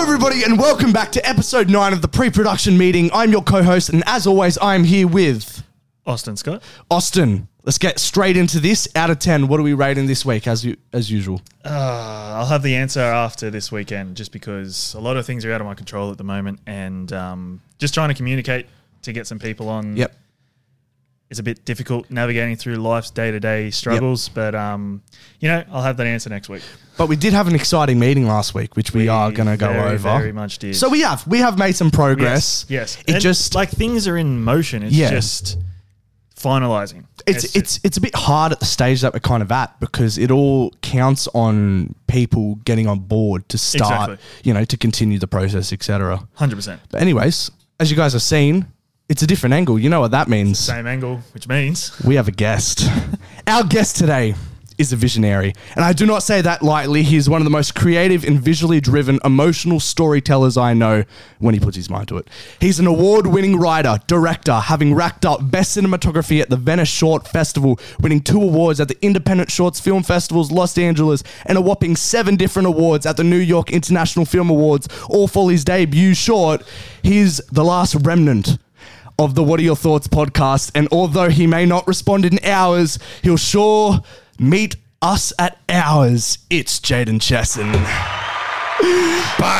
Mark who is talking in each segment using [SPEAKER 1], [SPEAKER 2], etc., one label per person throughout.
[SPEAKER 1] everybody, and welcome back to episode nine of the pre-production meeting. I'm your co-host, and as always, I'm here with
[SPEAKER 2] Austin Scott.
[SPEAKER 1] Austin. Let's get straight into this. Out of ten, what are we rating this week, as you, as usual?
[SPEAKER 2] Uh, I'll have the answer after this weekend, just because a lot of things are out of my control at the moment, and um, just trying to communicate to get some people on
[SPEAKER 1] Yep.
[SPEAKER 2] is a bit difficult navigating through life's day to day struggles. But um, you know, I'll have that answer next week.
[SPEAKER 1] But we did have an exciting meeting last week, which we, are going to go
[SPEAKER 2] very,
[SPEAKER 1] over.
[SPEAKER 2] very much. Did
[SPEAKER 1] So we have we have made some progress.
[SPEAKER 2] Yes, yes.
[SPEAKER 1] It
[SPEAKER 2] And,
[SPEAKER 1] just
[SPEAKER 2] like things are in motion. It's
[SPEAKER 1] Yeah.
[SPEAKER 2] just finalizing.
[SPEAKER 1] it's
[SPEAKER 2] just-
[SPEAKER 1] it's it's a bit hard at the stage that we're kind of at because it all counts on people getting on board to start,
[SPEAKER 2] Exactly.
[SPEAKER 1] you know, to continue the process, etc.
[SPEAKER 2] hundred percent
[SPEAKER 1] But anyways, as you guys have seen, it's a different angle. You know what that means?
[SPEAKER 2] same angle, which means
[SPEAKER 1] We have a guest. Our guest today is a visionary, and I do not say that lightly. He is one of the most creative and visually driven emotional storytellers I know when he puts his mind to it. He's an award winning writer, director, having racked up Best Cinematography at the Venice Short Festival, winning two awards at the Independent Shorts Film Festival's Los Angeles, and a whopping seven different awards at the New York International Film Awards, all for his debut short. He's the last remnant of the What Are Your Thoughts podcast. And although he may not respond in hours, he'll sure meet us at hours. It's Jaden Chesson.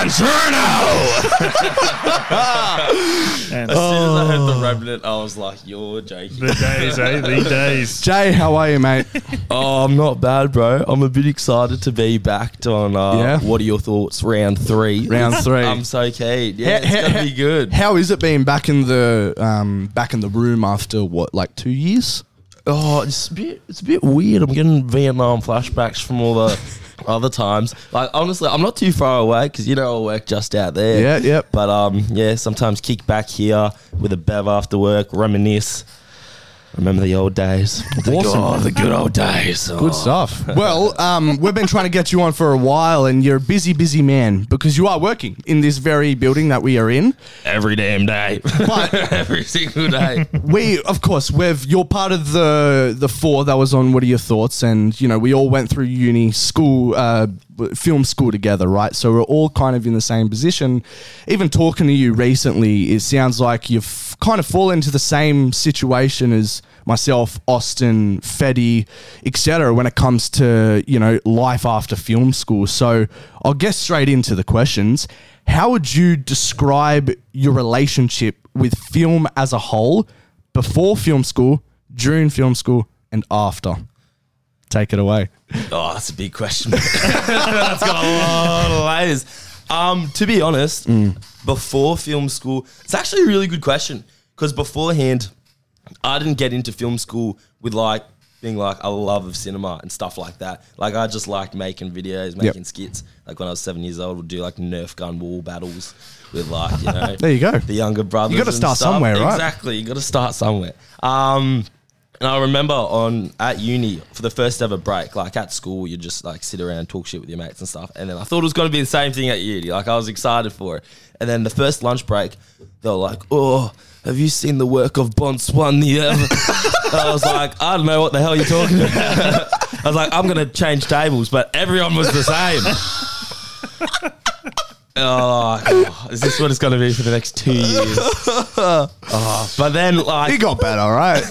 [SPEAKER 1] Bonjourno!
[SPEAKER 2] and
[SPEAKER 3] As
[SPEAKER 1] Oh.
[SPEAKER 3] soon as I heard the remnant, I was like, "You're joking."
[SPEAKER 2] the days, eh? The days.
[SPEAKER 1] Jay, how are you, mate?
[SPEAKER 3] oh, I'm not bad, bro. I'm a bit excited to be back on. Uh,
[SPEAKER 1] Yeah?
[SPEAKER 3] What are your thoughts? Round three.
[SPEAKER 1] Round three.
[SPEAKER 3] I'm so keen. Yeah, it's gonna be good.
[SPEAKER 1] How is it being back in the um, back in the room after what, like two years?
[SPEAKER 3] Oh, it's a bit. It's a bit weird. I'm getting Vietnam flashbacks from all the. Other times, like honestly, I'm not too far away because you know I work just out there.
[SPEAKER 1] Yeah, yep.
[SPEAKER 3] But um, yeah, sometimes kick back here with a bev after work, reminisce, remember the old days. The
[SPEAKER 1] Awesome.
[SPEAKER 3] good- the good old days. Oh.
[SPEAKER 1] Good stuff. Well, um, we've been trying to get you on for a while, and you're a busy, busy man because you are working in this very building that we are in.
[SPEAKER 3] every damn day.
[SPEAKER 1] But-
[SPEAKER 3] every single day.
[SPEAKER 1] we of course we've you're part of the the four that was on what are your thoughts and you know we all went through uni school uh w- film school together right so we're all kind of in the same position even talking to you recently it sounds like you've kind of fallen into the same situation as myself austin fetty etc when it comes to you know life after film school so i'll get straight into the questions how would you describe your relationship with film as a whole before film school, during film school, and after. Take it away.
[SPEAKER 3] Oh, that's a big question. that's got a lot of layers. Um, to be honest, before film school, it's actually a really good question because beforehand, I didn't get into film school with like being like a love of cinema and stuff like that. Like I just liked making videos, making skits. Like when I was seven years old, would do like Nerf gun wall battles with like you know
[SPEAKER 1] There you go.
[SPEAKER 3] the younger brothers.
[SPEAKER 1] You gotta
[SPEAKER 3] and
[SPEAKER 1] start
[SPEAKER 3] stuff.
[SPEAKER 1] somewhere, right?
[SPEAKER 3] Exactly. You got to start somewhere. Um, and I remember on at uni for the first ever break, like at school, you just like sit around talk shit with your mates and stuff. And then I thought it was gonna be the same thing at uni. Like I was excited for it. And then the first lunch break, they were like, "Oh, have you seen the work of Bon Swan the Ever?" I was like, "I don't know what the hell you're talking about." I was like, "I'm gonna change tables," but everyone was the same. oh, is this what it's gonna be for the next two years? Oh, but then like
[SPEAKER 1] He got better, right?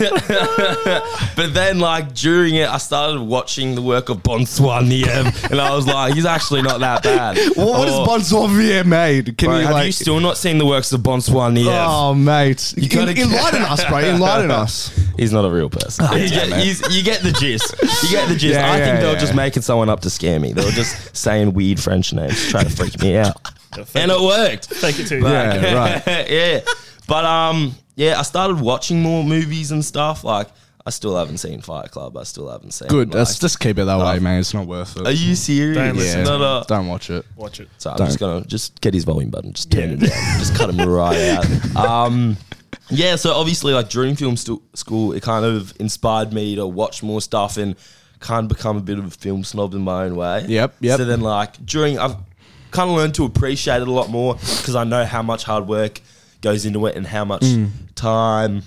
[SPEAKER 3] but then, like during it, I started watching the work of Bon Swan Niev, and I was like, he's actually not that bad.
[SPEAKER 1] Well, what has
[SPEAKER 3] Or,
[SPEAKER 1] Bon Sovier made? Can
[SPEAKER 3] bro,
[SPEAKER 1] Oh. you
[SPEAKER 3] have
[SPEAKER 1] like?
[SPEAKER 3] you still not seen the works of Bon Swan Niev?
[SPEAKER 1] oh, mate, you
[SPEAKER 3] gotta-
[SPEAKER 1] enlighten us, bro. Enlighten us.
[SPEAKER 3] He's not a real person. you, get, he's- you get the gist. You get the gist.
[SPEAKER 1] Yeah,
[SPEAKER 3] I
[SPEAKER 1] yeah,
[SPEAKER 3] think they were
[SPEAKER 1] yeah.
[SPEAKER 3] just making someone up to scare me. They were just saying weird French names, to try to freak me out, and it worked.
[SPEAKER 2] Take it to
[SPEAKER 1] Yeah, right.
[SPEAKER 3] yeah. But um, yeah, I started watching more movies and stuff. Like, I still haven't seen Fire Club. I still haven't seen.
[SPEAKER 1] Good.
[SPEAKER 3] Like,
[SPEAKER 1] Let's just keep it that way, man. It's not worth
[SPEAKER 3] Are
[SPEAKER 1] it.
[SPEAKER 3] you serious?
[SPEAKER 2] Don't listen
[SPEAKER 1] Yeah.
[SPEAKER 3] No, no.
[SPEAKER 1] Don't watch it.
[SPEAKER 2] Watch it.
[SPEAKER 3] So I'm
[SPEAKER 1] Don't.
[SPEAKER 3] just gonna just get his volume button, just turn
[SPEAKER 2] Yeah.
[SPEAKER 3] him down, just cut him right out. Um, yeah, so obviously, like during film stu- school, it kind of inspired me to watch more stuff and kind of become a bit of a film snob in my own way.
[SPEAKER 1] Yep, yep.
[SPEAKER 3] So then, like during, I've kind of learned to appreciate it a lot more because I know how much hard work goes into it and how much
[SPEAKER 1] Mm.
[SPEAKER 3] time,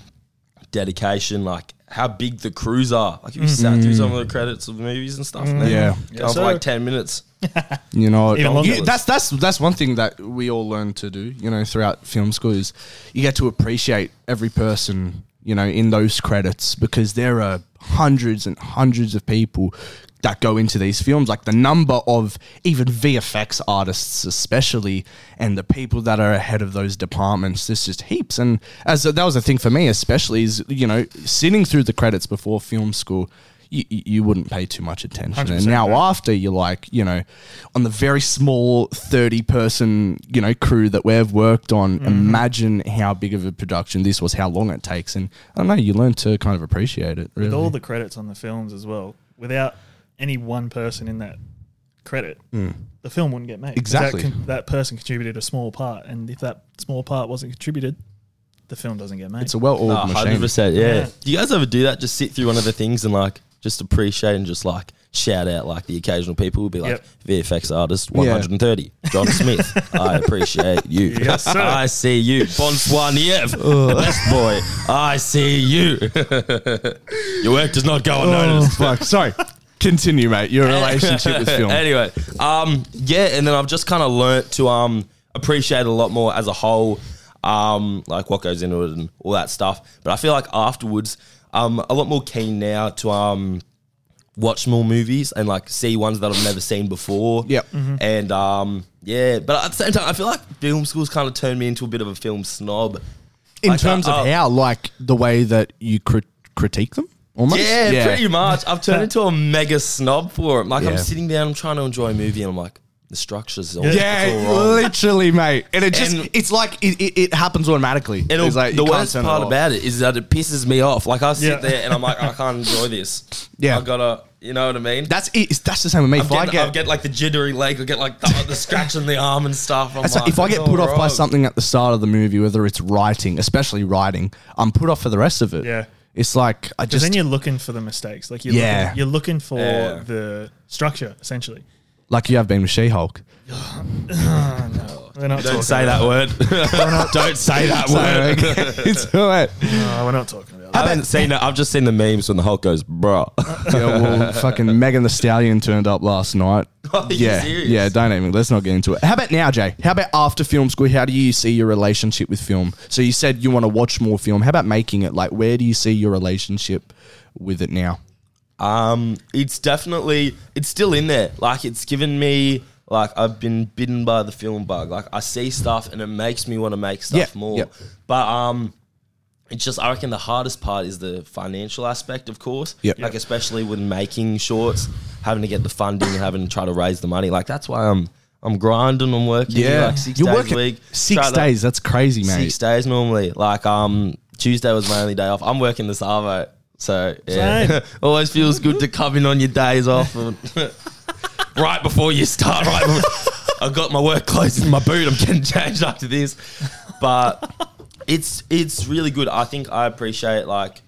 [SPEAKER 3] dedication, like how big the crews are. Like if you sat through some of the credits of the movies and stuff, man,
[SPEAKER 1] Mm. Yeah.
[SPEAKER 3] going for
[SPEAKER 2] so-
[SPEAKER 3] like ten minutes.
[SPEAKER 1] You know,
[SPEAKER 2] Even longer
[SPEAKER 1] you-
[SPEAKER 2] list.
[SPEAKER 1] that's that's that's one thing that we all learn to do. You know, throughout film school is you get to appreciate every person. You know, in those credits because there are hundreds and hundreds of people that go into these films. Like the number of even VFX artists, especially, and the people that are ahead of those departments. There's just heaps. And as that was a thing for me, especially is you know sitting through the credits before film school. You, you- you wouldn't pay too much attention. And
[SPEAKER 2] 100%,
[SPEAKER 1] now
[SPEAKER 2] yeah.
[SPEAKER 1] after you're like you know on the very small 30 person you know crew that we've worked on imagine how big of a production this was how long it takes and i don't know you learn to kind of appreciate it really
[SPEAKER 2] with all the credits on the films as well, without any one person in that credit, the film wouldn't get made. 'Cause that
[SPEAKER 1] Hmm. Exactly.
[SPEAKER 2] con- That, person contributed a small part, and if that small part wasn't contributed, the film doesn't get made.
[SPEAKER 1] it's a well-oiled
[SPEAKER 3] Ah, Hundred
[SPEAKER 1] machine
[SPEAKER 3] percent.
[SPEAKER 2] Yeah.
[SPEAKER 3] Yeah. Do you guys ever do that? Just sit through one of the things and like just appreciate and just like shout out like the occasional people will be like VFX artist one hundred and thirty John Smith. I appreciate you.
[SPEAKER 2] Yes, sir.
[SPEAKER 3] I see you. Bonsoir Best boy. I see you. Your work does not go
[SPEAKER 1] oh,
[SPEAKER 3] unnoticed.
[SPEAKER 1] fuck. sorry continue mate your relationship with film
[SPEAKER 3] anyway, um, yeah, and then I've just kind of learnt to um appreciate it a lot more as a whole, um, like what goes into it and all that stuff. But I feel like afterwards, um, a lot more keen now to um watch more movies and like see ones that I've never seen before.
[SPEAKER 1] Yep.
[SPEAKER 3] And um, yeah, but at the same time, I feel like film school's kind of turned me into a bit of a film snob.
[SPEAKER 1] in
[SPEAKER 3] Like,
[SPEAKER 1] terms
[SPEAKER 3] uh,
[SPEAKER 1] of how like the way that you crit- critique them almost
[SPEAKER 3] Yeah, pretty much. I've turned into a mega snob for it. Like I'm
[SPEAKER 1] Yeah.
[SPEAKER 3] sitting down, I'm trying to enjoy a movie, and I'm like, the structure's all, it's all
[SPEAKER 1] yeah,
[SPEAKER 3] wrong.
[SPEAKER 1] literally, mate. And it just,
[SPEAKER 3] And-
[SPEAKER 1] it's like, it, it, it happens automatically.
[SPEAKER 3] And
[SPEAKER 1] it's like,
[SPEAKER 3] the
[SPEAKER 1] you can't
[SPEAKER 3] worst
[SPEAKER 1] turn it
[SPEAKER 3] part
[SPEAKER 1] off.
[SPEAKER 3] about it is that it pisses me off. Like I sit
[SPEAKER 2] Yeah.
[SPEAKER 3] there and I'm like, I can't enjoy this.
[SPEAKER 1] Yeah.
[SPEAKER 3] I gotta, you know what I mean?
[SPEAKER 1] That's it. It's- That's the same with me.
[SPEAKER 3] I'm
[SPEAKER 1] if I
[SPEAKER 3] getting,
[SPEAKER 1] get,
[SPEAKER 3] I'll get like the jittery leg, I get like the, the scratch on the arm and stuff. I'm
[SPEAKER 1] It's like
[SPEAKER 3] like,
[SPEAKER 1] if I
[SPEAKER 3] it's
[SPEAKER 1] get
[SPEAKER 3] all
[SPEAKER 1] put off by
[SPEAKER 3] wrong.
[SPEAKER 1] something at the start of the movie, whether it's writing, especially writing, I'm put off for the rest of it.
[SPEAKER 2] Yeah.
[SPEAKER 1] It's like I
[SPEAKER 2] Because
[SPEAKER 1] just
[SPEAKER 2] then you're looking for the mistakes. Like you're,
[SPEAKER 1] Yeah.
[SPEAKER 2] looking, you're looking for
[SPEAKER 3] Yeah.
[SPEAKER 2] the structure, essentially.
[SPEAKER 1] like you have been with She-Hulk.
[SPEAKER 2] uh, We're not
[SPEAKER 3] Oh, Don't
[SPEAKER 2] talking
[SPEAKER 3] say
[SPEAKER 2] about
[SPEAKER 3] that word. Don't say that word.
[SPEAKER 1] it's all right.
[SPEAKER 2] No, we're not talking about
[SPEAKER 3] I
[SPEAKER 2] that.
[SPEAKER 3] haven't seen that. I've just seen the memes when the Hulk goes, bro.
[SPEAKER 1] Yeah, well, fucking Megan the Stallion turned up last night.
[SPEAKER 3] Are you
[SPEAKER 1] yeah,
[SPEAKER 3] serious?
[SPEAKER 1] yeah. Don't even. Let's not get into it. How about now, Jay? How about after film school? How do you see your relationship with film? So you said you want to watch more film. How about making it? Like, where do you see your relationship with it now?
[SPEAKER 3] Um, it's definitely it's still in there. Like it's given me like I've been bitten by the film bug. Like I see stuff and it makes me want to make stuff
[SPEAKER 1] Yeah,
[SPEAKER 3] more.
[SPEAKER 1] yeah.
[SPEAKER 3] But um, it's just I reckon the hardest part is the financial aspect, of course.
[SPEAKER 1] Yep.
[SPEAKER 3] Like especially when making shorts, having to get the funding and having to try to raise the money. Like that's why I'm I'm grinding. I'm working. like six
[SPEAKER 1] you
[SPEAKER 3] days
[SPEAKER 1] work
[SPEAKER 3] a week.
[SPEAKER 1] six
[SPEAKER 3] try to-
[SPEAKER 1] days. That's crazy, mate.
[SPEAKER 3] Six days normally. Like um Tuesday was my only day off. I'm working the Savo. So yeah.
[SPEAKER 2] Same.
[SPEAKER 3] Always feels good to come in on your days off and right before you start. Right before, I got my work clothes in my boot. I'm getting changed after this. But it's it's really good. I think I appreciate like,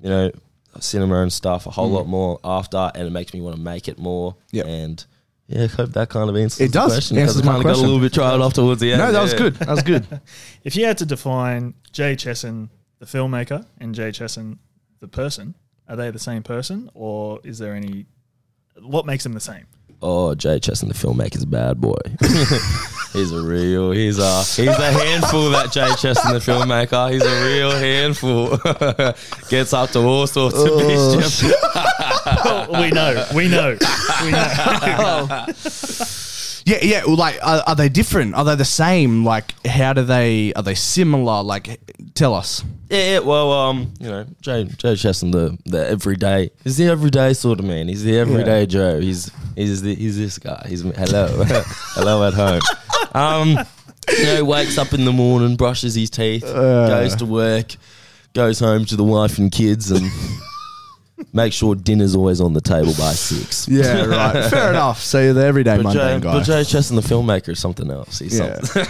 [SPEAKER 3] you know, cinema and stuff a whole lot more after and it makes me want to make it more.
[SPEAKER 1] Mm. Yep.
[SPEAKER 3] And yeah, I hope that kind of answers
[SPEAKER 1] It does.
[SPEAKER 3] the question. 'cause
[SPEAKER 1] Answers
[SPEAKER 3] I
[SPEAKER 1] my
[SPEAKER 3] kinda got a
[SPEAKER 1] question.
[SPEAKER 3] little bit tried off towards the end.
[SPEAKER 1] no, that was
[SPEAKER 3] Yeah.
[SPEAKER 1] good. That was good.
[SPEAKER 2] If you had to define Jay Chesson, the filmmaker, and Jay Chesson, the person, are they the same person, or is there any? What makes them the same?
[SPEAKER 3] oh, Jay Chesson, the filmmaker's bad boy. he's a real, he's a, he's a handful, that Jay Chesson, the filmmaker. He's a real handful. Gets up to all sorts of mischief.
[SPEAKER 2] Oh, we know, we know, we know.
[SPEAKER 1] Yeah, yeah. Well, like, are, are they different? Are they the same? Like, how do they? Are they similar? Like, tell us.
[SPEAKER 3] Yeah, yeah, well, um, you know, Jay, Jay Chesson, the, the everyday, he's the everyday sort of man. He's the everyday Joe. He's, he's, the, he's this guy. He's, hello, hello at home. Um, you know, wakes up in the morning, brushes his teeth, goes to work, goes home to the wife and kids, and make sure dinner's always on the table by six.
[SPEAKER 1] Yeah, right. Fair enough. So you're the everyday
[SPEAKER 3] But Jay,
[SPEAKER 1] mundane
[SPEAKER 3] but
[SPEAKER 1] guy.
[SPEAKER 3] Jay Chesson, the filmmaker, is something else. He's
[SPEAKER 1] Yeah.
[SPEAKER 3] something.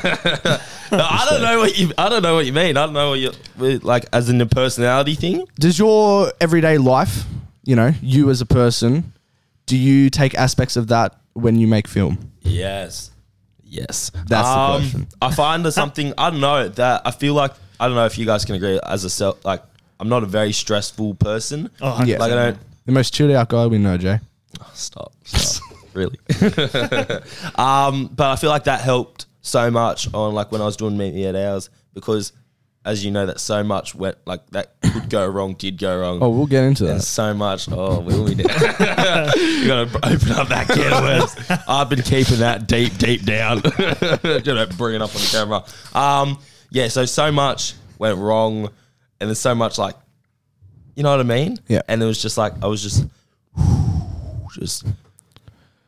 [SPEAKER 3] No, I don't know what you. I don't know what you mean. I don't know what you like as in the personality thing.
[SPEAKER 1] Does your everyday life, you know, you as a person, do you take aspects of that when you make film?
[SPEAKER 3] Yes. Yes.
[SPEAKER 1] That's the question.
[SPEAKER 3] I find there's something I don't know that I feel like I don't know if you guys can agree as a self like I'm not a very stressful person.
[SPEAKER 2] Oh,
[SPEAKER 1] Yeah.
[SPEAKER 3] Like I don't
[SPEAKER 1] The most chilled out guy we know, Jay.
[SPEAKER 3] stop. stop. really. um, but I feel like that helped so much on like when I was doing Meet Me at Ours because, as you know, that so much went like that could go wrong, did go wrong.
[SPEAKER 1] Oh, we'll get into
[SPEAKER 3] And
[SPEAKER 1] that.
[SPEAKER 3] so much. Oh, we we did. you gotta open up that can of worms. I've been keeping that deep, deep down. you know, bring it up on the camera. Um, yeah. So so much went wrong, and there's so much like, you know what I mean?
[SPEAKER 1] Yeah.
[SPEAKER 3] And it was just like I was just, just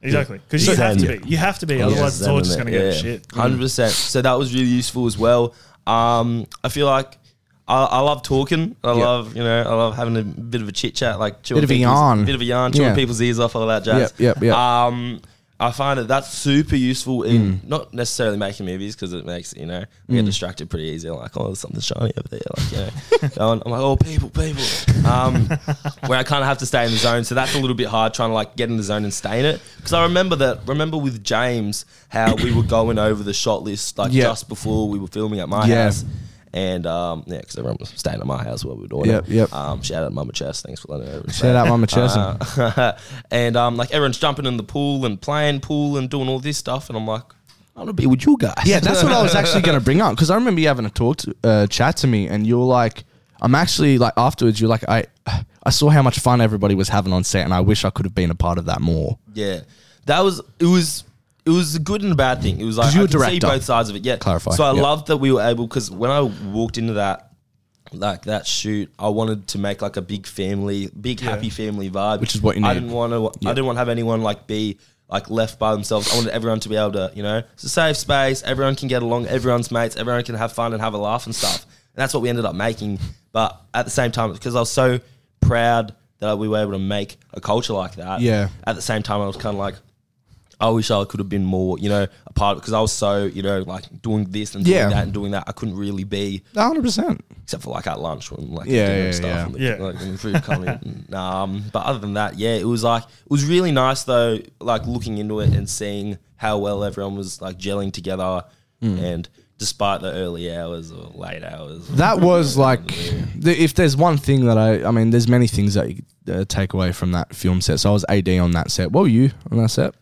[SPEAKER 2] Exactly. Because you
[SPEAKER 3] Yeah.
[SPEAKER 2] have
[SPEAKER 3] Yeah.
[SPEAKER 2] to be. You have to be. Otherwise, it's all just going to go to shit.
[SPEAKER 3] Hundred percent. So that was really useful as well. Um, I feel like I, I love talking. I
[SPEAKER 1] Yeah.
[SPEAKER 3] love you know I love having a bit of a chit chat, like chewing
[SPEAKER 1] Bit of a
[SPEAKER 3] people's-
[SPEAKER 1] yarn.
[SPEAKER 3] bit of a yarn, chewing
[SPEAKER 1] Yeah.
[SPEAKER 3] people's ears off, all that jazz.
[SPEAKER 1] Yep, yep, yep.
[SPEAKER 3] Um, I find that that's super useful in
[SPEAKER 1] Mm.
[SPEAKER 3] not necessarily making movies because it makes you know we get distracted pretty easy. Like oh, there's something shiny over there. Like you know, going, I'm like oh people, people. Um, where I kind of have to stay in the zone, so that's a little bit hard trying to like get in the zone and stay in it. Because I remember that remember with James how we were going over the shot list like
[SPEAKER 1] Yeah.
[SPEAKER 3] just before we were filming at my
[SPEAKER 1] Yeah.
[SPEAKER 3] house. And um, yeah, because everyone was staying at my house while we were doing
[SPEAKER 1] Yep,
[SPEAKER 3] it.
[SPEAKER 1] yep.
[SPEAKER 3] Um, shout out Mama Chess, thanks for letting her.
[SPEAKER 1] Shout out Mama Chess.
[SPEAKER 3] Uh, and um, like everyone's jumping in the pool and playing pool and doing all this stuff, and I'm like, I'm gonna be with you guys.
[SPEAKER 1] Yeah, that's what I was actually going to bring up because I remember you having a talk to, uh, chat to me, and you were like, "I'm actually like afterwards, you're like, I, I saw how much fun everybody was having on set, and I wish I could have been a part of that more."
[SPEAKER 3] Yeah, that was it. Was it was a good and a bad thing. It was like
[SPEAKER 1] you were
[SPEAKER 3] I could see
[SPEAKER 1] director.
[SPEAKER 3] both sides of it. Yeah,
[SPEAKER 1] Clarify,
[SPEAKER 3] So I
[SPEAKER 1] yeah.
[SPEAKER 3] loved that we were able because when I walked into that. Like that shoot, I wanted to make like a big family, big happy family vibe,
[SPEAKER 1] Which is what you
[SPEAKER 3] I
[SPEAKER 1] need.
[SPEAKER 3] didn't want to. I didn't want to have anyone like be like left by themselves. I wanted everyone to be able to, you know, it's a safe space. Everyone can get along. Everyone's mates. Everyone can have fun and have a laugh and stuff. And that's what we ended up making. But at the same time, because I was so proud that we were able to make a culture like that.
[SPEAKER 1] Yeah.
[SPEAKER 3] At the same time, I was kind of like, I wish I could have been more, you know, a part of because I was so, you know, like doing this and doing
[SPEAKER 1] Yeah.
[SPEAKER 3] that and doing that. I couldn't really be,
[SPEAKER 1] 100. percent
[SPEAKER 3] except for like at lunch when like
[SPEAKER 1] Yeah,
[SPEAKER 3] dinner
[SPEAKER 1] yeah,
[SPEAKER 3] and stuff
[SPEAKER 1] yeah.
[SPEAKER 3] and the,
[SPEAKER 2] Yeah.
[SPEAKER 3] like, and the food coming. in. Um, but other than that, yeah, it was like it was really nice though, like looking into it and seeing how well everyone was like gelling together and despite the early hours or late hours.
[SPEAKER 1] That was like, the, if there's one thing that I, I mean, there's many things that you uh, take away from that film set. So I was AD on that set. What were you on that set?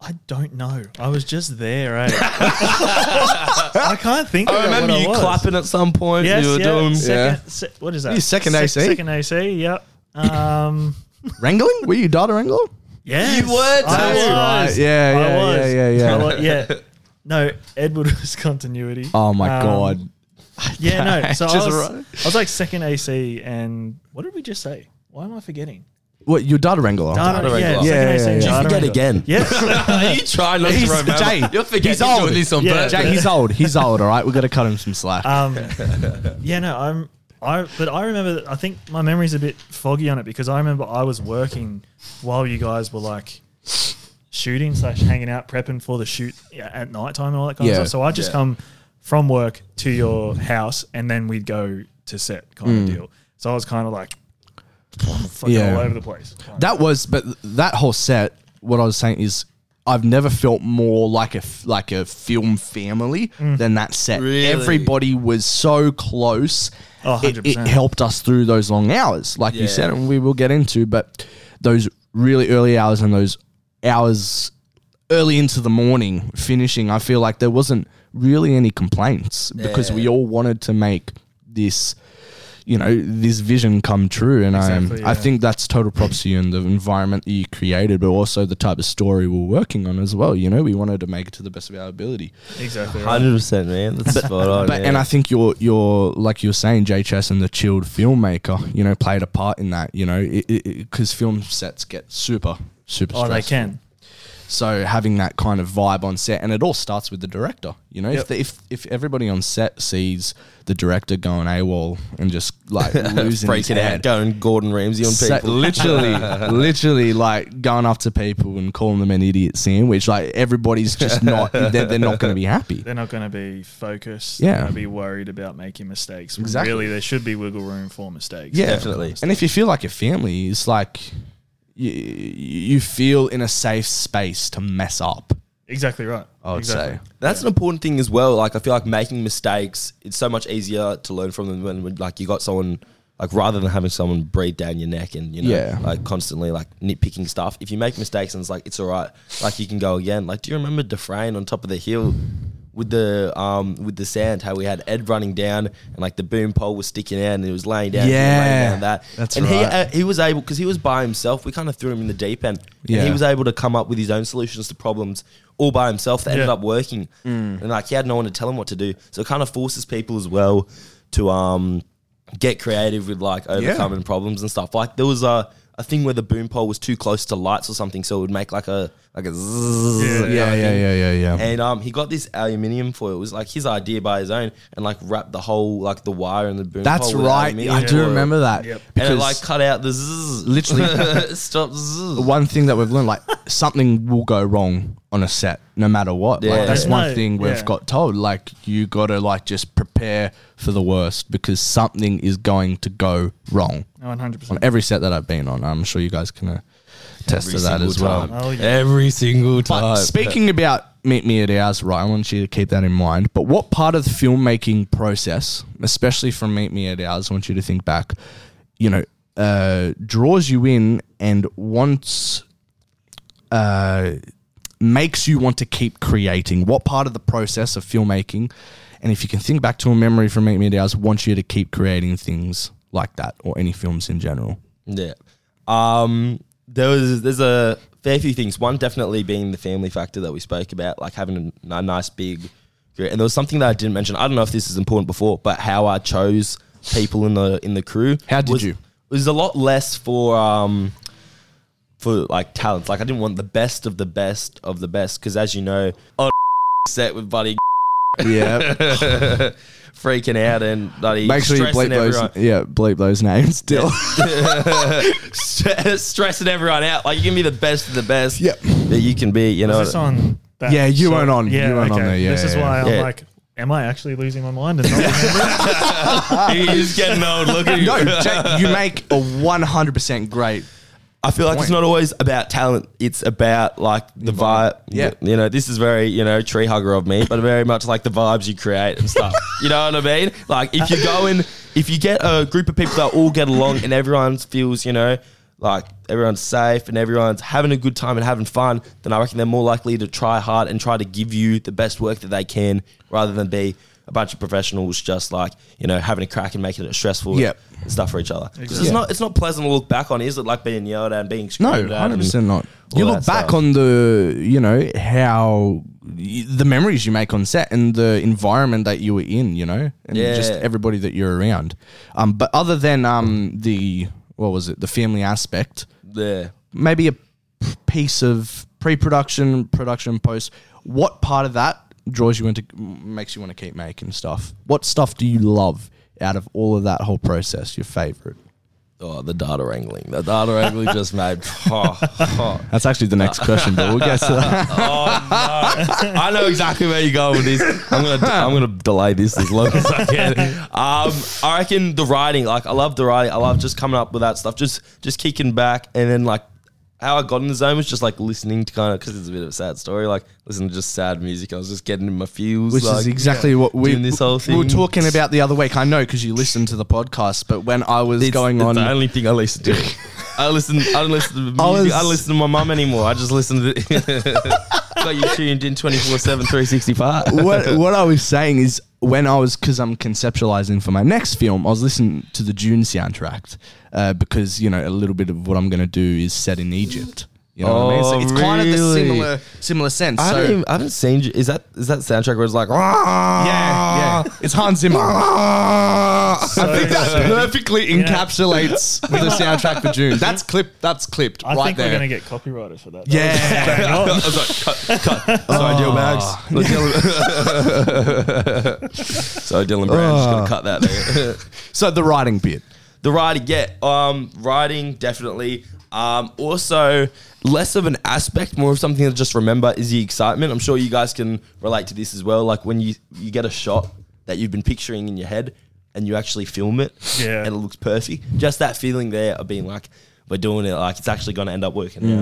[SPEAKER 2] I don't know. I was just there, eh? I can't think.
[SPEAKER 3] I
[SPEAKER 2] about
[SPEAKER 3] remember
[SPEAKER 2] what
[SPEAKER 3] you
[SPEAKER 2] I was.
[SPEAKER 3] clapping at some point.
[SPEAKER 2] Yes,
[SPEAKER 3] you were
[SPEAKER 2] yeah.
[SPEAKER 3] doing
[SPEAKER 2] Second, se- what is that?
[SPEAKER 1] You second
[SPEAKER 2] Sec-
[SPEAKER 1] AC?
[SPEAKER 2] Second AC. Yep. Um.
[SPEAKER 1] Wrangling? Were you data wrangler?
[SPEAKER 2] Yeah.
[SPEAKER 3] You were
[SPEAKER 2] I
[SPEAKER 3] too.
[SPEAKER 2] was.
[SPEAKER 1] Right, yeah,
[SPEAKER 2] I
[SPEAKER 1] yeah,
[SPEAKER 2] was.
[SPEAKER 1] yeah, yeah, yeah.
[SPEAKER 2] I wa- yeah. No, Edward was continuity.
[SPEAKER 1] Oh my
[SPEAKER 2] Um,
[SPEAKER 1] god!
[SPEAKER 2] Yeah, no. So I
[SPEAKER 1] Just
[SPEAKER 2] was,
[SPEAKER 1] right.
[SPEAKER 2] I was like second AC, and what did we just say? Why am I forgetting?
[SPEAKER 1] What you data wrangler?
[SPEAKER 2] Data,
[SPEAKER 3] Data
[SPEAKER 2] yeah,
[SPEAKER 3] Wrangler.
[SPEAKER 2] second
[SPEAKER 1] Yeah, yeah,
[SPEAKER 2] AC.
[SPEAKER 1] yeah.
[SPEAKER 2] and
[SPEAKER 1] Did you
[SPEAKER 2] Data
[SPEAKER 3] forget
[SPEAKER 2] Wrangler.
[SPEAKER 3] again?
[SPEAKER 2] Yes.
[SPEAKER 3] Are you trying not
[SPEAKER 1] He's
[SPEAKER 3] to remember?
[SPEAKER 1] Jay.
[SPEAKER 3] You're forgetting
[SPEAKER 1] He's
[SPEAKER 3] you're
[SPEAKER 1] old.
[SPEAKER 3] doing this on
[SPEAKER 2] Yeah.
[SPEAKER 3] purpose.
[SPEAKER 1] Jay, he's old. He's old. All right, we got to cut him some slack.
[SPEAKER 2] Um, yeah, no, I'm. I but I remember. that- I think my memory's a bit foggy on it because I remember I was working while you guys were like shooting slash hanging out, prepping for the shoot yeah, at night time and all that kind
[SPEAKER 1] Yeah.
[SPEAKER 2] of stuff. So I just
[SPEAKER 3] Yeah.
[SPEAKER 2] come from work to your house and then we'd go to set kind of deal. So I was kind of like fucking
[SPEAKER 1] Hmm. Yeah.
[SPEAKER 2] all over the place.
[SPEAKER 1] That was, but that whole set. What I was saying is, I've never felt more like a f- like a film family than that set.
[SPEAKER 3] Mm. Really?
[SPEAKER 1] Everybody was so close.
[SPEAKER 2] Oh,
[SPEAKER 1] It- It,
[SPEAKER 2] 100%.
[SPEAKER 1] helped us through those long hours, like you said,
[SPEAKER 3] Yeah.
[SPEAKER 1] and we will get into. But those really early hours and those hours early into the morning finishing, I feel like there wasn't really any complaints because
[SPEAKER 3] Yeah.
[SPEAKER 1] we all wanted to make this you know this vision come true and
[SPEAKER 2] Exactly,
[SPEAKER 1] I, I
[SPEAKER 2] yeah.
[SPEAKER 1] think that's total props to you and the environment that you created but also the type of story we we're working on as well you know we wanted to make it to the best of our ability
[SPEAKER 2] exactly. Right.
[SPEAKER 3] Hundred percent, man. That's spot
[SPEAKER 2] Oh,
[SPEAKER 3] on.
[SPEAKER 1] but and I think you're you're like you're saying Jay Chess and the chilled filmmaker you know played a part in that you know because film sets get super super
[SPEAKER 2] Oh, they
[SPEAKER 1] stressful.
[SPEAKER 2] can.
[SPEAKER 1] So having that kind of vibe on set, and it all starts with the director. You know, if,
[SPEAKER 2] Yep.
[SPEAKER 1] the, if if everybody on set sees the director going AWOL and just like losing his
[SPEAKER 3] breaking out,
[SPEAKER 1] head,
[SPEAKER 3] going Gordon Ramsay on
[SPEAKER 1] sa-
[SPEAKER 3] people.
[SPEAKER 1] literally, literally like going after people and calling them an idiot sandwich. Like everybody's just not they're, they're not going to be happy.
[SPEAKER 2] They're not going to be focused.
[SPEAKER 1] Yeah.
[SPEAKER 2] They're going to be worried about making mistakes. when
[SPEAKER 1] Exactly.
[SPEAKER 2] Really, there should be wiggle room for mistakes.
[SPEAKER 1] Yeah,
[SPEAKER 3] Definitely.
[SPEAKER 1] And if you feel like a family, it's like you, you feel in a safe space to mess up.
[SPEAKER 2] Exactly right.
[SPEAKER 1] I would
[SPEAKER 2] exactly.
[SPEAKER 1] say.
[SPEAKER 3] That's an important thing as well. Like I feel like making mistakes, it's so much easier to learn from them when, when like you got someone like rather than having someone breathe down your neck and you know
[SPEAKER 1] Yeah.
[SPEAKER 3] like constantly like nitpicking stuff. If you make mistakes and it's like it's all right, like you can go again. Like do you remember Dufresne on top of the hill? With the um with the sand, how we had Ed running down and like the boom pole was sticking out and it was laying down, here and
[SPEAKER 1] Yeah.
[SPEAKER 3] laying down that.
[SPEAKER 1] That's
[SPEAKER 3] and he
[SPEAKER 1] right.
[SPEAKER 3] uh, he was able because he was by himself. We kind of threw him in the deep end. and
[SPEAKER 1] Yeah.
[SPEAKER 3] he was able to come up with his own solutions to problems all by himself. That ended
[SPEAKER 2] Yeah.
[SPEAKER 3] up working,
[SPEAKER 1] Mm.
[SPEAKER 3] and like he had no one to tell him what to do. So it kind of forces people as well to um get creative with like overcoming problems and stuff. Like there was a a thing where the boom pole was too close to lights or something, so it would make like a like a zzzz
[SPEAKER 2] Yeah.
[SPEAKER 3] kind of
[SPEAKER 1] Yeah, yeah,
[SPEAKER 3] thing.
[SPEAKER 1] yeah, yeah, yeah.
[SPEAKER 3] And um, he got this aluminium foil. It was like his idea by his own, and like wrapped the whole like the wire and the boom.
[SPEAKER 1] That's
[SPEAKER 3] pole with
[SPEAKER 1] right.
[SPEAKER 3] aluminium
[SPEAKER 1] I do
[SPEAKER 3] foil
[SPEAKER 1] remember that.
[SPEAKER 2] Yep.
[SPEAKER 1] Because
[SPEAKER 3] and it like cut out the zzz.
[SPEAKER 1] Literally.
[SPEAKER 3] stop zzz.
[SPEAKER 1] one thing that we've learned, like something will go wrong on a set, no matter what.
[SPEAKER 3] Yeah.
[SPEAKER 1] Like that's
[SPEAKER 2] There's
[SPEAKER 1] one
[SPEAKER 2] no-
[SPEAKER 1] thing we've
[SPEAKER 2] yeah.
[SPEAKER 1] got told. Like you gotta like just prepare for the worst because something is going to go wrong
[SPEAKER 2] One hundred
[SPEAKER 1] on
[SPEAKER 2] percent.
[SPEAKER 1] every set that I've been on. I'm sure you guys can attest
[SPEAKER 3] Every
[SPEAKER 1] to that
[SPEAKER 3] single
[SPEAKER 1] as well.
[SPEAKER 3] time.
[SPEAKER 2] Oh, yeah.
[SPEAKER 3] Every single
[SPEAKER 1] But speaking about Meet Me at Ours, right, I want you to keep that in mind. But what part of the filmmaking process, especially from Meet Me at Ours, I want you to think back, you know, uh, draws you in and wants, uh, makes you want to keep creating? What part of the process of filmmaking, and if you can think back to a memory from Meet Me at Ours, wants you to keep creating things like that or any films in general?
[SPEAKER 3] Yeah. Um, there was there's a fair few things. One definitely being the family factor that we spoke about, like having a, a nice big crew. And there was something that I didn't mention. I don't know if this is important before, but how I chose people in the in the crew.
[SPEAKER 1] How did
[SPEAKER 3] was-
[SPEAKER 1] you?
[SPEAKER 3] Was a lot less for um for like talents. Like I didn't want the best of the best of the best because as you know, on set with Buddy
[SPEAKER 1] Yeah.
[SPEAKER 3] freaking out and bloody
[SPEAKER 1] Make sure you
[SPEAKER 3] stressing
[SPEAKER 1] bleep those.
[SPEAKER 3] everyone.
[SPEAKER 1] Yeah, bleep those names still.
[SPEAKER 3] Stre- stressing everyone out. Like you can be the best of the best.
[SPEAKER 1] Yep.
[SPEAKER 3] That you can be. You know.
[SPEAKER 2] Was this on? That
[SPEAKER 1] Yeah, you
[SPEAKER 2] show?
[SPEAKER 1] weren't on- you
[SPEAKER 2] Yeah,
[SPEAKER 1] weren't on
[SPEAKER 2] okay.
[SPEAKER 1] there, yeah,
[SPEAKER 2] this is
[SPEAKER 1] yeah,
[SPEAKER 2] why
[SPEAKER 3] yeah.
[SPEAKER 2] I'm
[SPEAKER 3] Yeah.
[SPEAKER 2] like, am I actually losing my mind? And not remembering?
[SPEAKER 3] He's getting old. Look at you.
[SPEAKER 1] No, Jack, you make a 100% great.
[SPEAKER 3] I feel like it's not always about talent. It's about like the vibe.
[SPEAKER 1] Yeah.
[SPEAKER 3] You know, this is very you know tree hugger of me, but very much like the vibes you create and stuff. you know what I mean? Like if you go and if you get a group of people that all get along and everyone feels you know. Like everyone's safe and everyone's having a good time and having fun, then I reckon they're more likely to try hard and try to give you the best work that they can rather than be a bunch of professionals just like, you know, having a crack and making it stressful
[SPEAKER 1] Yep.
[SPEAKER 3] and stuff for each other. 'Cause
[SPEAKER 1] Yeah.
[SPEAKER 3] It's not it's not pleasant to look back on, is it? Like being yelled at and being
[SPEAKER 1] No,
[SPEAKER 3] screamed at.
[SPEAKER 1] 100% not.
[SPEAKER 3] all
[SPEAKER 1] You
[SPEAKER 3] that
[SPEAKER 1] look back
[SPEAKER 3] stuff.
[SPEAKER 1] on the, you know, how y- the memories you make on set and the environment that you were in, you know, and
[SPEAKER 3] Yeah.
[SPEAKER 1] just everybody that you're around. Um, but other than um, the, what was it, the family aspect,
[SPEAKER 3] Yeah.
[SPEAKER 1] maybe a piece of pre production, production, post, what part of that draws you into, makes you want to keep making stuff? What stuff do you love out of all of that whole process, your favorite?
[SPEAKER 3] Oh, the data wrangling. The data wrangling just made. Oh, oh.
[SPEAKER 1] That's actually the next question, but we'll get to that.
[SPEAKER 3] I know exactly where you're going with this. I'm gonna I'm gonna delay this as long as I can. Um, I reckon the writing. Like I love the writing. I love just coming up with that stuff. Just just kicking back and then like. How I got in the zone was just like listening to kind of because it's a bit of a sad story. Like listening to just sad music, I was just getting in my feels.
[SPEAKER 1] Which
[SPEAKER 3] like,
[SPEAKER 1] is exactly what we,
[SPEAKER 3] doing this whole
[SPEAKER 1] we were
[SPEAKER 3] thing.
[SPEAKER 1] talking about the other week. I know because you listened to the podcast, but when I was
[SPEAKER 3] It's-
[SPEAKER 1] going
[SPEAKER 3] it's
[SPEAKER 1] on,
[SPEAKER 3] The only thing I listen to. I listen. I don't listen to music.
[SPEAKER 1] I
[SPEAKER 3] I,
[SPEAKER 1] was-
[SPEAKER 3] don't listen to my mum anymore. I just listen to. Got you tuned in 24 7 365.
[SPEAKER 1] what, what I was saying is when I was because I'm conceptualizing for my next film, I was listening to the June soundtrack uh, because you know a little bit of what I'm going to do is set in Egypt. You know what I mean? So
[SPEAKER 3] Oh,
[SPEAKER 1] it's kind of the
[SPEAKER 3] really?
[SPEAKER 1] similar similar sense.
[SPEAKER 3] I,
[SPEAKER 1] so,
[SPEAKER 3] haven't even, I haven't seen. Is that is that soundtrack where it's like?
[SPEAKER 1] yeah, yeah,
[SPEAKER 2] Ah.
[SPEAKER 1] it's Hans Zimmer. I think that perfectly encapsulates the soundtrack for June. That's clip. That's clipped
[SPEAKER 2] I
[SPEAKER 1] right
[SPEAKER 2] think
[SPEAKER 1] there.
[SPEAKER 2] we're gonna get copyrighted for that.
[SPEAKER 1] yeah. Ah.
[SPEAKER 3] I was like, cut, cut. Sorry, Oh. Dylan Bags. Sorry, Dylan Brown. Just gonna cut that. There.
[SPEAKER 1] so the writing bit.
[SPEAKER 3] The writing, yeah. Um, writing, definitely. Um, also, less of an aspect, more of something to just remember is the excitement. I'm sure you guys can relate to this as well. Like when you, you get a shot that you've been picturing in your head and you actually film it
[SPEAKER 2] Yeah.
[SPEAKER 3] and it looks perfect. Just that feeling there of being like, we're doing it, like it's actually going to end up working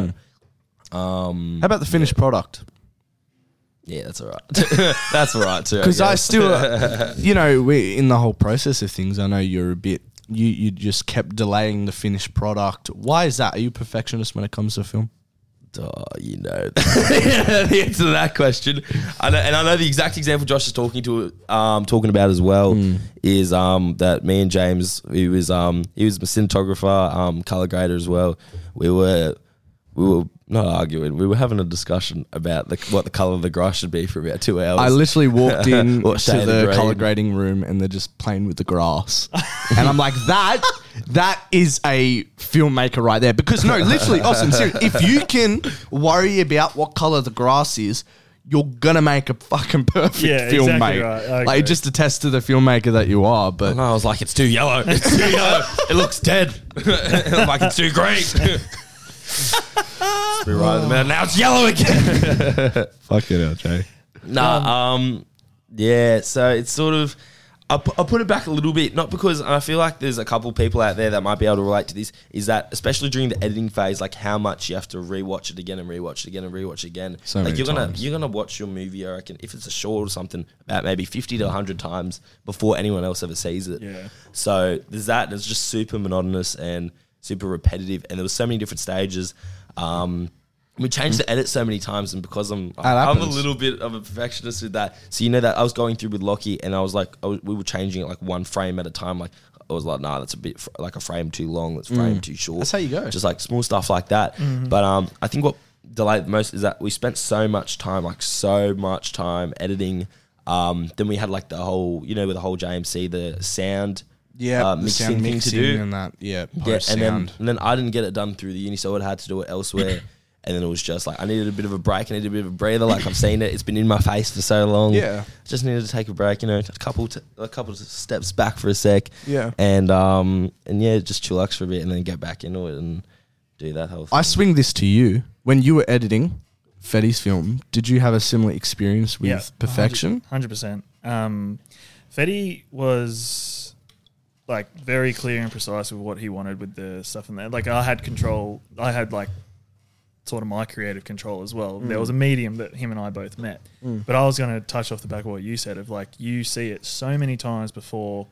[SPEAKER 3] out.
[SPEAKER 1] How about the finished product?
[SPEAKER 3] Yeah, that's all right. that's all right, too.
[SPEAKER 1] Because I
[SPEAKER 3] guess.
[SPEAKER 1] still, you know, we in the whole process of things. I know you're a bit you you just kept delaying the finished product. Why is that? Are you a perfectionist when it comes to film?
[SPEAKER 3] Duh, Oh, you know the answer to that question. I know, and I know the exact example Josh is talking to, um, talking about as well is um, that me and James, he was um, he was my cinematographer, um, color grader as well. We were we were not arguing. We were having a discussion about the, what the color of the grass should be for about two hours.
[SPEAKER 1] I literally walked in
[SPEAKER 3] What
[SPEAKER 1] to
[SPEAKER 3] shade
[SPEAKER 1] the
[SPEAKER 3] of green?
[SPEAKER 1] color grading room and they're just playing with the grass. and I'm like, that that is a filmmaker right there. Because no, literally, Austin, seriously, if you can worry about what color the grass is, you're gonna make a fucking perfect
[SPEAKER 2] Yeah,
[SPEAKER 1] film,
[SPEAKER 2] exactly
[SPEAKER 1] mate.
[SPEAKER 2] right. I agree.
[SPEAKER 1] Like just attest to the filmmaker that you are, but
[SPEAKER 3] and I was like, it's too yellow. It's too yellow. It looks dead. I'm like, it's too green. We were right in the middle. Now it's yellow again.
[SPEAKER 1] fuck it out, Jay.
[SPEAKER 3] Nah, um, yeah. So it's sort of, I pu- I put it back a little bit, not because and I feel like there's a couple people out there that might be able to relate to this. Is that especially during the editing phase, like how much you have to rewatch it again and rewatch it again and rewatch it again.
[SPEAKER 1] So
[SPEAKER 3] like
[SPEAKER 1] many
[SPEAKER 3] you're gonna
[SPEAKER 1] times.
[SPEAKER 3] you're gonna watch your movie, I reckon, if it's a short or something, about maybe fifty to hundred times before anyone else ever sees it.
[SPEAKER 2] Yeah.
[SPEAKER 3] So there's that. and It's just super monotonous and super repetitive, and there was so many different stages. Um, we changed the edit so many times, and because I'm I'm a
[SPEAKER 1] happens.
[SPEAKER 3] little bit of a perfectionist with that. So you know that I was going through with Lockie, and I was like, I was- we were changing it like one frame at a time. Like I was like, nah, that's a bit fr- like a frame too long. That's a frame too short.
[SPEAKER 1] Mm. That's how you go. Mm-hmm.
[SPEAKER 3] Just like small stuff like that. But um, I think what delayed the most is that we spent so much time, like so much time editing. Um, then we had like the whole, you know, with the whole JMC, the sound,
[SPEAKER 1] Yeah,
[SPEAKER 3] uh,
[SPEAKER 1] the
[SPEAKER 3] mixing
[SPEAKER 1] sound
[SPEAKER 3] thing
[SPEAKER 1] mixing
[SPEAKER 3] to do.
[SPEAKER 1] and that. Yeah,
[SPEAKER 3] Yeah,
[SPEAKER 1] post sound.
[SPEAKER 3] and then, and then I didn't get it done through the uni, so I had to do it elsewhere. and then it was just like I needed a bit of a break. I needed a bit of a breather. Like I've seen it; it's been in my face for so long.
[SPEAKER 1] Yeah.
[SPEAKER 3] just needed to take a break. You know, a couple t- a couple of steps back for a sec.
[SPEAKER 1] Yeah.
[SPEAKER 3] and um and yeah, just chillax for a bit, and then get back into it and do that whole. Thing.
[SPEAKER 1] I swing this to you. When you were editing Fetty's film, did you have a similar experience with
[SPEAKER 2] Yeah.
[SPEAKER 1] perfection?
[SPEAKER 2] Hundred percent. Um, Fetty was like very clear and precise with what he wanted with the stuff in there. Like I had control. I had like sort of my creative control as well.
[SPEAKER 1] Mm.
[SPEAKER 2] There was a medium that him and I both met. But I was going to touch off the back of what you said of like you see it so many times before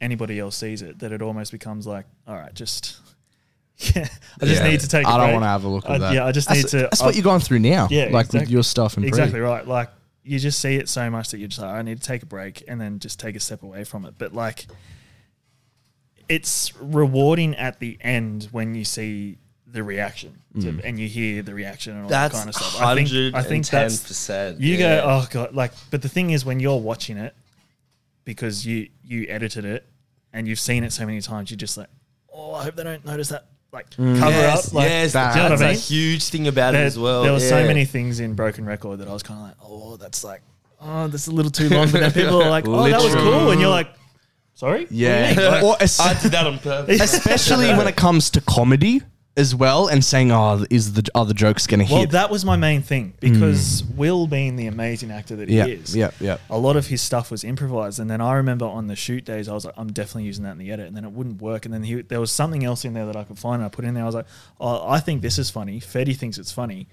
[SPEAKER 2] anybody else sees it that it almost becomes like, all right, just. Yeah, I just
[SPEAKER 1] Yeah.
[SPEAKER 2] need to take. I
[SPEAKER 1] I don't want to have a look at that.
[SPEAKER 2] Yeah, I just
[SPEAKER 1] that's,
[SPEAKER 2] need to.
[SPEAKER 1] That's
[SPEAKER 2] I-
[SPEAKER 1] what you're going through now.
[SPEAKER 2] Yeah,
[SPEAKER 1] like with
[SPEAKER 2] exact-
[SPEAKER 1] your stuff and
[SPEAKER 2] exactly
[SPEAKER 1] pre.
[SPEAKER 2] right. Like you just see it so much that you're just like, I need to take a break and then just take a step away from it. But like, it's rewarding at the end when you see the reaction to-
[SPEAKER 1] Mm.
[SPEAKER 2] and you hear the reaction and all that
[SPEAKER 3] That's
[SPEAKER 2] kind of stuff. I
[SPEAKER 3] hundred
[SPEAKER 2] think I think that's
[SPEAKER 3] 10%,
[SPEAKER 2] you
[SPEAKER 3] yeah.
[SPEAKER 2] go, oh god, like. But the thing is, when you're watching it, because you you edited it and you've seen it so many times, you're just like, oh, I hope they don't notice that. Like cover
[SPEAKER 3] Yes,
[SPEAKER 2] up, like
[SPEAKER 3] yes,
[SPEAKER 2] do you know what I
[SPEAKER 3] that's a
[SPEAKER 2] mean?
[SPEAKER 3] huge thing about it
[SPEAKER 2] there,
[SPEAKER 3] as well.
[SPEAKER 2] There were so
[SPEAKER 3] yeah.
[SPEAKER 2] many things in Broken Record that I was kind of like, oh, that's like, oh, that's a little too long. But then people are like, oh, that was
[SPEAKER 1] Literally.
[SPEAKER 2] cool, and you're like, sorry, What do you mean?
[SPEAKER 1] Yeah.
[SPEAKER 2] Like,
[SPEAKER 1] or es-
[SPEAKER 3] I did that on purpose.
[SPEAKER 1] especially when it comes to comedy as well and saying, oh, is the other jokes going to
[SPEAKER 2] well,
[SPEAKER 1] hit?
[SPEAKER 2] that was my main thing because Will, being the amazing actor that
[SPEAKER 1] Mm. Yeah,
[SPEAKER 2] he is,
[SPEAKER 1] yeah, yeah.
[SPEAKER 2] a lot of his stuff was improvised. And then I remember on the shoot days, I was like, I'm definitely using that in the edit, and then it wouldn't work. And then he, there was something else in there that I could find, and I put in there. I was like, oh, I think this is funny. Fetty thinks it's funny.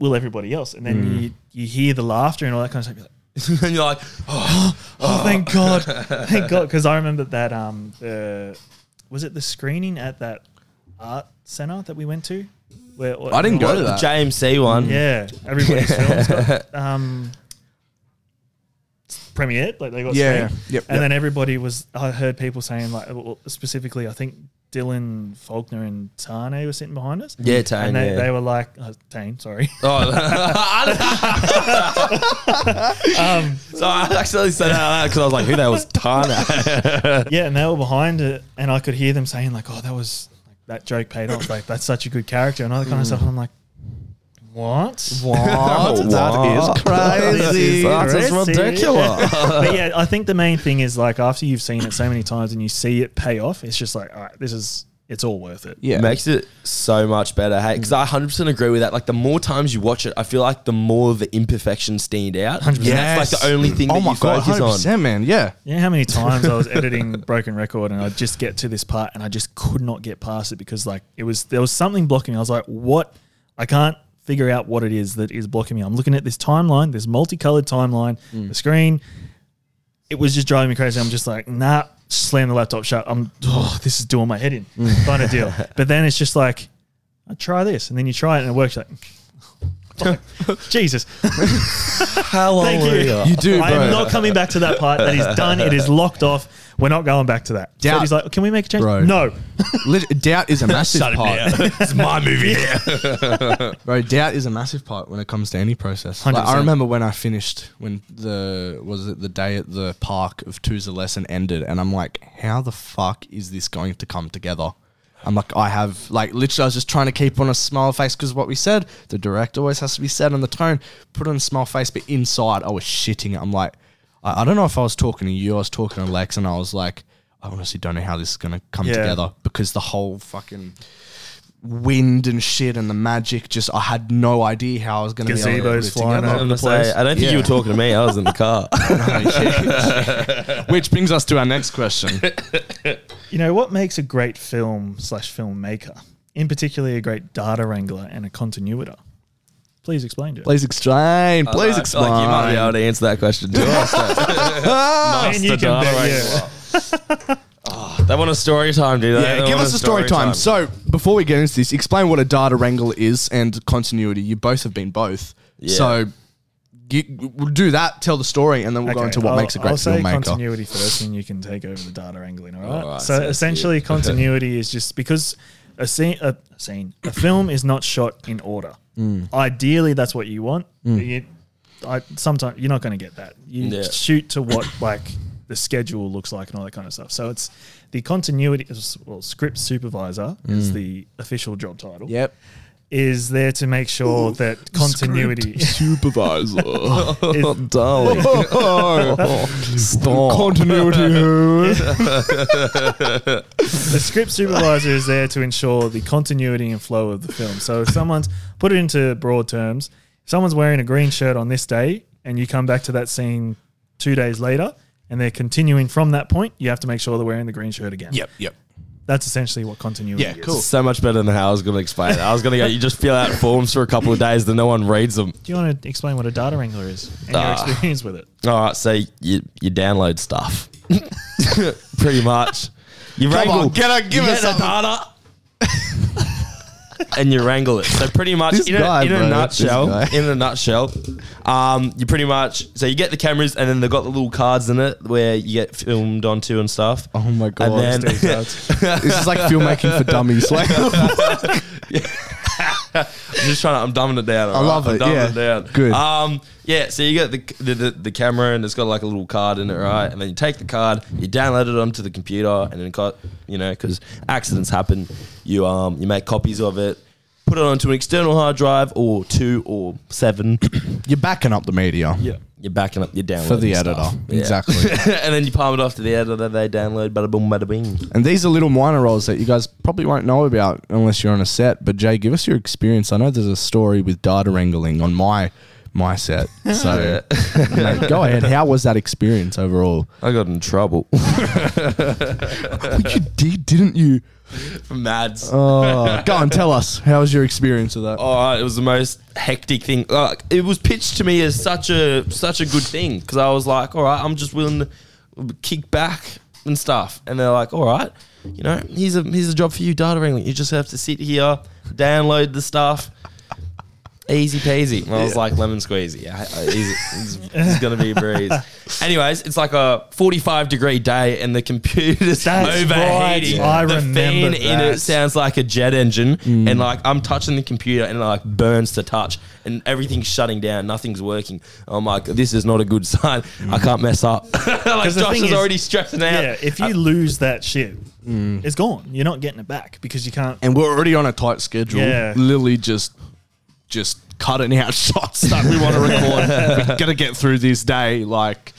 [SPEAKER 2] Will everybody else? And then
[SPEAKER 1] Mm.
[SPEAKER 2] you you hear the laughter and all that kind of stuff. You're like,
[SPEAKER 3] and you're like,
[SPEAKER 2] Oh, thank God. thank God. Because I remember that, um, the, was it the screening at that art center that we went to? Where,
[SPEAKER 1] I didn't go to
[SPEAKER 3] the
[SPEAKER 1] that.
[SPEAKER 3] JMC one.
[SPEAKER 2] Yeah. Everybody's films got, um, premiered. Like they got
[SPEAKER 1] Yeah,
[SPEAKER 2] screened.
[SPEAKER 1] yeah, yep,
[SPEAKER 2] And
[SPEAKER 1] yep.
[SPEAKER 2] then everybody was, I heard people saying, like, well, specifically, I think Dylan Faulkner and Tane were sitting behind us.
[SPEAKER 3] Yeah, Tane,
[SPEAKER 2] And they,
[SPEAKER 3] yeah.
[SPEAKER 2] they were like, oh, Tane, sorry.
[SPEAKER 3] Oh,
[SPEAKER 1] Um,
[SPEAKER 3] so I accidentally said that out because I was like, "Who that was?" Tana.
[SPEAKER 2] yeah, and they were behind it, and I could hear them saying like, "Oh, that was like, that joke paid off. Like that's such a good character," and all that kind of stuff. And I'm like, "What?
[SPEAKER 1] What? Oh, That is crazy.
[SPEAKER 2] That's
[SPEAKER 3] That's ridiculous.
[SPEAKER 2] but yeah, I think the main thing is like after you've seen it so many times and you see it pay off, it's just like, all right, this is it's all worth it.
[SPEAKER 1] yeah.
[SPEAKER 3] Makes it so much better. Hey, because I 100% agree with that. Like, the more times you watch it, I feel like the more the imperfections stand out.
[SPEAKER 2] 100%.
[SPEAKER 3] And that's like
[SPEAKER 1] Yes.
[SPEAKER 3] the only thing
[SPEAKER 1] Oh
[SPEAKER 3] that
[SPEAKER 1] my
[SPEAKER 3] you
[SPEAKER 1] God,
[SPEAKER 3] focus on.
[SPEAKER 1] 100%, man. Yeah.
[SPEAKER 2] You know how many times I was editing Broken Record and I'd just get to this part and I just could not get past it because like it was there was something blocking me. I was like, what? I can't figure out what it is that is blocking me. I'm looking at this timeline,
[SPEAKER 3] Mm.
[SPEAKER 2] this multicolored timeline, the screen. It was just driving me crazy. I'm just like, nah, slam the laptop shut. I'm, oh, this is doing my head in.
[SPEAKER 3] Mm.
[SPEAKER 2] Kind of deal. But then it's just like, I try this, and then you try it, and it works. Like, Jesus,
[SPEAKER 3] How long
[SPEAKER 2] thank
[SPEAKER 3] were
[SPEAKER 2] you.
[SPEAKER 1] You do,
[SPEAKER 2] I am
[SPEAKER 1] bro.
[SPEAKER 2] not coming back to that part. That is done. It is locked off. We're not going back to that. So
[SPEAKER 1] Doubt.
[SPEAKER 2] he's like, can we make a change?
[SPEAKER 1] Bro.
[SPEAKER 2] No.
[SPEAKER 1] Lit- doubt is a massive
[SPEAKER 3] Shut it
[SPEAKER 1] part.
[SPEAKER 3] down. it's my movie here.
[SPEAKER 1] Bro, doubt is a massive part when it comes to any process. Like, I
[SPEAKER 2] 100%.
[SPEAKER 1] remember when I finished, when the was it the day at the park of two's a lesson ended, and I'm like, how the fuck is this going to come together? I'm like, I have like literally, I was just trying to keep on a smile face because what we said, the direct always has to be said on the tone, put on a smile face, but inside I was shitting. I'm like, I, I don't know if I was talking to you, I was talking to Lex, and I was like, I honestly don't know how this is going to come
[SPEAKER 2] Yeah.
[SPEAKER 1] together because the whole fucking wind and shit and the magic. Just I had no idea how I was going to be able to put
[SPEAKER 2] Gazebos
[SPEAKER 1] it
[SPEAKER 2] flying
[SPEAKER 1] together.
[SPEAKER 2] out.
[SPEAKER 3] I'm gonna say, I don't think you were talking to me. I was in the car.
[SPEAKER 1] Which brings us to our next question.
[SPEAKER 2] You know what makes a great film slash filmmaker, in particularly a great data wrangler and a continuiter? Please explain to us.
[SPEAKER 1] Please explain. Please
[SPEAKER 3] I feel
[SPEAKER 1] explain.
[SPEAKER 3] Like you might be able to answer that question to us.
[SPEAKER 2] Man, you can bet, yeah.
[SPEAKER 3] Oh, They want a story time, do they?
[SPEAKER 1] yeah,
[SPEAKER 3] They
[SPEAKER 1] give
[SPEAKER 3] want
[SPEAKER 1] us a story, time. So before we get into this, explain what a data wrangle is and continuity. You both have been both.
[SPEAKER 3] Yeah.
[SPEAKER 1] So you, we'll do that, tell the story, and then we'll go into what
[SPEAKER 2] I'll-
[SPEAKER 1] makes a great
[SPEAKER 2] I'll say
[SPEAKER 1] filmmaker.
[SPEAKER 2] continuity first, and you can take over the data wrangling. All right.
[SPEAKER 3] All right,
[SPEAKER 2] so
[SPEAKER 3] sounds
[SPEAKER 2] essentially,
[SPEAKER 3] good.
[SPEAKER 2] continuity is just because a scene, a scene, a film is not shot in order.
[SPEAKER 1] Mm.
[SPEAKER 2] Ideally, that's what you want. but You, I sometimes you're not going to get that. You
[SPEAKER 3] Yeah.
[SPEAKER 2] shoot to what like the schedule looks like and all that kind of stuff. So it's the continuity. Well, script supervisor
[SPEAKER 1] Mm.
[SPEAKER 2] is the official job title.
[SPEAKER 1] Yep.
[SPEAKER 2] Is there to make sure that continuity.
[SPEAKER 1] Supervisor.
[SPEAKER 2] is,
[SPEAKER 3] Darling.
[SPEAKER 1] Stop. Continuity.
[SPEAKER 2] the script supervisor is there to ensure the continuity and flow of the film. So if someone's put it into broad terms, if someone's wearing a green shirt on this day and you come back to that scene two days later and they're continuing from that point, you have to make sure they're wearing the green shirt again.
[SPEAKER 1] yep, yep.
[SPEAKER 2] That's essentially what continuity
[SPEAKER 1] Yeah,
[SPEAKER 2] is.
[SPEAKER 1] cool.
[SPEAKER 3] So much better than how I was going to explain it. I was going to go, you just fill out forms for a couple of days, then no one reads them.
[SPEAKER 2] Do you want to explain what a data wrangler is and your
[SPEAKER 3] Ah.
[SPEAKER 2] experience with it?
[SPEAKER 3] All right, so you, you download stuff. Pretty much. You
[SPEAKER 1] Come
[SPEAKER 3] wrangle.
[SPEAKER 1] on, get her, give
[SPEAKER 3] you
[SPEAKER 1] us
[SPEAKER 3] get the
[SPEAKER 1] something.
[SPEAKER 3] data. and you wrangle it. So pretty much
[SPEAKER 1] This
[SPEAKER 3] in, a,
[SPEAKER 1] guy,
[SPEAKER 3] in a
[SPEAKER 1] bro, this
[SPEAKER 3] nutshell,
[SPEAKER 1] guy.
[SPEAKER 3] in a nutshell, um, you pretty much so you get the cameras and then they've got the little cards in it where you get filmed onto and stuff.
[SPEAKER 1] Oh my god.
[SPEAKER 3] And then-
[SPEAKER 1] this is like filmmaking for dummies. Like,
[SPEAKER 3] I'm just trying to. I'm dumbing it down. alright?
[SPEAKER 1] love
[SPEAKER 3] I'm
[SPEAKER 1] it,
[SPEAKER 3] Dumbing
[SPEAKER 1] yeah.
[SPEAKER 3] it down.
[SPEAKER 1] Good.
[SPEAKER 3] Um. Yeah. So you got the, the the the camera and it's got like a little card in it, right? And then you take the card, you download it onto the computer, and then co- you know because accidents happen, you um you make copies of it, put it onto an external hard drive or two or seven.
[SPEAKER 1] you're backing up the media
[SPEAKER 2] Yeah.
[SPEAKER 3] you're backing up. You're downloading
[SPEAKER 1] for the editor.
[SPEAKER 3] stuff. Yeah.
[SPEAKER 1] Exactly.
[SPEAKER 3] and then you palm it off to the editor. They download. Bada boom, bada bing.
[SPEAKER 1] and these are little minor roles that you guys probably won't know about unless you're on a set. But Jay, give us your experience. I know there's a story with data wrangling on my my set. So mate, go ahead. How was that experience overall?
[SPEAKER 3] I got in trouble.
[SPEAKER 1] But you did, didn't you?
[SPEAKER 3] Mads.
[SPEAKER 1] Oh, go and tell us. How was your experience with that?
[SPEAKER 3] Oh, it was the most hectic thing. Like it was pitched to me as such a such a good thing because I was like, all right, I'm just willing to kick back and stuff. And they're like, all right, you know, here's a here's a job for you, data wrangling. You just have to sit here, download the stuff. Easy peasy. And I was like, lemon squeezy. I- I- easy- It's, it's going to be a breeze. Anyways, it's like a 45 degree day and the computer's
[SPEAKER 2] That's
[SPEAKER 3] overheating.
[SPEAKER 2] right. I
[SPEAKER 3] the
[SPEAKER 2] remember
[SPEAKER 3] fan in it
[SPEAKER 2] that.
[SPEAKER 3] sounds like a jet engine.
[SPEAKER 1] Mm.
[SPEAKER 3] And like, I'm touching the computer and it like burns to touch and everything's shutting down. Nothing's working. I'm like, this is not a good sign.
[SPEAKER 1] Mm.
[SPEAKER 3] I can't mess up. like,
[SPEAKER 2] 'Cause the
[SPEAKER 3] Josh
[SPEAKER 2] thing
[SPEAKER 3] is
[SPEAKER 2] is-
[SPEAKER 3] already stressing out.
[SPEAKER 2] Yeah. If you
[SPEAKER 1] uh,
[SPEAKER 2] lose that shit,
[SPEAKER 1] mm.
[SPEAKER 2] it's gone. You're not getting it back because you can't.
[SPEAKER 1] And we're already on a tight schedule.
[SPEAKER 2] Yeah.
[SPEAKER 1] Lily just just cutting out shots that we want to record. we gotta get through this day. Like,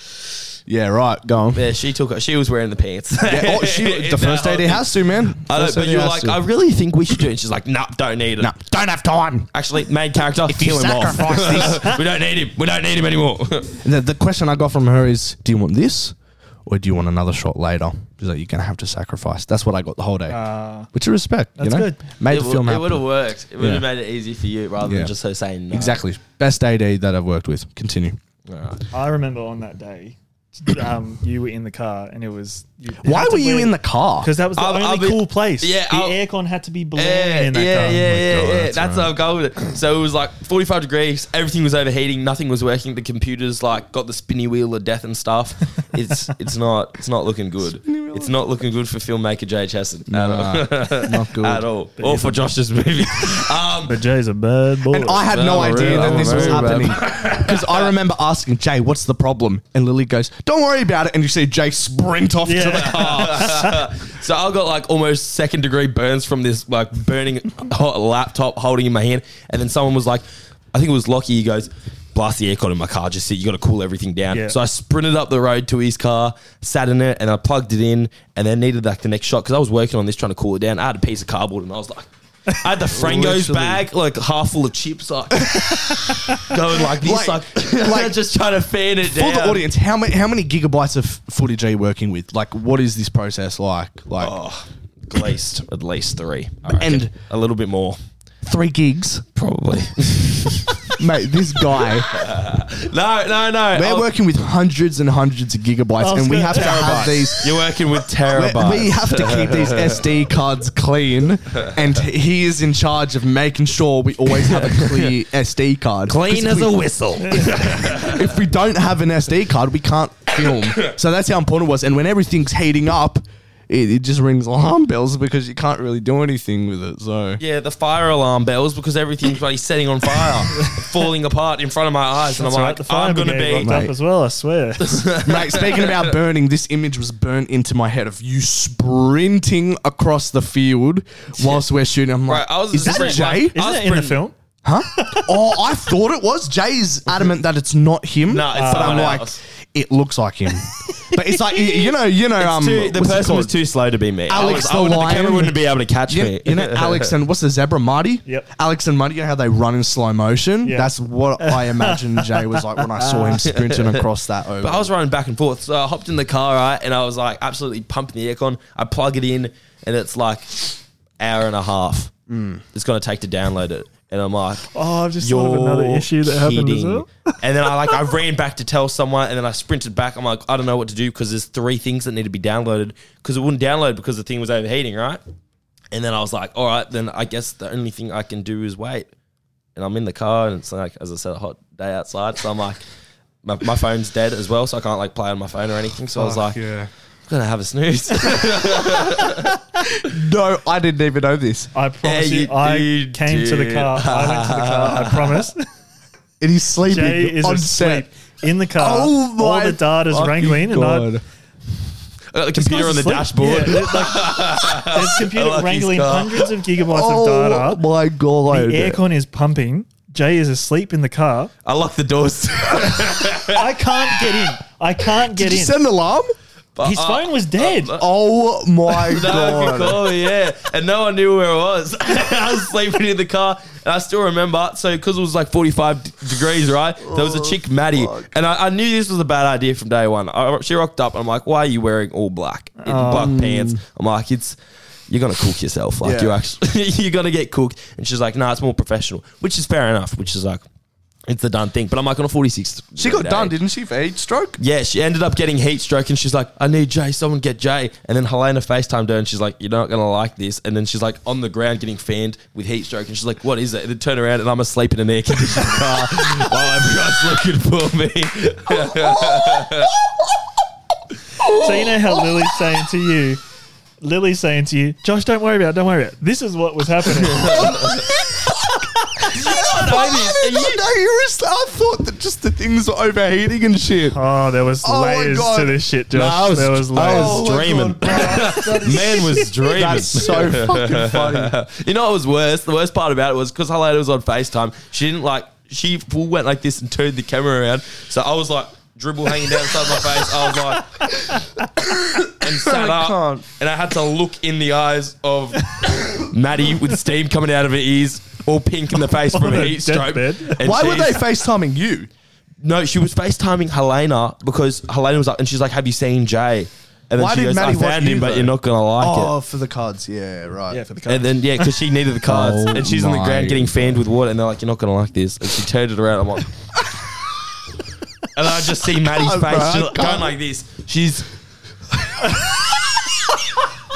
[SPEAKER 1] yeah, right. Go on.
[SPEAKER 3] Yeah, she took it. She was wearing the pants.
[SPEAKER 1] Yeah, oh, she, the first
[SPEAKER 3] No.
[SPEAKER 1] day they has to, man.
[SPEAKER 3] I don't,
[SPEAKER 1] First day
[SPEAKER 3] but
[SPEAKER 1] they
[SPEAKER 3] you're
[SPEAKER 1] has
[SPEAKER 3] like,
[SPEAKER 1] to.
[SPEAKER 3] I really think we should do it. And she's like, nah, don't need it.
[SPEAKER 1] No, don't have time.
[SPEAKER 3] Actually, main character,
[SPEAKER 1] you
[SPEAKER 3] kill him off.
[SPEAKER 1] sacrifice
[SPEAKER 3] we don't need him. We don't need him anymore.
[SPEAKER 1] The, the question I got from her is, do you want this, or do you want another shot later? She's like, you're gonna have to sacrifice. That's what I got the whole day,
[SPEAKER 2] Uh,
[SPEAKER 1] which I respect. you
[SPEAKER 2] that's
[SPEAKER 1] know,
[SPEAKER 2] good.
[SPEAKER 1] made
[SPEAKER 3] it
[SPEAKER 1] the film happen.
[SPEAKER 3] would have worked. It would
[SPEAKER 1] Yeah.
[SPEAKER 3] have made it easy for you rather
[SPEAKER 1] Yeah.
[SPEAKER 3] than just her saying no.
[SPEAKER 1] Exactly, best AD that I've worked with. Continue.
[SPEAKER 3] Alright.
[SPEAKER 2] I remember on that day, um, you were in the car and it was
[SPEAKER 1] Why were you in the car?
[SPEAKER 2] Because that was the
[SPEAKER 3] I'll-
[SPEAKER 2] only
[SPEAKER 3] I'll be-
[SPEAKER 2] cool place.
[SPEAKER 3] Yeah,
[SPEAKER 2] the
[SPEAKER 3] I'll-
[SPEAKER 2] aircon had to be blaring
[SPEAKER 3] Yeah,
[SPEAKER 2] in that
[SPEAKER 3] yeah,
[SPEAKER 2] car. Oh
[SPEAKER 3] yeah, yeah,
[SPEAKER 4] God,
[SPEAKER 3] yeah.
[SPEAKER 4] that's
[SPEAKER 3] That's, how I'm going with it. So it was like 45 degrees. Everything was overheating. Nothing was working. The computers like got the spinny wheel of death and stuff. It's it's not it's not looking good. It's not looking good for filmmaker J.H. Hesson at all.
[SPEAKER 1] not good.
[SPEAKER 3] At all. Or for Josh's movie. Um,
[SPEAKER 2] But Jay's a bad boy.
[SPEAKER 1] And I had no
[SPEAKER 3] I'm
[SPEAKER 1] idea
[SPEAKER 3] really-
[SPEAKER 1] that
[SPEAKER 3] I'm
[SPEAKER 1] this was
[SPEAKER 3] very
[SPEAKER 1] happening. Because I remember asking Jay, what's the problem? And Lily goes, don't worry about it. And you see Jay sprint off to the
[SPEAKER 2] Yeah.
[SPEAKER 3] so I got like almost second degree burns from this like burning hot laptop holding in my hand, and then someone was like, I think it was Lockie. He goes, "Blast the aircon in my car, just sit. You got to cool everything down."
[SPEAKER 2] Yeah.
[SPEAKER 3] So I sprinted up the road to his car, sat in it, and I plugged it in, and then needed like the next shot because I was working on this trying to cool it down. I had a piece of cardboard, and I was like. I had the Frango's
[SPEAKER 1] Literally.
[SPEAKER 3] bag, like half full of chips, like going like this,
[SPEAKER 1] Like-
[SPEAKER 3] like,
[SPEAKER 1] like-
[SPEAKER 3] just trying to fan it
[SPEAKER 1] For
[SPEAKER 3] down.
[SPEAKER 1] the audience, how many how many gigabytes of footage are you working with? Like, what is this process like? Like
[SPEAKER 3] Oh, at least at least three, I reckon.
[SPEAKER 1] And-
[SPEAKER 3] a little bit more,
[SPEAKER 1] three gigs,
[SPEAKER 3] probably.
[SPEAKER 1] mate. This guy,
[SPEAKER 3] no, no, no.
[SPEAKER 1] we're
[SPEAKER 3] I'll-
[SPEAKER 1] working with hundrers and hundreds of gigabytes,
[SPEAKER 2] was
[SPEAKER 1] and we
[SPEAKER 2] gonna-
[SPEAKER 1] have to have these.
[SPEAKER 3] You're working with
[SPEAKER 1] we-
[SPEAKER 3] terabytes.
[SPEAKER 1] We have to keep these SD cards clean, and he is in charge of making sure we always have a clear SD card. 'Cause if we-
[SPEAKER 3] whistle.
[SPEAKER 1] if we don't have an SD card, we can't film. so that's how important it was. And when everything's heating up, it, it just rings alarm bells because you can't really do anything with it. So
[SPEAKER 3] yeah, the fire alarm bells because everything's bloody setting on fire, falling apart in front of my eyes, and
[SPEAKER 2] That's
[SPEAKER 3] I'm
[SPEAKER 2] right,
[SPEAKER 3] like,
[SPEAKER 2] the fire
[SPEAKER 3] I'm gonna
[SPEAKER 2] brigade
[SPEAKER 3] be.
[SPEAKER 2] rocked up
[SPEAKER 1] Mate.
[SPEAKER 2] as well. I swear.
[SPEAKER 1] Mate, speaking about burning, this image was burnt into my head of you sprinting across the field whilst we're shooting. I'm
[SPEAKER 3] Right,
[SPEAKER 1] like,
[SPEAKER 3] I was
[SPEAKER 1] is that
[SPEAKER 3] just
[SPEAKER 1] Jay?
[SPEAKER 3] like-
[SPEAKER 2] Isn't
[SPEAKER 3] Us
[SPEAKER 2] it in the
[SPEAKER 3] pretty-
[SPEAKER 2] film?
[SPEAKER 1] huh? oh, I thought it was. Jay's adamant that it's not him.
[SPEAKER 3] No, it's
[SPEAKER 1] but I'm
[SPEAKER 3] someone
[SPEAKER 1] like,
[SPEAKER 3] else.
[SPEAKER 1] it looks like him. but it's like you- you know, you know, um,
[SPEAKER 3] Too- the
[SPEAKER 1] what's it
[SPEAKER 3] person was
[SPEAKER 1] called?
[SPEAKER 3] too slow to be me. I
[SPEAKER 1] Alex
[SPEAKER 3] was-
[SPEAKER 1] the
[SPEAKER 3] I wouldn't-
[SPEAKER 1] Lion.
[SPEAKER 3] camera wouldn't be able to catch
[SPEAKER 1] You,
[SPEAKER 3] me.
[SPEAKER 1] you know Alex and what's the zebra Marty?
[SPEAKER 2] Yep.
[SPEAKER 1] Alex and Marty, you know how they run in slow motion?
[SPEAKER 2] Yeah.
[SPEAKER 1] That's what I imagined Jay was like when I saw him sprinting across that over.
[SPEAKER 3] But I was running back and forth. So I hopped in the car, right? And I was like absolutely pumping the aircon. I plug it in and it's like hour and a half. It's going to take to download it. And I'm like,
[SPEAKER 2] Oh, I've just
[SPEAKER 3] you're
[SPEAKER 2] thought of another issue that happened as
[SPEAKER 3] kidding.
[SPEAKER 2] well.
[SPEAKER 3] and then I like, I ran back to tell someone and then I sprinted back. I'm like, I don't know what to do because there's three things that need to be downloaded because it wouldn't download because the thing was overheating, right? And then I was like, all right, then I guess the only thing I can do is wait. And I'm in the car, and it's like, as I said, a hot day outside. So I'm like, my, my phone's dead as well, so I can't like play on my phone or anything. So I was like,
[SPEAKER 1] yeah.
[SPEAKER 3] I'm gonna have a snooze.
[SPEAKER 1] No, I didn't even know this.
[SPEAKER 2] I promise
[SPEAKER 3] Yeah,
[SPEAKER 2] you,
[SPEAKER 3] you
[SPEAKER 2] I
[SPEAKER 3] did,
[SPEAKER 2] came to the
[SPEAKER 3] dude.
[SPEAKER 2] car. I went to the car. I promise.
[SPEAKER 1] And he's sleeping
[SPEAKER 2] Jay is
[SPEAKER 1] on
[SPEAKER 2] asleep
[SPEAKER 1] set.
[SPEAKER 2] in the car.
[SPEAKER 1] Oh
[SPEAKER 2] all
[SPEAKER 1] my
[SPEAKER 2] the data's
[SPEAKER 1] fucking
[SPEAKER 2] wrangling, and I,
[SPEAKER 1] God.
[SPEAKER 3] I got the computer on the dashboard.
[SPEAKER 2] Yeah, it's like- there's computer
[SPEAKER 3] like his
[SPEAKER 2] wrangling
[SPEAKER 3] car.
[SPEAKER 2] hundreds of gigabytes of
[SPEAKER 1] Oh
[SPEAKER 2] data.
[SPEAKER 1] my god.
[SPEAKER 2] The aircon is pumping. Jay is asleep in the car.
[SPEAKER 3] I locked the doors.
[SPEAKER 2] I can't get in. I can't get
[SPEAKER 1] Did you
[SPEAKER 2] in.
[SPEAKER 1] set an alarm?
[SPEAKER 3] But,
[SPEAKER 2] His
[SPEAKER 3] uh,
[SPEAKER 2] phone was dead.
[SPEAKER 1] Oh my
[SPEAKER 3] No, if you
[SPEAKER 1] god.
[SPEAKER 3] call me, yeah. And no one knew where I was. I was sleeping in the car, and I still remember. So, because it was like 45 d- degrees, right? There was a
[SPEAKER 1] Oh,
[SPEAKER 3] chick, Maddie, and I, I knew this was a bad idea from day one. I, she rocked up, and I'm like, "Why are you wearing all black, in
[SPEAKER 1] Um,
[SPEAKER 3] black pants?" I'm like, "It's." You're gonna cook yourself, like
[SPEAKER 1] Yeah.
[SPEAKER 3] you actually. you're gonna get cooked, and she's like, "Nah, it's more professional," which is fair enough. Which is like, it's the done thing. But I'm like on a 46.
[SPEAKER 1] She got
[SPEAKER 3] day.
[SPEAKER 1] done, didn't she, for heat stroke?
[SPEAKER 3] Yeah, she ended up getting heat stroke and she's like, I need Jay, someone get Jay. And then Helena FaceTimed her and she's like, You're not going to like this. And then she's like on the ground getting fanned with heat stroke and she's like, What is it? And then turn around and I'm asleep in an air conditioned car while everyone's looking for me.
[SPEAKER 2] So you know how Lily's saying to you, Lily's saying to you, Josh, don't worry about it, don't worry about it. This is what was happening.
[SPEAKER 1] I didn't even know you were. I thought that just the things were overheating and shit.
[SPEAKER 2] oh, there was
[SPEAKER 1] Oh my
[SPEAKER 2] layers
[SPEAKER 1] God.
[SPEAKER 2] to this shit, Josh.
[SPEAKER 3] Nah, I was-
[SPEAKER 2] there was
[SPEAKER 3] I
[SPEAKER 2] layers.
[SPEAKER 3] was- dreaming. Man was dreaming.
[SPEAKER 1] That's so fucking funny.
[SPEAKER 3] you know what was worse? The worst part about it was because Helena was on FaceTime. She didn't like, she full went like this and turned the camera around. So I was like, dribble hanging down the side of my face. I was like, and sat
[SPEAKER 1] I
[SPEAKER 3] up.
[SPEAKER 1] can't.
[SPEAKER 3] And I had to look in the eyes of Maddie with steam coming out of her ears, all pink in the face from
[SPEAKER 2] On
[SPEAKER 3] a
[SPEAKER 2] her
[SPEAKER 3] heat stroke.
[SPEAKER 2] deathbed.
[SPEAKER 3] And
[SPEAKER 1] Why were
[SPEAKER 3] she's-
[SPEAKER 1] they FaceTiming you?
[SPEAKER 3] No, she was FaceTiming Helena because Helena was up and she's like, Have you seen Jay? And then
[SPEAKER 1] Why
[SPEAKER 3] she
[SPEAKER 1] did
[SPEAKER 3] goes,
[SPEAKER 1] Maddie
[SPEAKER 3] I
[SPEAKER 1] want
[SPEAKER 3] found him,
[SPEAKER 1] you,
[SPEAKER 3] but
[SPEAKER 1] though?
[SPEAKER 3] you're not going to like it.
[SPEAKER 1] Oh, for the cards, yeah, right.
[SPEAKER 2] yeah, for the car.
[SPEAKER 3] And then yeah, because she needed the cards,
[SPEAKER 1] Oh
[SPEAKER 3] and she's on the
[SPEAKER 1] my
[SPEAKER 3] ground getting fanned with water, and they're like, "You're not gonna like this." And she turned it around. I'm like, and I just see Maddie's
[SPEAKER 1] can't,
[SPEAKER 3] face
[SPEAKER 1] bro, I
[SPEAKER 3] she's like,
[SPEAKER 1] can't.
[SPEAKER 3] going like this. She's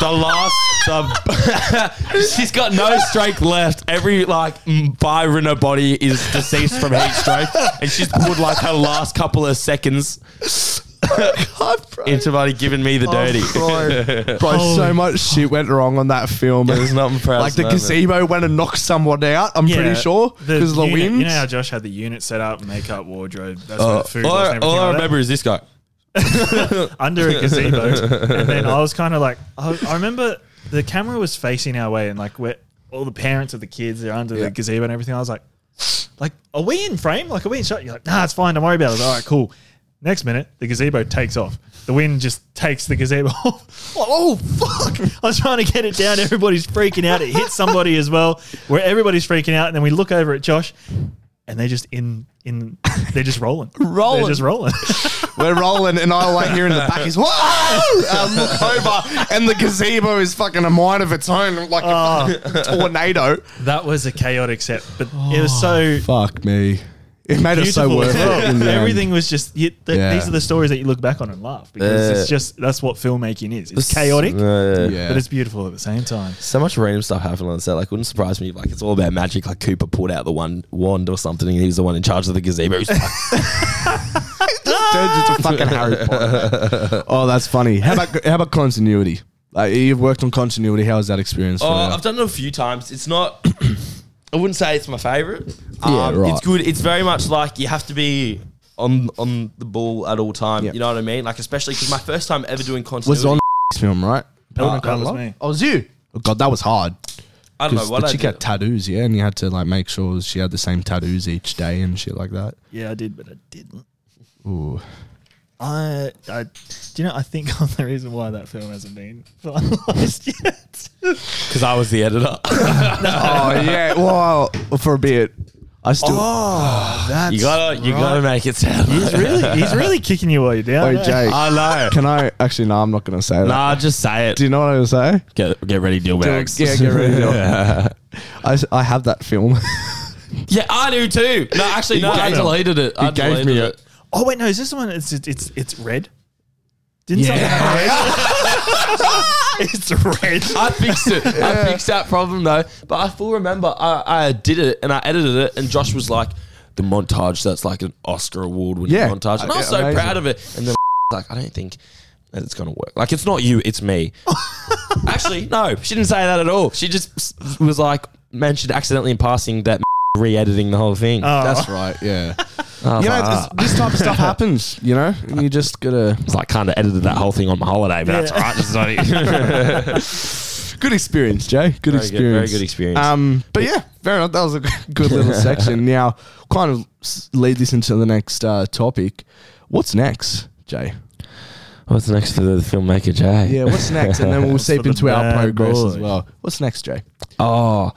[SPEAKER 3] the last the, she's got no strength left. Every like mm, fiber in her body is deceased from heat stroke, and she's pulled like her last couple of seconds
[SPEAKER 4] God, bro.
[SPEAKER 3] into like giving
[SPEAKER 1] Oh,
[SPEAKER 3] me the dirty.
[SPEAKER 4] Bro,
[SPEAKER 1] Bro, so
[SPEAKER 2] Oh, Holy-
[SPEAKER 1] much shit went wrong on that film.
[SPEAKER 3] It was not impressive.
[SPEAKER 1] like the gazebo went and knocked someone out. I'm pretty sure because of the
[SPEAKER 2] unit-
[SPEAKER 1] wind.
[SPEAKER 2] You know how Josh had the unit set up, makeup, wardrobe, that's where the food
[SPEAKER 3] Uh, all,
[SPEAKER 2] was and
[SPEAKER 3] I-
[SPEAKER 2] everything
[SPEAKER 3] all
[SPEAKER 2] like
[SPEAKER 3] I
[SPEAKER 2] that,
[SPEAKER 3] remember is this guy.
[SPEAKER 2] under a gazebo. and then I was kind of like, I, I remember the camera was facing our way, and like where all the parents of the kids are under
[SPEAKER 1] Yeah.
[SPEAKER 2] the gazebo and everything. I was like, like, are we in frame? Like, are we in shot? You're like, nah, it's fine. Don't worry about it. I was like, all right, cool. Next minute, the gazebo takes off. The wind just takes the gazebo off. Like, oh fuck! I was trying to get it down. Everybody's freaking out. It hits somebody as well. Where everybody's freaking out, and then we look over at Josh, and they're just in in. They're just rolling.
[SPEAKER 3] Rolling.
[SPEAKER 2] They're just rolling.
[SPEAKER 1] We're rolling, and all I hear in the back is "Whoa!" I look over, and the gazebo is fucking a mind of its own, like
[SPEAKER 2] Ah.
[SPEAKER 1] a fucking tornado.
[SPEAKER 2] That was a chaotic set, but it was so
[SPEAKER 1] Fuck me! It made it so
[SPEAKER 2] beautiful.
[SPEAKER 1] worth
[SPEAKER 2] as well.
[SPEAKER 1] it. in the end.
[SPEAKER 2] Everything was just. You, th-
[SPEAKER 1] Yeah. Uh,
[SPEAKER 2] These are the stories that you look back on and laugh because
[SPEAKER 3] Yeah.
[SPEAKER 2] it's just that's what filmmaking is. It's chaotic,
[SPEAKER 3] Yeah.
[SPEAKER 1] Yeah.
[SPEAKER 2] but it's beautiful at the same time.
[SPEAKER 3] So much random stuff happened on set. Like, wouldn't surprise me. if, Like, it's all about magic. Like, Cooper pulled out the one wand or something, and he was the one in charge of the gazebo. He's like,
[SPEAKER 1] turns into fucking Harry Potter. Oh, that's funny. How about how about continuity? Like you've worked on continuity. How was that experience? For
[SPEAKER 3] Oh,
[SPEAKER 1] you?
[SPEAKER 3] I've done it a few times. It's not. I wouldn't say it's my favorite.
[SPEAKER 1] Yeah,
[SPEAKER 3] um,
[SPEAKER 1] right.
[SPEAKER 3] It's good. It's very much like you have to be on on the ball at all time.
[SPEAKER 1] Yeah.
[SPEAKER 3] You know what I mean? Like especially because my first time ever doing continuity.
[SPEAKER 1] was on film right.
[SPEAKER 2] No, that was me.
[SPEAKER 1] Oh, it was you. Oh, God, that was hard.
[SPEAKER 3] I don't know
[SPEAKER 1] Because
[SPEAKER 3] what
[SPEAKER 1] the
[SPEAKER 3] I
[SPEAKER 1] chick
[SPEAKER 3] did.
[SPEAKER 1] had tattoos, yeah, and you had to like make sure she had the same tattoos each day and shit like that.
[SPEAKER 2] Yeah, I did, but I didn't.
[SPEAKER 1] Ooh.
[SPEAKER 2] I, I, do you know? I think I'm the reason why that film hasn't been finalized yet.
[SPEAKER 3] because I was the editor.
[SPEAKER 1] oh yeah. Well, for a bit, I still.
[SPEAKER 3] Oh,
[SPEAKER 2] that's
[SPEAKER 3] you gotta you gotta make it sound.
[SPEAKER 2] He's really, he's really kicking you while you're down.
[SPEAKER 1] Wait,
[SPEAKER 2] eh?
[SPEAKER 1] Jake.
[SPEAKER 3] I know.
[SPEAKER 1] Can I actually? No, I'm not gonna say that.
[SPEAKER 3] Nah, just say it.
[SPEAKER 1] Do you know what I was say?
[SPEAKER 3] Get get ready, deal bags.
[SPEAKER 1] yeah, get ready. I, s- I have that film.
[SPEAKER 3] Yeah, I do too. No, actually, no, I
[SPEAKER 1] gave-
[SPEAKER 3] deleted it. I
[SPEAKER 1] he gave
[SPEAKER 3] deleted
[SPEAKER 1] me
[SPEAKER 3] it.
[SPEAKER 1] it.
[SPEAKER 2] Oh wait, no, is this the one? It's it's it's red. Didn't something happen red? it's red.
[SPEAKER 3] I fixed it. I fixed that problem though. But I still remember I, I did it and I edited it, and Josh was like, "The montage that's like an Oscar award winning
[SPEAKER 1] Yeah.
[SPEAKER 3] montage," and I was so
[SPEAKER 1] Amazing.
[SPEAKER 3] proud of it. And then like, I don't think that it's gonna work. Like, it's not you, it's me. Actually, no, she didn't say that at all. She just s- was like mentioned accidentally in passing that re-editing the whole thing.
[SPEAKER 2] Oh.
[SPEAKER 1] That's right. Yeah.
[SPEAKER 3] I was
[SPEAKER 1] Uh, You know,
[SPEAKER 3] like,
[SPEAKER 1] it's-
[SPEAKER 3] "Ah."
[SPEAKER 1] this type of stuff happens. You know, And you just gotta.
[SPEAKER 3] It's like kind of edited that whole thing on my holiday, but that's all right. It's not
[SPEAKER 1] Good experience, Jay. Good
[SPEAKER 3] very good, very
[SPEAKER 1] experience.
[SPEAKER 3] good experience.
[SPEAKER 1] Um, but yeah, fair enough. That was a good little section. Now, kind of s- lead this into the next uh, topic. What's next, Jay?
[SPEAKER 3] what's next for the filmmaker, Jay?
[SPEAKER 1] Yeah, what's next? And then we'll seep
[SPEAKER 2] for the
[SPEAKER 1] into our
[SPEAKER 2] bad
[SPEAKER 1] progress as
[SPEAKER 2] boy.
[SPEAKER 1] well. What's next, Jay?
[SPEAKER 3] Oh,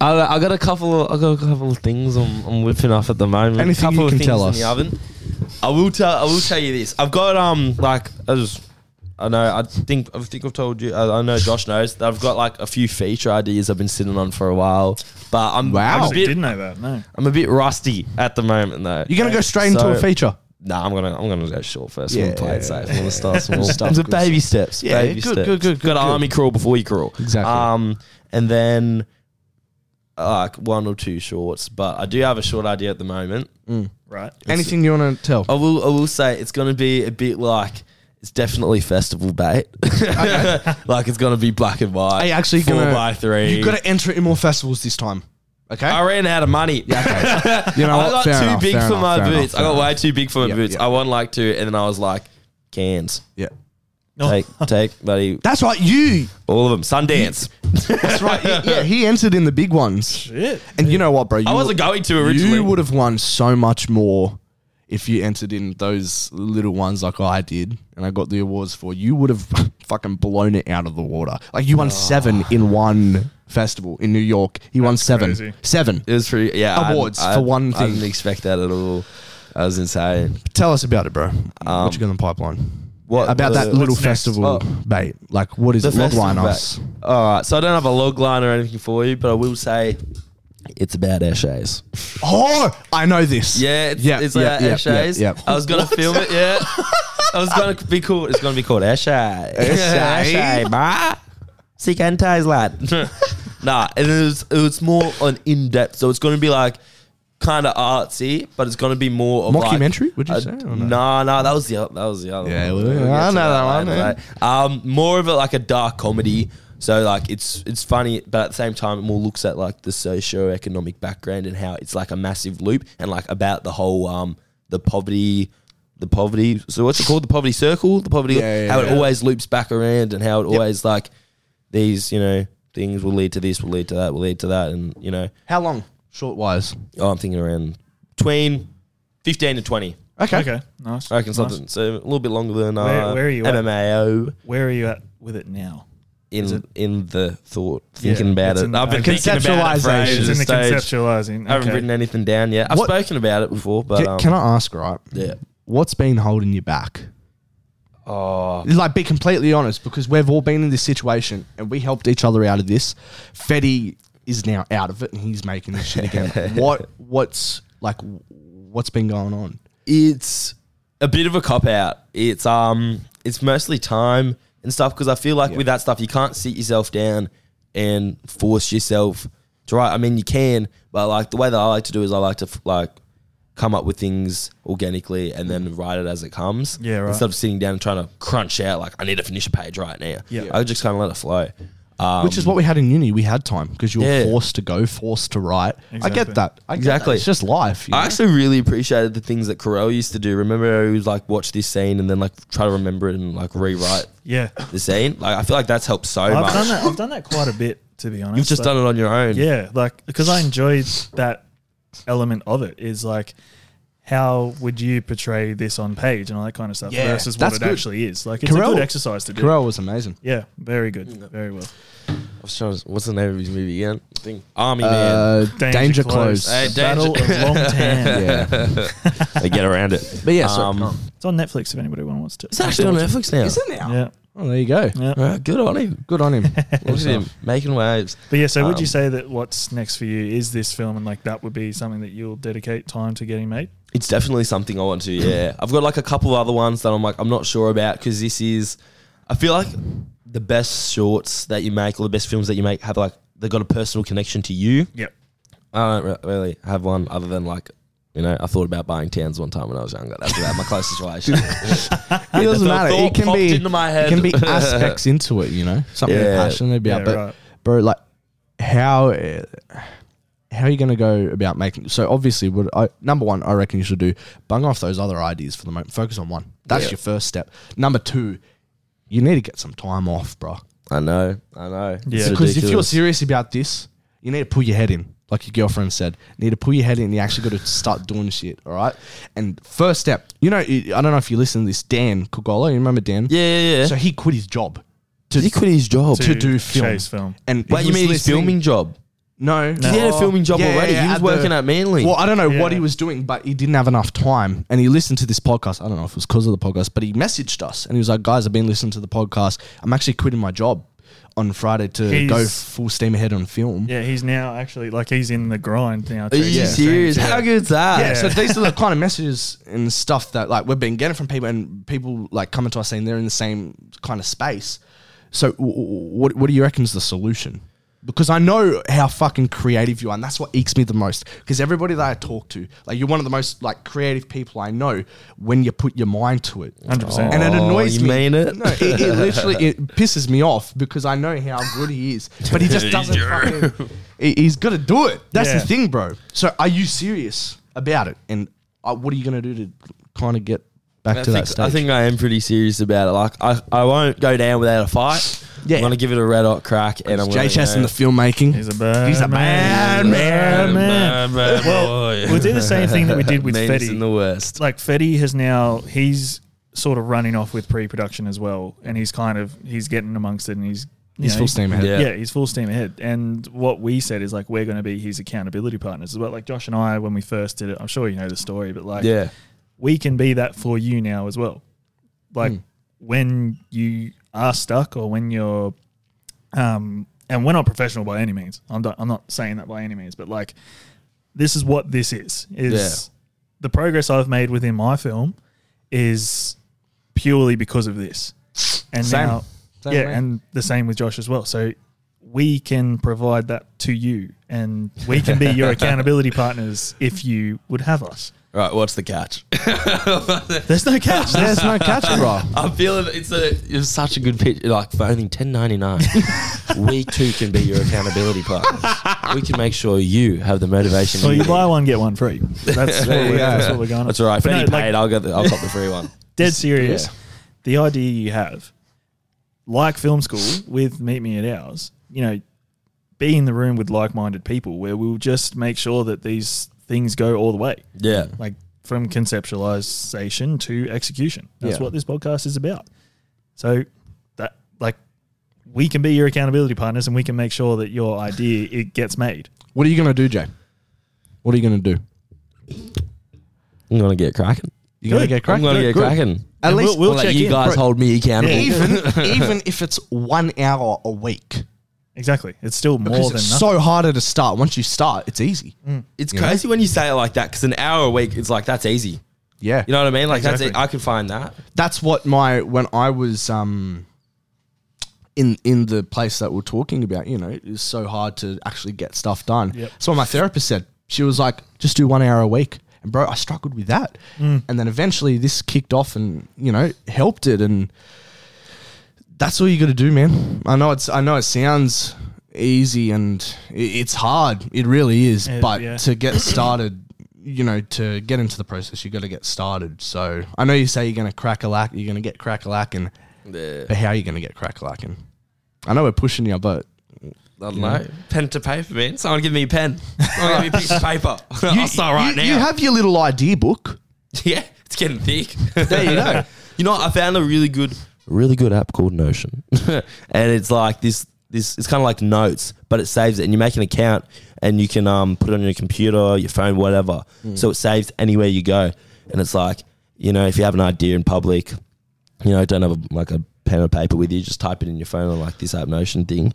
[SPEAKER 3] I, I got a couple. Of, I got a couple of things I'm, I'm whipping off at the moment.
[SPEAKER 1] Anything
[SPEAKER 3] couple
[SPEAKER 1] you
[SPEAKER 3] of
[SPEAKER 1] can
[SPEAKER 3] things
[SPEAKER 1] tell
[SPEAKER 3] in
[SPEAKER 1] us.
[SPEAKER 3] the oven. I will tell. I will tell you this. I've got um like I just. I know. I think. I think I've told you. I, I know. Josh knows. that I've got like a few feature ideas I've been sitting on for a while, but I'm
[SPEAKER 1] Wow.
[SPEAKER 3] I'm a
[SPEAKER 2] Actually,
[SPEAKER 3] bit,
[SPEAKER 2] didn't know that. No.
[SPEAKER 3] I'm a bit rusty at the moment though.
[SPEAKER 1] You're gonna go straight
[SPEAKER 3] So-
[SPEAKER 1] into a feature.
[SPEAKER 3] Nah, I'm gonna I'm gonna go short first.
[SPEAKER 1] Yeah.
[SPEAKER 3] I'm gonna play it safe. I'm gonna start small
[SPEAKER 1] Stuff,
[SPEAKER 3] stuff. It's a
[SPEAKER 1] good
[SPEAKER 3] baby steps.
[SPEAKER 1] Yeah,
[SPEAKER 3] baby
[SPEAKER 1] good,
[SPEAKER 3] steps.
[SPEAKER 1] good, good, good,
[SPEAKER 3] Got to
[SPEAKER 1] good.
[SPEAKER 3] army crawl before you crawl.
[SPEAKER 1] Exactly.
[SPEAKER 3] Um, and then uh, like one or two shorts, but I do have a short idea at the moment.
[SPEAKER 2] Right.
[SPEAKER 1] Mm. Anything you want to tell?
[SPEAKER 3] I will I will say it's gonna be a bit like it's definitely festival bait. like it's gonna be black and white.
[SPEAKER 1] Are you actually
[SPEAKER 3] four
[SPEAKER 1] gonna-
[SPEAKER 3] by three.
[SPEAKER 1] you got to enter in more festivals this time. Okay.
[SPEAKER 3] I ran out of money.
[SPEAKER 1] okay. You know what?
[SPEAKER 3] I got
[SPEAKER 1] Fair
[SPEAKER 3] too
[SPEAKER 1] enough,
[SPEAKER 3] big
[SPEAKER 1] fair
[SPEAKER 3] for
[SPEAKER 1] enough,
[SPEAKER 3] my
[SPEAKER 1] fair enough,
[SPEAKER 3] boots. I
[SPEAKER 1] fair
[SPEAKER 3] got
[SPEAKER 1] enough.
[SPEAKER 3] way too big for my
[SPEAKER 1] Yeah,
[SPEAKER 3] boots.
[SPEAKER 1] yeah.
[SPEAKER 3] I won like two, and then I was like, cans.
[SPEAKER 1] Yeah.
[SPEAKER 2] Oh,
[SPEAKER 3] Take, take, buddy,
[SPEAKER 1] That's right. You.
[SPEAKER 3] all of them. Sundance.
[SPEAKER 1] That's right. you- yeah. He entered in the big ones.
[SPEAKER 2] shit.
[SPEAKER 1] And you know what, bro? You,
[SPEAKER 3] I wasn't going to originally.
[SPEAKER 1] You would have won so much more if you entered in those little ones like I did, and I got the awards for. You would have fucking blown it out of the water. Like
[SPEAKER 3] Ah.
[SPEAKER 1] you won seven in one festival in New York. You won seven,
[SPEAKER 2] crazy.
[SPEAKER 1] seven.
[SPEAKER 3] It was pretty. Yeah, I-
[SPEAKER 1] Awards
[SPEAKER 3] I-
[SPEAKER 1] for one
[SPEAKER 3] I didn't
[SPEAKER 1] thing.
[SPEAKER 3] expect that at all. That was insane.
[SPEAKER 1] Tell us about it, bro. what you got in the pipeline?
[SPEAKER 3] Um, What
[SPEAKER 1] about
[SPEAKER 3] what-
[SPEAKER 1] that little
[SPEAKER 2] what's next?
[SPEAKER 1] festival,
[SPEAKER 3] Oh.
[SPEAKER 1] mate? Like, what is it? Logline
[SPEAKER 3] festival
[SPEAKER 1] us.
[SPEAKER 3] back. All right, so I don't have a log line or anything for you, but I will say it's about Eshays.
[SPEAKER 1] Oh, I know this.
[SPEAKER 3] Yeah, it's,
[SPEAKER 1] yeah,
[SPEAKER 3] it's uh, about
[SPEAKER 1] yeah, yeah,
[SPEAKER 3] Eshays.
[SPEAKER 1] yeah, yeah.
[SPEAKER 3] I was gonna film it. Yeah, I was gonna be called. It's gonna be called Eshay.
[SPEAKER 4] Eshay.
[SPEAKER 1] eh?
[SPEAKER 3] ma. Sikantes, lad. nah, and it was it was more on in depth. So it's gonna be like kind of artsy, but it's gonna be more of
[SPEAKER 1] Mockumentary,
[SPEAKER 3] Like,
[SPEAKER 1] would you
[SPEAKER 3] a-
[SPEAKER 1] say, or no?
[SPEAKER 3] Nah, nah, that was the oth- that was the other.
[SPEAKER 1] Yeah,
[SPEAKER 3] one.
[SPEAKER 1] well,
[SPEAKER 3] We'll
[SPEAKER 1] I
[SPEAKER 3] get to
[SPEAKER 1] know that one, eh?
[SPEAKER 3] later,
[SPEAKER 1] yeah.
[SPEAKER 3] mate. Um, more of it like a dark comedy. So like it's it's funny, but at the same time, it more looks at like the socio-economic background and how it's like a massive loop and like about the whole um the poverty. The poverty, so what's it called? The poverty circle, the poverty,
[SPEAKER 1] Yeah, yeah,
[SPEAKER 3] how it
[SPEAKER 1] yeah.
[SPEAKER 3] always loops back around, and how it always like these, you know, things will lead to this, will lead to that, will lead to that, and you know,
[SPEAKER 1] How long? Short wise.
[SPEAKER 3] oh, I'm thinking around between fifteen to twenty.
[SPEAKER 1] Okay.
[SPEAKER 2] Okay, nice.
[SPEAKER 3] I reckon
[SPEAKER 2] nice.
[SPEAKER 3] something. So a little bit longer than uh,
[SPEAKER 2] Where- where are you at?
[SPEAKER 3] MMAO
[SPEAKER 2] Where are you at with it now?
[SPEAKER 3] in
[SPEAKER 2] Is it-
[SPEAKER 3] in the thought, thinking
[SPEAKER 2] Yeah,
[SPEAKER 3] about
[SPEAKER 2] it's
[SPEAKER 3] it.
[SPEAKER 2] in-
[SPEAKER 3] I've been
[SPEAKER 2] okay.
[SPEAKER 3] thinking about it for
[SPEAKER 1] Conceptualization.
[SPEAKER 3] ages
[SPEAKER 2] It's
[SPEAKER 1] It's
[SPEAKER 2] in the
[SPEAKER 3] at this stage.
[SPEAKER 2] conceptualizing.
[SPEAKER 3] I haven't
[SPEAKER 2] Okay.
[SPEAKER 3] written anything down yet. I've
[SPEAKER 1] What-
[SPEAKER 3] spoken about it before, but
[SPEAKER 1] Ca-
[SPEAKER 3] um,
[SPEAKER 1] Can I ask, right?
[SPEAKER 3] Yeah.
[SPEAKER 1] What's been holding you back?
[SPEAKER 3] Oh,
[SPEAKER 1] Like, be completely honest, because we've all been in this situation and we helped each other out of this. Fetty is now out of it and he's making this shit again. what? What's like? What's been going on?
[SPEAKER 3] it's a bit of a cop out. It's um, it's mostly time and stuff because I feel like with that stuff you can't sit yourself down and force yourself to write. I mean, you can, but like the way that I like to do is I like to f- like come up with things organically and then write it as it comes.
[SPEAKER 2] Mm. Yeah, right.
[SPEAKER 3] Instead of sitting down and trying to crunch out like I need to finish a page right now.
[SPEAKER 2] Yeah.
[SPEAKER 3] I just kind of let it flow. Um,
[SPEAKER 1] Which is what we had in uni. We had time because you were
[SPEAKER 3] Yeah.
[SPEAKER 1] forced to go, forced to write. I
[SPEAKER 2] Exactly.
[SPEAKER 1] get that. I get
[SPEAKER 3] Exactly.
[SPEAKER 1] that. It's just life. you know?
[SPEAKER 3] I actually really appreciated the things that Carell used to do. Remember, he was like watch this scene and then like try to remember it and like rewrite
[SPEAKER 2] Yeah,
[SPEAKER 3] the scene. Like I feel like that's helped so much.
[SPEAKER 2] I've done that. I've done that quite a bit, to be honest.
[SPEAKER 3] You've just
[SPEAKER 2] Like,
[SPEAKER 3] done it on your own.
[SPEAKER 2] Yeah, like because I enjoyed that element of it. Is like, how would you portray this on page and all that kind of stuff
[SPEAKER 1] Yeah,
[SPEAKER 2] versus what
[SPEAKER 1] that's
[SPEAKER 2] it
[SPEAKER 1] good.
[SPEAKER 2] actually is. Like, it's a
[SPEAKER 1] Carell-
[SPEAKER 2] good exercise to do.
[SPEAKER 1] Carell was amazing.
[SPEAKER 2] Yeah, very good, very well.
[SPEAKER 3] I was trying to- what's the name of his movie again? I think Army Man.
[SPEAKER 1] Uh, danger, close.
[SPEAKER 3] Hey,
[SPEAKER 2] Battle
[SPEAKER 3] Danger-
[SPEAKER 2] of Long Tan.
[SPEAKER 1] yeah.
[SPEAKER 3] They get around it. Um,
[SPEAKER 1] But yeah, so-
[SPEAKER 2] It's on Netflix if anybody wants to.
[SPEAKER 3] it's actually on Netflix now.
[SPEAKER 1] Is it now?
[SPEAKER 2] Yeah,
[SPEAKER 1] Oh, there you go.
[SPEAKER 2] yeah.
[SPEAKER 3] Uh, good on him.
[SPEAKER 1] Good on him.
[SPEAKER 3] Look at him making waves.
[SPEAKER 2] But yeah, so would
[SPEAKER 3] Um,
[SPEAKER 2] you say that what's next for you is this film, and like that would be something that you'll dedicate time to getting made?
[SPEAKER 3] It's definitely something I want to. Yeah, I've got like a couple other ones that I'm like I'm not sure about because this is. I feel like the best shorts that you make or the best films that you make have like they've got a personal connection to you.
[SPEAKER 2] Yep.
[SPEAKER 3] I don't re- really have one other than like. You know, I thought about buying tans one time when I was younger. That's about my closest relation.
[SPEAKER 1] It doesn't
[SPEAKER 3] the
[SPEAKER 1] matter.
[SPEAKER 3] thought
[SPEAKER 1] It can
[SPEAKER 3] popped
[SPEAKER 1] be
[SPEAKER 3] into my head.
[SPEAKER 1] It can be aspects into it, you know, something you're
[SPEAKER 3] Yeah.
[SPEAKER 1] passionate about.
[SPEAKER 2] Yeah,
[SPEAKER 1] but
[SPEAKER 2] right.
[SPEAKER 1] bro, like, how uh, how are you gonna go about making? So obviously, what I number one, I reckon you should do bung off those other ideas for the moment. Focus on one. That's
[SPEAKER 3] Yeah.
[SPEAKER 1] your first step. Number two, you need to get some time off, bro.
[SPEAKER 3] I know, I know.
[SPEAKER 2] Yeah.
[SPEAKER 3] It's
[SPEAKER 1] Because if you're
[SPEAKER 3] ridiculous.
[SPEAKER 1] serious about this, you need to pull your head in. Like your girlfriend said, you need to pull your head in. You actually got to start doing shit. All right. And first step, you know, I don't know if you listen to this, Dan Kogola. You remember Dan?
[SPEAKER 3] yeah, yeah, yeah.
[SPEAKER 1] So he quit his job to,
[SPEAKER 3] he quit his job.
[SPEAKER 1] to do film.
[SPEAKER 2] Chase film.
[SPEAKER 1] And
[SPEAKER 3] Wait,
[SPEAKER 1] he
[SPEAKER 3] you
[SPEAKER 1] was
[SPEAKER 3] mean his
[SPEAKER 1] listening-
[SPEAKER 3] filming job?
[SPEAKER 1] No,
[SPEAKER 2] No.
[SPEAKER 3] He had a filming job
[SPEAKER 1] Yeah,
[SPEAKER 3] already.
[SPEAKER 1] yeah,
[SPEAKER 3] he was
[SPEAKER 1] at
[SPEAKER 3] working
[SPEAKER 1] the-
[SPEAKER 3] at Manly.
[SPEAKER 1] Well, I don't know what
[SPEAKER 2] Yeah.
[SPEAKER 1] he was doing, but he didn't have enough time. And he listened to this podcast. I don't know if it was because of the podcast, but he messaged us and he was like, "Guys, I've been listening to the podcast. I'm actually quitting my job on Friday to go
[SPEAKER 2] He's-
[SPEAKER 1] full steam ahead on film."
[SPEAKER 2] Yeah, he's now actually like he's in the grind now.
[SPEAKER 3] Are
[SPEAKER 2] too.
[SPEAKER 3] you serious? How good's that?
[SPEAKER 1] Yeah, so
[SPEAKER 2] Yeah.
[SPEAKER 1] these are the kind of messages and stuff that like we've been getting from people, and people like coming to us saying they're in the same kind of space. So, w- w- what what do you reckon is the solution? Because I know how fucking creative you are, and that's what ekes me the most. Because everybody that I talk to, like you're one of the most like creative people I know when you put your mind to it,
[SPEAKER 2] 100%.
[SPEAKER 1] and it
[SPEAKER 3] Oh,
[SPEAKER 1] annoys
[SPEAKER 3] you
[SPEAKER 1] me.
[SPEAKER 3] mean it?
[SPEAKER 1] No, it, it literally it pisses me off because I know how good he is, but he just doesn't. fucking, he- he's got to do it. That's
[SPEAKER 2] Yeah.
[SPEAKER 1] the thing, bro. So, are you serious about it? And uh, what are you going to do to kind of get back
[SPEAKER 3] I
[SPEAKER 1] to
[SPEAKER 3] think,
[SPEAKER 1] that stage?
[SPEAKER 3] I think I am pretty serious about it. Like I, I won't go down without a fight.
[SPEAKER 1] Yeah.
[SPEAKER 3] I'm gonna give it a red hot crack, and I'm
[SPEAKER 1] Jay
[SPEAKER 3] gonna,
[SPEAKER 1] Chess in the
[SPEAKER 3] you
[SPEAKER 1] filmmaking.
[SPEAKER 2] He's a bad.
[SPEAKER 1] He's a bad
[SPEAKER 2] man. man. well, we did the same thing that we did
[SPEAKER 3] know,
[SPEAKER 2] with
[SPEAKER 3] meanest
[SPEAKER 2] Fetty.
[SPEAKER 3] and the worst.
[SPEAKER 2] like Fetty has now he's sort of running off with pre-production as well, and he's kind of he's getting amongst it, and he's you
[SPEAKER 1] He's full steam ahead.
[SPEAKER 2] Yeah.
[SPEAKER 3] Yeah.
[SPEAKER 2] he's full steam ahead. And what we said is like we're going to be his accountability partners as well. Like Josh and I, when we first did it, I'm sure you know the story, but like
[SPEAKER 3] Yeah,
[SPEAKER 2] we can be that for you now as well. Like
[SPEAKER 1] Hmm.
[SPEAKER 2] when you are stuck or when you're, um, and we're not professional by any means. I'm not, I'm not saying that by any means, but like this is what this is. Is
[SPEAKER 3] Yeah.
[SPEAKER 2] the progress I've made within my film is purely because of this. And
[SPEAKER 1] Same.
[SPEAKER 2] now,
[SPEAKER 1] Same
[SPEAKER 2] yeah,
[SPEAKER 1] with me.
[SPEAKER 2] and the same with Josh as well. So we can provide that to you, and we can be your accountability partners if you would have us.
[SPEAKER 3] Right, what's the catch?
[SPEAKER 2] There's no catch.
[SPEAKER 1] There's no catch, bro.
[SPEAKER 3] I'm feeling it's a it's such a good pitch. Like for only ten ninety nine, we too can be your accountability partners. We can make sure you have the motivation.
[SPEAKER 2] Well, you
[SPEAKER 3] need.
[SPEAKER 2] buy one, get one free. That's, what,
[SPEAKER 3] There you
[SPEAKER 2] we're, that's
[SPEAKER 3] go.
[SPEAKER 2] what we're going on.
[SPEAKER 3] That's all right. If
[SPEAKER 2] But
[SPEAKER 3] any
[SPEAKER 2] no, like,
[SPEAKER 3] paid, I'll get the, I'll cop the free one.
[SPEAKER 2] dead serious.
[SPEAKER 3] Yeah.
[SPEAKER 2] The idea you have, like film school with Meet Me at Ours, you know, be in the room with like minded people where we'll just make sure that these things go all the way,
[SPEAKER 3] Yeah,
[SPEAKER 2] like from conceptualization to execution. That's
[SPEAKER 3] Yeah.
[SPEAKER 2] what this podcast is about. So that, like, we can be your accountability partners and we can make sure that your idea it gets made.
[SPEAKER 1] What are you gonna do, Jay? What are you gonna do?
[SPEAKER 3] I'm gonna get cracking.
[SPEAKER 1] You gonna
[SPEAKER 2] Good.
[SPEAKER 1] get
[SPEAKER 3] I'm
[SPEAKER 1] cracking?
[SPEAKER 3] gonna get cracking.
[SPEAKER 1] At
[SPEAKER 2] And
[SPEAKER 1] least
[SPEAKER 2] we'll
[SPEAKER 3] I'll let
[SPEAKER 2] check
[SPEAKER 3] you
[SPEAKER 2] in.
[SPEAKER 3] guys
[SPEAKER 1] Bro,
[SPEAKER 3] hold me accountable.
[SPEAKER 1] even even if it's one hour a week,
[SPEAKER 2] Exactly. It's still more
[SPEAKER 1] because
[SPEAKER 2] than
[SPEAKER 1] it's
[SPEAKER 2] nothing.
[SPEAKER 1] so harder to start. Once you start, it's easy.
[SPEAKER 3] It's
[SPEAKER 1] You know?
[SPEAKER 3] crazy when you say it like that because an hour a week, it's like that's easy.
[SPEAKER 1] Yeah,
[SPEAKER 3] You know what I mean? Like that's
[SPEAKER 2] Exactly.
[SPEAKER 3] I can find that.
[SPEAKER 1] that's what my when I was um in in the place that we're talking about, you know, it is so hard to actually get stuff done.
[SPEAKER 2] Yep.
[SPEAKER 1] That's what my therapist said. She was like, just do one hour a week. And bro, I struggled with that. And then eventually this kicked off and, you know, helped it and that's all you got to do, man. I know it's I know it sounds easy and i- it's hard. It really is,
[SPEAKER 2] It-
[SPEAKER 1] but
[SPEAKER 2] yeah.
[SPEAKER 1] to get started, you know, to get into the process, you got to get started. So I know you say you're going to crack a lack, you're going to get crack a lacking, but how are you going to get crack a lacking? I know we're pushing you, but
[SPEAKER 3] I don't know. Pen to paper, man. Someone give me a pen. Someone give me a piece of paper.
[SPEAKER 1] Oh,
[SPEAKER 3] I'll start right
[SPEAKER 1] you,
[SPEAKER 3] now.
[SPEAKER 1] you have your little idea book.
[SPEAKER 3] yeah, it's getting thick.
[SPEAKER 1] There you go.
[SPEAKER 3] You know, I found a really good, really good app called Notion, and it's like this. This it's kind of like notes, but it saves it, and you make an account, and you can um put it on your computer, your phone, whatever.
[SPEAKER 1] Hmm.
[SPEAKER 3] So it saves anywhere you go, and it's like you know if you have an idea in public, you know don't have a, like a pen or paper with you, just type it in your phone on like this app Notion thing,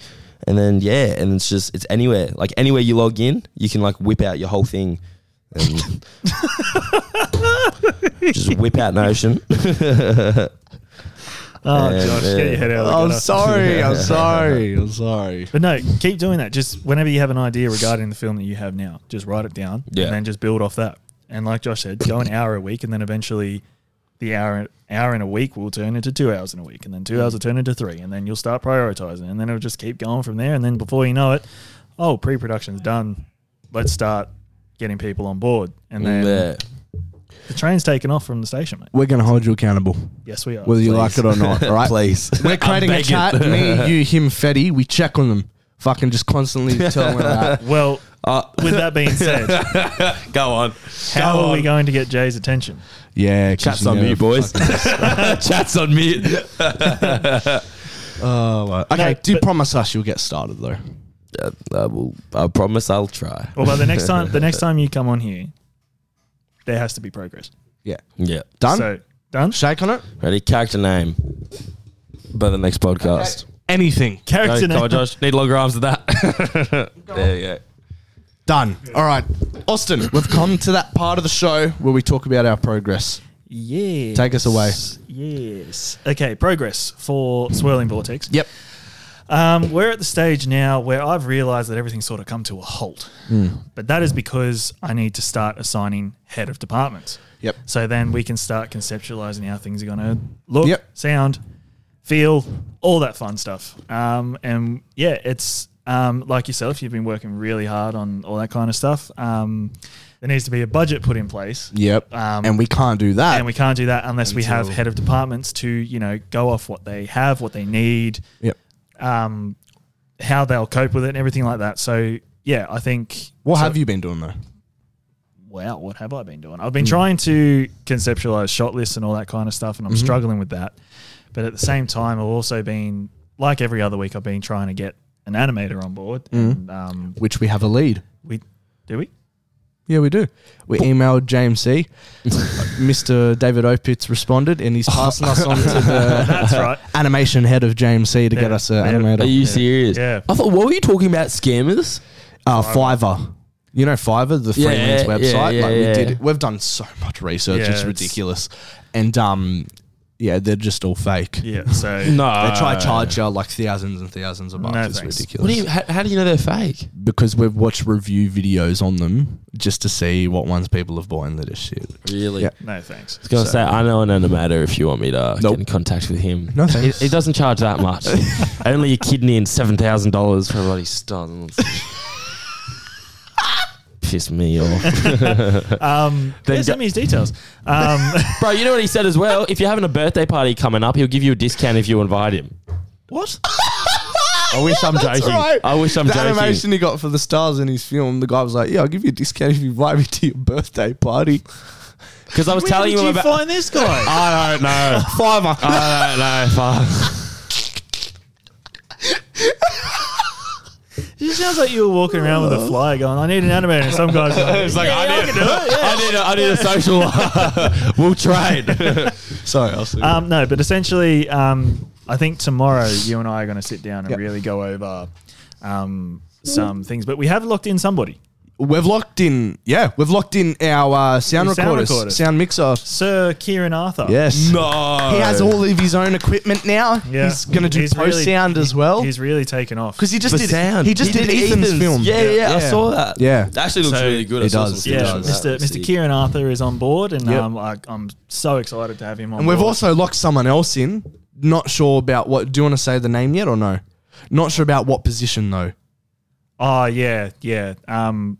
[SPEAKER 3] and then yeah, and it's just it's anywhere like anywhere you log in, you can like whip out your whole thing. And just whip out Notion.
[SPEAKER 2] oh,
[SPEAKER 3] Yeah,
[SPEAKER 2] Josh,
[SPEAKER 3] yeah. Oh,
[SPEAKER 2] get your head out of the
[SPEAKER 1] I'm
[SPEAKER 2] gutter.
[SPEAKER 1] sorry. I'm sorry. I'm sorry.
[SPEAKER 2] But no, keep doing that. Just whenever you have an idea regarding the film that you have now, just write it down
[SPEAKER 3] Yeah.
[SPEAKER 2] and then just build off that. And like Josh said, go an hour a week, and then eventually the hour hour in a week will turn into two hours in a week, and then two hours will turn into three, and then you'll start prioritizing, and then it'll just keep going from there. And then before you know it, oh, pre-production's done. Let's start getting people on board, and then
[SPEAKER 3] Yeah.
[SPEAKER 2] the train's taken off from the station, mate.
[SPEAKER 1] We're going to hold you accountable.
[SPEAKER 2] Yes, we are.
[SPEAKER 1] whether you like it or not. All right, please. We're creating a
[SPEAKER 3] begging.
[SPEAKER 1] chat. me, you, him, Fetty. We check on them. Fucking just constantly telling them that.
[SPEAKER 2] well,
[SPEAKER 1] Uh,
[SPEAKER 2] with that being said,
[SPEAKER 3] Go on.
[SPEAKER 2] how are we going to get Jay's attention?
[SPEAKER 1] Yeah, 'cause
[SPEAKER 3] Chats
[SPEAKER 1] you
[SPEAKER 3] on
[SPEAKER 1] know-
[SPEAKER 3] mute, boys. Chats on mute.
[SPEAKER 1] Oh, well. okay.
[SPEAKER 2] No,
[SPEAKER 1] do
[SPEAKER 2] but-
[SPEAKER 1] promise us you'll get started though.
[SPEAKER 3] Uh, I will. I promise I'll try.
[SPEAKER 2] Well, by the next time, the next time you come on here, there has to be progress.
[SPEAKER 1] Yeah,
[SPEAKER 3] Yeah.
[SPEAKER 1] done.
[SPEAKER 2] So done.
[SPEAKER 1] Shake on it.
[SPEAKER 3] Ready? Character name. By the next podcast.
[SPEAKER 1] Anything
[SPEAKER 2] Character
[SPEAKER 3] Go, go,
[SPEAKER 2] name.
[SPEAKER 3] Josh. Need longer arms than that. there you go.
[SPEAKER 1] done. All right, Austin. We've come to that part of the show where we talk about our progress.
[SPEAKER 2] Yes.
[SPEAKER 1] Take us away.
[SPEAKER 2] Yes. Okay. Progress for swirling vortex.
[SPEAKER 1] Yep.
[SPEAKER 2] Um, we're at the stage now where I've realised that everything's sort of come to a halt,
[SPEAKER 1] Hmm.
[SPEAKER 2] but that is because I need to start assigning head of departments.
[SPEAKER 1] Yep.
[SPEAKER 2] So then we can start conceptualizing how things are going to look,
[SPEAKER 1] Yep.
[SPEAKER 2] sound, feel, all that fun stuff. Um, and yeah, it's um, like yourself, you've been working really hard on all that kind of stuff. Um, there needs to be a budget put in place.
[SPEAKER 1] Yep.
[SPEAKER 2] Um,
[SPEAKER 1] and we can't do that.
[SPEAKER 2] And we can't do that unless we have
[SPEAKER 1] Until-
[SPEAKER 2] head of departments to, you know, go off what they have, what they need,
[SPEAKER 1] Yep.
[SPEAKER 2] um, how they'll cope with it and everything like that. So, yeah, I think.
[SPEAKER 1] What
[SPEAKER 2] so-
[SPEAKER 1] have you been doing though?
[SPEAKER 2] wow, what have I been doing? I've
[SPEAKER 3] Hmm.
[SPEAKER 2] been trying to conceptualize shot lists and all that kind of stuff, and I'm
[SPEAKER 3] Mm-hmm.
[SPEAKER 2] struggling with that. But at the same time, I've also been, like every other week, I've been trying to get an animator on board.
[SPEAKER 3] Mm.
[SPEAKER 2] And um,
[SPEAKER 1] Which we have a lead.
[SPEAKER 2] we, do we?
[SPEAKER 1] Yeah, we do. We emailed James C. Mr. David Opitz responded, and he's passing us on to the
[SPEAKER 2] That's right.
[SPEAKER 1] animation head of James C to get
[SPEAKER 2] Yeah.
[SPEAKER 1] us an
[SPEAKER 2] Yeah.
[SPEAKER 1] animator.
[SPEAKER 3] Are you serious?
[SPEAKER 2] Yeah.
[SPEAKER 3] I thought. What were you talking about? Scammers.
[SPEAKER 1] uh, Fiverr. You know Fiverr, the
[SPEAKER 3] Yeah,
[SPEAKER 1] freelance
[SPEAKER 3] yeah,
[SPEAKER 1] website.
[SPEAKER 3] yeah,
[SPEAKER 1] like
[SPEAKER 3] yeah.
[SPEAKER 1] we did, we've done so much research;
[SPEAKER 2] Yeah,
[SPEAKER 1] it's
[SPEAKER 2] it's-
[SPEAKER 1] ridiculous. And um, Yeah, they're just all fake.
[SPEAKER 2] Yeah, so
[SPEAKER 1] They try to charge you like thousands and thousands of bucks.
[SPEAKER 2] No,
[SPEAKER 1] it's
[SPEAKER 2] thanks.
[SPEAKER 1] ridiculous.
[SPEAKER 3] What do you, how, how do you know they're fake?
[SPEAKER 1] because we've watched review videos on them just to see what ones people have bought and that is shit.
[SPEAKER 3] Really?
[SPEAKER 1] Yeah.
[SPEAKER 2] no thanks.
[SPEAKER 3] I was gonna say I know an animator. If you want me to
[SPEAKER 1] Nope.
[SPEAKER 3] get in contact with him,
[SPEAKER 1] No
[SPEAKER 3] he,
[SPEAKER 1] thanks.
[SPEAKER 3] he doesn't charge that much. Only a kidney and seven thousand dollars for bloody stuns. Piss me off,
[SPEAKER 2] Um, yeah,
[SPEAKER 3] Then go-
[SPEAKER 2] send me his details. Um,
[SPEAKER 3] bro. You know what he said as well. If you're having a birthday party coming up, he'll give you a discount if you invite him.
[SPEAKER 2] what?
[SPEAKER 3] I wish I'm joking. I wish I'm
[SPEAKER 1] the
[SPEAKER 3] joking.
[SPEAKER 1] animation he got for the stars in his film, the guy was like, "Yeah, I'll give you a discount if you invite me to your birthday party."
[SPEAKER 3] Because I was
[SPEAKER 2] Where
[SPEAKER 3] telling
[SPEAKER 2] did
[SPEAKER 3] him
[SPEAKER 2] you
[SPEAKER 3] about.
[SPEAKER 2] find this guy?
[SPEAKER 3] I don't know.
[SPEAKER 1] Fiver.
[SPEAKER 3] I don't know. Fuck.
[SPEAKER 2] It sounds like you were walking around with a flyer going, "I need an animator." And some guys, are like,
[SPEAKER 3] It's like I, need, I need. A, I need a social. we'll trade.
[SPEAKER 1] Sorry, I'll see.
[SPEAKER 2] um, no, but essentially, um, I think tomorrow you and I are going to sit down and
[SPEAKER 1] Yep.
[SPEAKER 2] really go over um, some things. But we have locked in somebody,
[SPEAKER 1] we've locked in. Yeah, we've locked in our uh, sound
[SPEAKER 2] Your sound
[SPEAKER 1] recorders,
[SPEAKER 2] recorder.
[SPEAKER 1] sound mixer.
[SPEAKER 2] Sir Kieran Arthur.
[SPEAKER 1] Yes.
[SPEAKER 3] no.
[SPEAKER 1] He has all of his own equipment now.
[SPEAKER 2] Yeah.
[SPEAKER 1] He's going to do
[SPEAKER 2] He's
[SPEAKER 1] post
[SPEAKER 2] really-
[SPEAKER 1] sound as well.
[SPEAKER 2] he's really taken off.
[SPEAKER 1] Because he just
[SPEAKER 3] For
[SPEAKER 1] did
[SPEAKER 3] sound.
[SPEAKER 1] He just
[SPEAKER 3] He
[SPEAKER 1] did,
[SPEAKER 3] did
[SPEAKER 1] Ethan's,
[SPEAKER 3] Ethan's.
[SPEAKER 1] film.
[SPEAKER 3] Yeah, yeah, I saw that.
[SPEAKER 1] Yeah.
[SPEAKER 3] That actually looks
[SPEAKER 2] So-
[SPEAKER 3] really good.
[SPEAKER 1] It
[SPEAKER 3] I saw
[SPEAKER 1] does,
[SPEAKER 3] some
[SPEAKER 1] it
[SPEAKER 2] Yeah,
[SPEAKER 1] does.
[SPEAKER 3] pictures
[SPEAKER 2] Mr.
[SPEAKER 3] of that.
[SPEAKER 2] Mr. Kieran Arthur is on board, and
[SPEAKER 1] Yep.
[SPEAKER 2] um, I, I'm so excited to have him on.
[SPEAKER 1] And we've
[SPEAKER 2] board.
[SPEAKER 1] also locked someone else in. Not sure about what. Do you want to say the name yet or no? Not sure about what position though.
[SPEAKER 2] oh yeah, yeah. Um,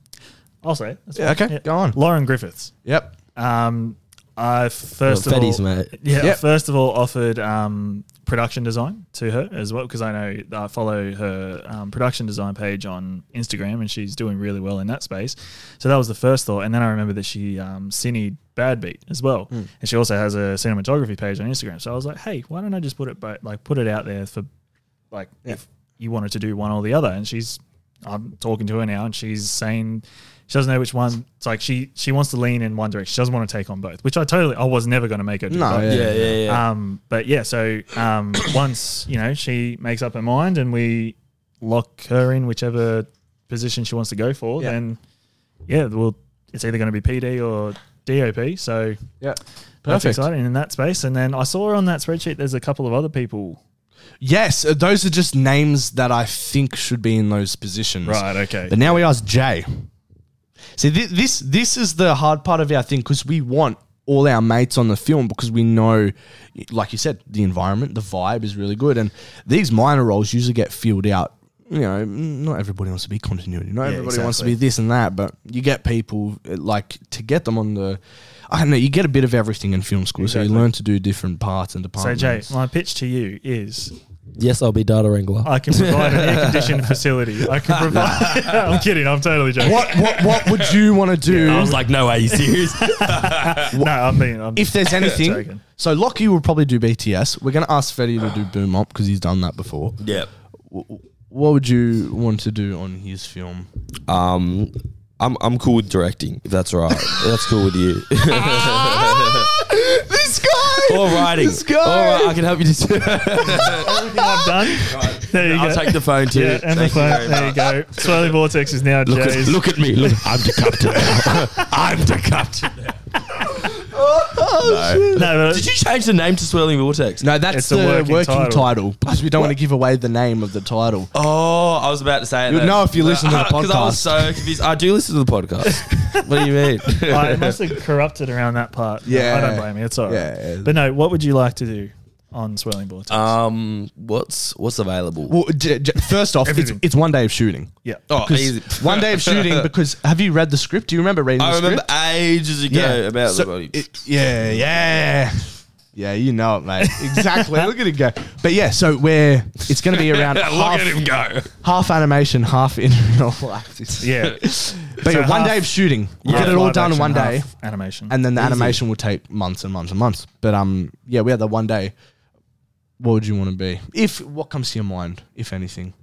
[SPEAKER 2] I'll say it. That's
[SPEAKER 1] Yeah,
[SPEAKER 2] fine.
[SPEAKER 1] okay, go on.
[SPEAKER 2] Lauren Griffiths.
[SPEAKER 1] Yep.
[SPEAKER 2] Um, I first
[SPEAKER 3] Well,
[SPEAKER 2] of
[SPEAKER 3] fetties,
[SPEAKER 2] all,
[SPEAKER 3] mate.
[SPEAKER 2] yeah, I
[SPEAKER 1] Yep.
[SPEAKER 2] first of all offered um, production design to her as well because I know I follow her um, production design page on Instagram and she's doing really well in that space. So that was the first thought, and then I remember that she um, cine Bad Beat as well, and she also has a cinematography page on Instagram. So I was like, hey, why don't I just put it bo- like put it out there for like if you wanted to do one or the other and she's i'm talking to her now and she's saying she doesn't know which one it's like she she wants to lean in one direction she doesn't want to take on both which i totally i was never going to make her do
[SPEAKER 1] No,
[SPEAKER 2] both.
[SPEAKER 1] yeah.
[SPEAKER 3] Yeah, yeah, yeah.
[SPEAKER 2] um but yeah so um once you know she makes up her mind and we lock her in whichever position she wants to go for
[SPEAKER 1] Yeah.
[SPEAKER 2] then yeah well it's either going to be pd or dop so
[SPEAKER 1] Yep.
[SPEAKER 2] that's
[SPEAKER 1] Perfect.
[SPEAKER 2] exciting in that space and then i saw on that spreadsheet there's a couple of other people
[SPEAKER 1] Yes, uh, those are just names that I think should be in those positions.
[SPEAKER 2] okay
[SPEAKER 1] But now we ask Jay. See, thi- this this is the hard part of our thing because we want all our mates on the film because we know, like you said, the environment, the vibe is really good, and these minor roles usually get filled out. You know, not everybody wants to be continuity. Not everybody wants to be
[SPEAKER 2] exactly.
[SPEAKER 1] this and that, but you get people uh, like to get them on the. I don't know. You get a bit of everything in film school, so you
[SPEAKER 2] Exactly.
[SPEAKER 1] learn to do different parts and
[SPEAKER 2] So
[SPEAKER 1] departments.
[SPEAKER 2] Jay, my pitch to you is
[SPEAKER 3] yes, I'll be data wrangler.
[SPEAKER 2] I can provide an air-conditioned facility. I can provide. I'm kidding. I'm totally joking.
[SPEAKER 1] what what what would you want to do?
[SPEAKER 3] I was like, no way, you serious?
[SPEAKER 2] No, I mean, I'm,
[SPEAKER 1] if there's anything.
[SPEAKER 2] Joking.
[SPEAKER 1] so Lockie will probably do BTS. We're going to ask Fetty to do Boom Up because he's done that before.
[SPEAKER 3] yeah.
[SPEAKER 1] What would you want to do on his film?
[SPEAKER 3] Um, I'm I'm cool with directing. If that's all right, If that's cool with you.
[SPEAKER 1] This guy.
[SPEAKER 3] All writing.
[SPEAKER 1] This guy.
[SPEAKER 3] All right, I can help you. Just
[SPEAKER 2] everything I've done, there you
[SPEAKER 3] I'll
[SPEAKER 2] go.
[SPEAKER 3] take the phone too.
[SPEAKER 2] yeah, and the
[SPEAKER 3] Thank you
[SPEAKER 2] phone.
[SPEAKER 3] very
[SPEAKER 2] There
[SPEAKER 3] much.
[SPEAKER 2] you go. Swirly vortex is now
[SPEAKER 3] Look at,
[SPEAKER 2] Jay's.
[SPEAKER 3] look at me. Look, I'm the captain. now. I'm the captain. now.
[SPEAKER 2] no,
[SPEAKER 3] Did you change the name to Swirling Vortex?
[SPEAKER 1] No, that's
[SPEAKER 2] It's a
[SPEAKER 1] the working,
[SPEAKER 2] working
[SPEAKER 1] title.
[SPEAKER 2] title.
[SPEAKER 1] because we don't want to give away the name of the title.
[SPEAKER 3] Oh, I was about to say it.
[SPEAKER 1] You'll
[SPEAKER 3] then.
[SPEAKER 1] know if you listen to the
[SPEAKER 3] 'Cause I
[SPEAKER 1] podcast.
[SPEAKER 3] was so confused. I do listen to the podcast. what do you mean?
[SPEAKER 2] but I must have corrupted around that part.
[SPEAKER 1] Yeah.
[SPEAKER 2] I don't blame you. It's all right.
[SPEAKER 1] Yeah.
[SPEAKER 2] But no, what would you like to do on swirling vortex?
[SPEAKER 1] Uh,
[SPEAKER 3] Um, what's what's available?
[SPEAKER 1] Well, j- j- first off, it's,
[SPEAKER 2] Everything.
[SPEAKER 1] it's one day of shooting.
[SPEAKER 2] yeah.
[SPEAKER 3] oh,
[SPEAKER 1] 'Cause
[SPEAKER 3] easy.
[SPEAKER 1] one day of shooting because have you read the script? Do you remember reading
[SPEAKER 3] I
[SPEAKER 1] the
[SPEAKER 3] remember
[SPEAKER 1] script?
[SPEAKER 3] ages ago about
[SPEAKER 1] So
[SPEAKER 3] the body.
[SPEAKER 1] it- yeah, yeah. Yeah, you know it, mate. Exactly. Look at him go. But yeah, so we're it's gonna be around half,
[SPEAKER 3] go.
[SPEAKER 1] half animation, half in real life. It's-
[SPEAKER 2] Yeah.
[SPEAKER 1] But yeah,
[SPEAKER 2] So
[SPEAKER 1] one
[SPEAKER 2] half-
[SPEAKER 1] day of shooting. We'll
[SPEAKER 2] Half
[SPEAKER 1] get it all
[SPEAKER 2] live
[SPEAKER 1] done in
[SPEAKER 2] action,
[SPEAKER 1] one day.
[SPEAKER 2] half Animation.
[SPEAKER 1] And then the animation will take months and months and months. But um yeah, we had that one day. What would you want to be? If what comes to your mind, if anything?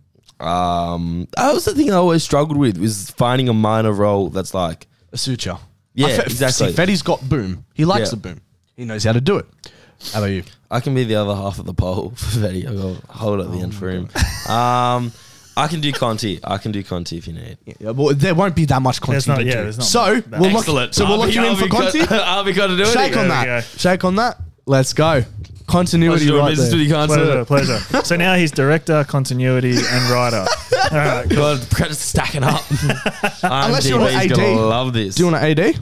[SPEAKER 3] Um, that was the thing I always struggled with was finding a minor role that's like
[SPEAKER 1] A suture.
[SPEAKER 3] Yeah,
[SPEAKER 1] I fe-
[SPEAKER 3] exactly.
[SPEAKER 1] See, Fetty's got boom. He likes
[SPEAKER 3] Yeah.
[SPEAKER 1] the boom. He knows how to do it. How about you?
[SPEAKER 3] I can be the other half of the pole for Betty. I'll hold at the end for him. Um, I can do Conti. I can do Conti if you need.
[SPEAKER 1] Yeah, well, there won't be that much content.
[SPEAKER 2] There's not-
[SPEAKER 1] to
[SPEAKER 2] yeah,
[SPEAKER 1] do.
[SPEAKER 2] there's not
[SPEAKER 1] so
[SPEAKER 2] that
[SPEAKER 1] we'll
[SPEAKER 2] much.
[SPEAKER 1] lock, so we'll
[SPEAKER 3] I'll
[SPEAKER 1] lock
[SPEAKER 3] be-
[SPEAKER 1] you in
[SPEAKER 3] I'll
[SPEAKER 1] for
[SPEAKER 3] be got-
[SPEAKER 1] Conti.
[SPEAKER 3] I'll be got to do it.
[SPEAKER 1] Shake on
[SPEAKER 2] There we
[SPEAKER 1] that.
[SPEAKER 2] go.
[SPEAKER 1] Shake on that. Let's go. Continuity
[SPEAKER 3] Pleasure doing
[SPEAKER 1] right
[SPEAKER 3] business
[SPEAKER 1] there.
[SPEAKER 3] with you, can't
[SPEAKER 2] Pleasure, pleasure. So now he's director, continuity, and writer. All right, cool.
[SPEAKER 3] God, credits stacking up.
[SPEAKER 1] Unless you're on AD.
[SPEAKER 3] IMDb's gonna love this.
[SPEAKER 1] Do you want an AD?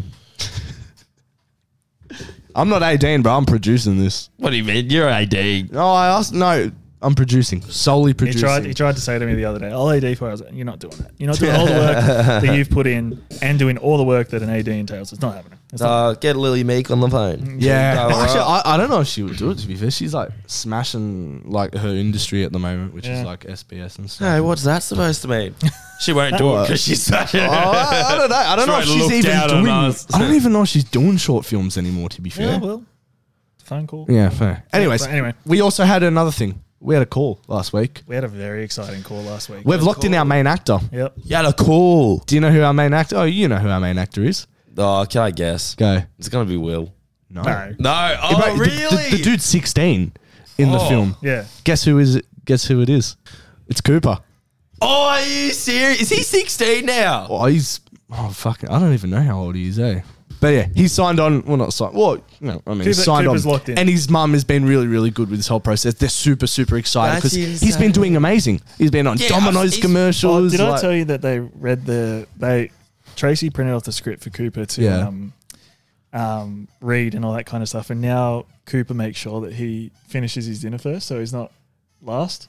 [SPEAKER 1] I'm not ADing, bro. I'm producing this.
[SPEAKER 3] what do you mean? You're AD.
[SPEAKER 1] No, I asked. No, I'm producing. Solely
[SPEAKER 2] He
[SPEAKER 1] producing.
[SPEAKER 2] tried. He tried to say to me the other day, "Oh, "I'll AD for." you." I was like, "You're not doing that. You're not doing all the work that you've put in, and doing all the work that an AD entails. It's not happening. It's not.
[SPEAKER 3] Uh, get Lily Meek on the phone.
[SPEAKER 1] yeah.
[SPEAKER 3] Go
[SPEAKER 1] Actually,
[SPEAKER 3] up.
[SPEAKER 1] I, I don't know if she would do it. To be fair, she's like smashing like her industry at the moment, which
[SPEAKER 2] Yeah.
[SPEAKER 1] is like SBS and stuff.
[SPEAKER 3] Hey, what's that supposed to mean? She won't do it because she's fashion.
[SPEAKER 1] Oh, I, I don't know. I don't know if
[SPEAKER 3] Straight
[SPEAKER 1] she's
[SPEAKER 3] look
[SPEAKER 1] even
[SPEAKER 3] down on
[SPEAKER 1] doing.
[SPEAKER 3] us.
[SPEAKER 1] I don't even know if she's doing short films anymore. To be fair.
[SPEAKER 2] yeah, well, phone call.
[SPEAKER 1] Yeah, fair. Anyways,
[SPEAKER 2] but anyway.
[SPEAKER 1] we also had another thing. We had a call last week.
[SPEAKER 2] We had a very exciting call last week.
[SPEAKER 1] We've locked in our main actor.
[SPEAKER 2] Yep.
[SPEAKER 3] You had a call.
[SPEAKER 1] Do you know who our main actor? Oh, you know who our main actor is.
[SPEAKER 3] Oh, can I guess?
[SPEAKER 1] Go.
[SPEAKER 3] It's gonna be Will.
[SPEAKER 1] No.
[SPEAKER 2] No.
[SPEAKER 3] No. Oh,
[SPEAKER 1] Bro, the-
[SPEAKER 3] really?
[SPEAKER 1] The, the dude's 16 in the
[SPEAKER 3] Oh.
[SPEAKER 1] film.
[SPEAKER 2] Yeah.
[SPEAKER 1] Guess who is? Guess who it is? It's Cooper.
[SPEAKER 3] oh, are you serious? Is he 16 now?
[SPEAKER 1] Oh, he's oh fucking. I don't even know how old he is, eh? But yeah, he signed on. Well, not signed. Well, no, I mean, he
[SPEAKER 2] Cooper-
[SPEAKER 1] signed
[SPEAKER 2] Cooper's
[SPEAKER 1] on.
[SPEAKER 2] locked in.
[SPEAKER 1] And his mum has been really, really good with this whole process. They're super, super excited because
[SPEAKER 3] That's
[SPEAKER 1] he's
[SPEAKER 3] insane.
[SPEAKER 1] been doing amazing. He's been on
[SPEAKER 3] Yeah, I've-
[SPEAKER 1] Domino's
[SPEAKER 3] he's-
[SPEAKER 1] commercials.
[SPEAKER 2] Oh, did I
[SPEAKER 1] like-
[SPEAKER 2] tell you that they read the they Tracy printed off the script for Cooper to
[SPEAKER 1] Yeah.
[SPEAKER 2] um, um, read and all that kind of stuff, and now Cooper makes sure that he finishes his dinner first, so he's not last.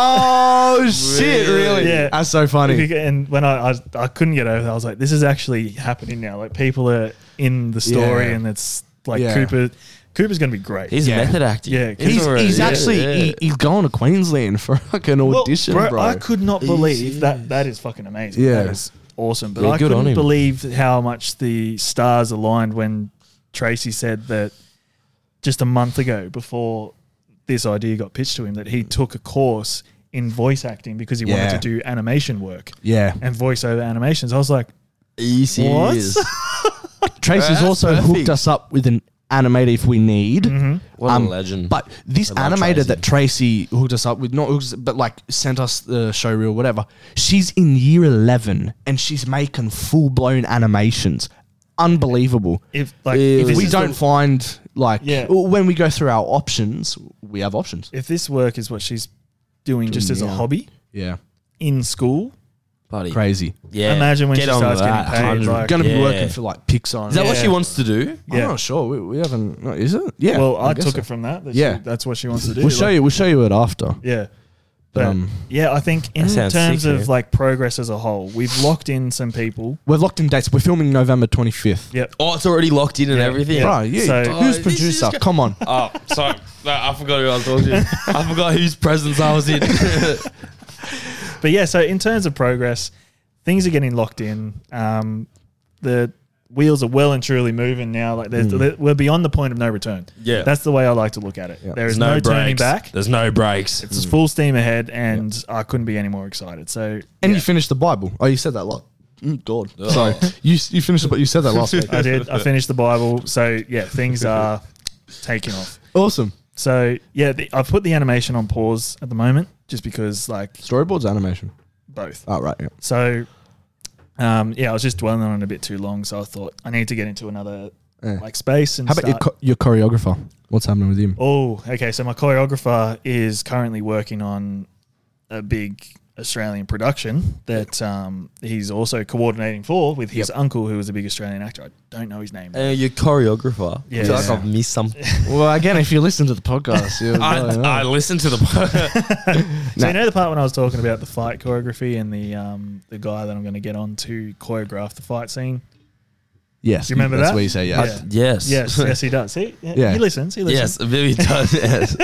[SPEAKER 1] Oh shit! Really?
[SPEAKER 2] Yeah.
[SPEAKER 1] That's so funny.
[SPEAKER 2] And when I, I I couldn't get over that, I was like, this is actually happening now. Like people are in the story,
[SPEAKER 1] Yeah.
[SPEAKER 2] and it's like
[SPEAKER 1] Yeah.
[SPEAKER 2] Cooper. Cooper's gonna be great.
[SPEAKER 3] He's
[SPEAKER 1] Yeah.
[SPEAKER 3] method acting.
[SPEAKER 2] Yeah,
[SPEAKER 3] he's,
[SPEAKER 1] He's,
[SPEAKER 3] already-
[SPEAKER 1] he's
[SPEAKER 3] yeah,
[SPEAKER 1] actually
[SPEAKER 3] yeah.
[SPEAKER 1] He, he's going to Queensland for like an audition, bro.
[SPEAKER 2] I could not believe that. That is fucking amazing.
[SPEAKER 1] Yeah.
[SPEAKER 2] That is awesome. But
[SPEAKER 3] Yeah,
[SPEAKER 2] I
[SPEAKER 3] good on
[SPEAKER 2] couldn't
[SPEAKER 3] him.
[SPEAKER 2] believe how much the stars aligned when Tracy said that just a month ago before this idea got pitched to him that he took a course in voice acting because he wanted
[SPEAKER 1] Yeah.
[SPEAKER 2] to do animation work
[SPEAKER 1] yeah.
[SPEAKER 2] and voiceover animations. I was like,
[SPEAKER 3] He serious.
[SPEAKER 1] Tracy's
[SPEAKER 3] That's
[SPEAKER 1] also hooked
[SPEAKER 3] perfect.
[SPEAKER 1] us up with an animator if we need.
[SPEAKER 3] What
[SPEAKER 1] Um,
[SPEAKER 3] a legend.
[SPEAKER 1] But this
[SPEAKER 3] I love
[SPEAKER 1] animator
[SPEAKER 3] Tracy.
[SPEAKER 1] that Tracy hooked us up with, not hooked us- but like sent us the show reel, whatever. She's in year eleven and she's making full blown animations. Unbelievable.
[SPEAKER 2] if like if
[SPEAKER 1] If
[SPEAKER 2] this
[SPEAKER 1] we
[SPEAKER 2] is
[SPEAKER 1] don't
[SPEAKER 2] the-
[SPEAKER 1] find like
[SPEAKER 2] Yeah.
[SPEAKER 1] when we go through our options, we have options.
[SPEAKER 2] if this work is what she's doing just as a
[SPEAKER 1] now.
[SPEAKER 2] hobby
[SPEAKER 1] Yeah,
[SPEAKER 2] in school,
[SPEAKER 3] Buddy.
[SPEAKER 1] crazy.
[SPEAKER 3] Yeah.
[SPEAKER 2] Imagine when she
[SPEAKER 3] on
[SPEAKER 2] starts
[SPEAKER 3] to
[SPEAKER 2] getting
[SPEAKER 3] that,
[SPEAKER 2] paid,
[SPEAKER 3] 100.
[SPEAKER 2] like-
[SPEAKER 1] Going to be
[SPEAKER 3] Yeah.
[SPEAKER 1] working for like Pixar.
[SPEAKER 3] Is that what
[SPEAKER 2] Yeah.
[SPEAKER 3] she wants to do?
[SPEAKER 1] I'm
[SPEAKER 2] Yeah.
[SPEAKER 1] not sure. We, we haven't. no, Is it? Yeah.
[SPEAKER 2] well, I,
[SPEAKER 1] guess
[SPEAKER 2] took
[SPEAKER 1] so.
[SPEAKER 2] it from that. that
[SPEAKER 1] Yeah.
[SPEAKER 2] she- that's what she wants to do.
[SPEAKER 1] We'll show
[SPEAKER 2] Like,
[SPEAKER 1] you. We'll show you it after.
[SPEAKER 2] Yeah. But
[SPEAKER 1] Um,
[SPEAKER 2] yeah, I think in
[SPEAKER 3] sounds
[SPEAKER 2] terms
[SPEAKER 3] sick,
[SPEAKER 2] of
[SPEAKER 3] yeah.
[SPEAKER 2] like progress as a whole, we've locked in some people.
[SPEAKER 1] We're locked in dates. We're filming November twenty fifth.
[SPEAKER 2] Yep.
[SPEAKER 3] Oh, it's already locked in and everything.
[SPEAKER 1] Bro, yeah.
[SPEAKER 2] So-
[SPEAKER 1] who's
[SPEAKER 3] Oh, this is
[SPEAKER 1] producer?
[SPEAKER 3] go-
[SPEAKER 1] Come on.
[SPEAKER 3] Oh, sorry. No, I forgot who I was talking to. I forgot whose presence I was in.
[SPEAKER 2] But yeah, so in terms of progress, things are getting locked in. Um, the wheels are well and truly moving now. Like
[SPEAKER 1] Hmm.
[SPEAKER 2] there's, we're beyond the point of no return.
[SPEAKER 3] Yeah.
[SPEAKER 2] That's the way I like to look at it. There is no, turning back.
[SPEAKER 3] There's no breaks.
[SPEAKER 2] It's full steam ahead, and I couldn't be any more excited. So
[SPEAKER 1] And
[SPEAKER 2] yeah, Oh.
[SPEAKER 1] you finished the Bible. Oh, you said that lot. Mm, God. Sorry. You, you finished it, but you said that last week.
[SPEAKER 2] I did. I finished the Bible. So yeah, things are taking off.
[SPEAKER 1] Awesome.
[SPEAKER 2] So yeah, the, I've put the animation on pause at the moment just because like
[SPEAKER 1] Storyboards, animation.
[SPEAKER 2] both.
[SPEAKER 1] Oh, right. Yeah.
[SPEAKER 2] So um, yeah, I was just dwelling on it a bit too long, so I thought I need to get into another
[SPEAKER 1] Yeah.
[SPEAKER 2] like space and
[SPEAKER 1] How about your,
[SPEAKER 2] start.
[SPEAKER 1] cho- your choreographer? What's happening with him?
[SPEAKER 2] oh, okay. So my choreographer is currently working on a big Australian production that um, he's also coordinating for with his uncle, who is a big Australian actor. I don't know his name.
[SPEAKER 3] Uh, your choreographer.
[SPEAKER 2] Yeah.
[SPEAKER 3] I feel like
[SPEAKER 2] Yeah.
[SPEAKER 3] I've missed something.
[SPEAKER 1] Well, again, if you listen to the podcast, you'll know.
[SPEAKER 3] listened to the.
[SPEAKER 2] So you
[SPEAKER 1] Nah.
[SPEAKER 2] know the part when I was talking about the fight choreography and the um, the guy that I'm going to get on to choreograph the fight scene.
[SPEAKER 1] yes.
[SPEAKER 2] Do you remember
[SPEAKER 1] that's
[SPEAKER 2] that?
[SPEAKER 1] what you say, yeah.
[SPEAKER 2] Yeah.
[SPEAKER 3] yes.
[SPEAKER 2] Yes, yes, he does. He,
[SPEAKER 1] Yeah.
[SPEAKER 2] he listens. He listens.
[SPEAKER 3] Yes, Billy does. Yes.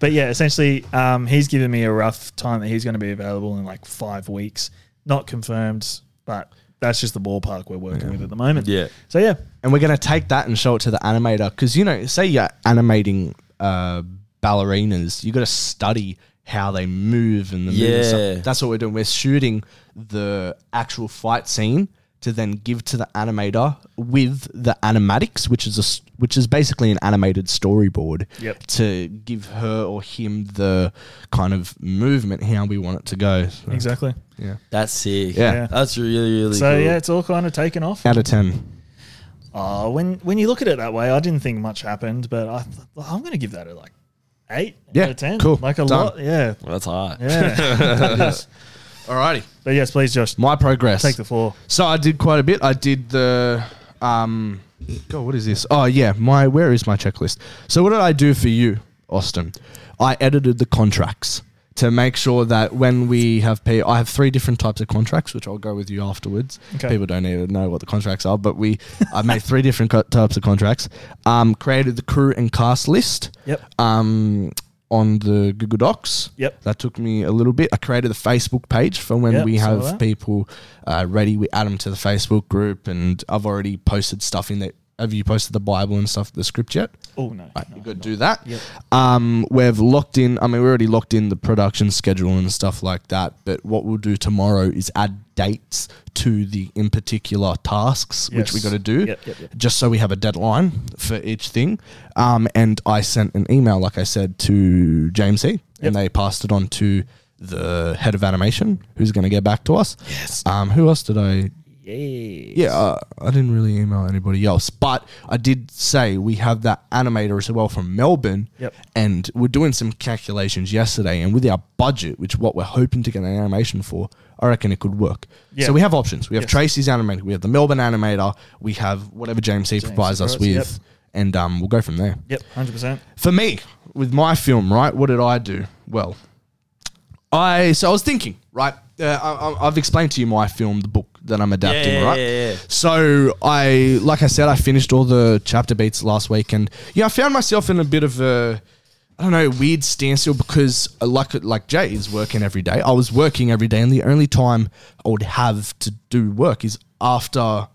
[SPEAKER 2] But yeah, essentially, um, he's given me a rough time that he's going to be available in like five weeks. Not confirmed, but that's just the ballpark we're working with at the moment.
[SPEAKER 3] Yeah.
[SPEAKER 2] So yeah,
[SPEAKER 1] And we're going to take that and show it to the animator. Because, you know, say you're animating uh, ballerinas, you got to study how they move and the move and stuff.
[SPEAKER 3] Yeah.
[SPEAKER 1] That's what we're doing. We're shooting the actual fight scene to then give to the animator with the animatics, which is a s which is basically an animated storyboard.
[SPEAKER 2] Yep.
[SPEAKER 1] To give her or him the kind of movement how we want it to go. So,
[SPEAKER 2] exactly.
[SPEAKER 1] Yeah.
[SPEAKER 3] That's sick.
[SPEAKER 1] Yeah.
[SPEAKER 2] Yeah.
[SPEAKER 3] That's really, really
[SPEAKER 2] So
[SPEAKER 3] cool.
[SPEAKER 2] yeah, it's all kind of taken off.
[SPEAKER 1] Out of ten.
[SPEAKER 2] Uh, when when you look at it that way, I didn't think much happened, but I th- I'm going to give that a like eight
[SPEAKER 1] Yeah,
[SPEAKER 2] out of ten.
[SPEAKER 1] cool,
[SPEAKER 2] like a
[SPEAKER 1] done.
[SPEAKER 2] lot. Yeah,
[SPEAKER 3] Well, that's hard.
[SPEAKER 2] yeah. Yes.
[SPEAKER 1] Alrighty.
[SPEAKER 2] But yes, please, Josh,
[SPEAKER 1] My progress.
[SPEAKER 2] take the floor.
[SPEAKER 1] So I did quite a bit. I did the um God, what is this? Oh yeah, my where is my checklist? So what did I do for you, Austin? I edited the contracts to make sure that when we have pay I have three different types of contracts, which I'll go with you afterwards.
[SPEAKER 2] Okay.
[SPEAKER 1] People don't need to know what the contracts are, but we I made three different co- types of contracts. Um, created the crew and cast list
[SPEAKER 2] Yep.
[SPEAKER 1] um, on the Google Docs.
[SPEAKER 2] Yep.
[SPEAKER 1] That took me a little bit. I created a Facebook page for when
[SPEAKER 2] Yep,
[SPEAKER 1] we
[SPEAKER 2] saw
[SPEAKER 1] have
[SPEAKER 2] that.
[SPEAKER 1] people uh, ready. We add them to the Facebook group, and I've already posted stuff in there. Have you posted the Bible and stuff, the script yet?
[SPEAKER 2] Oh no,
[SPEAKER 1] Right,
[SPEAKER 2] no,
[SPEAKER 1] you could
[SPEAKER 2] no.
[SPEAKER 1] do that.
[SPEAKER 2] Yep.
[SPEAKER 1] Um, we've locked in. I mean, we already locked in the production schedule and stuff like that. But what we'll do tomorrow is add dates to the in particular tasks which we
[SPEAKER 2] Yes.
[SPEAKER 1] got to do,
[SPEAKER 2] Yep, yep, yep.
[SPEAKER 1] just so we have a deadline for each thing. Um, and I sent an email, like I said, to James C, and
[SPEAKER 2] Yep.
[SPEAKER 1] they passed it on to the head of animation, who's going to get back to us. Um, who else did I yeah, uh, I didn't really email anybody else, but I did say we have that animator as well from Melbourne,
[SPEAKER 2] Yep.
[SPEAKER 1] and we're doing some calculations yesterday, and with our budget, which what we're hoping to get an animation for, I reckon it could work.
[SPEAKER 2] Yeah.
[SPEAKER 1] So we have options. We have
[SPEAKER 2] Yes.
[SPEAKER 1] Tracy's animator, we have the Melbourne animator, we have whatever James C provides us with,
[SPEAKER 2] provides, yep.
[SPEAKER 1] and um, we'll go from there.
[SPEAKER 2] Yep, hundred percent.
[SPEAKER 1] For me, with my film, right, what did I do? Well, I so I was thinking, right. Uh, I, I- I've explained to you my film, the book that I'm adapting,
[SPEAKER 3] yeah,
[SPEAKER 1] right?
[SPEAKER 3] yeah, yeah.
[SPEAKER 1] So I, like I said, I finished all the chapter beats last week, and yeah, I found myself in a bit of a, I don't know, weird standstill because uh, like like Jay is working every day. I was working every day, and the only time I would have to do work is after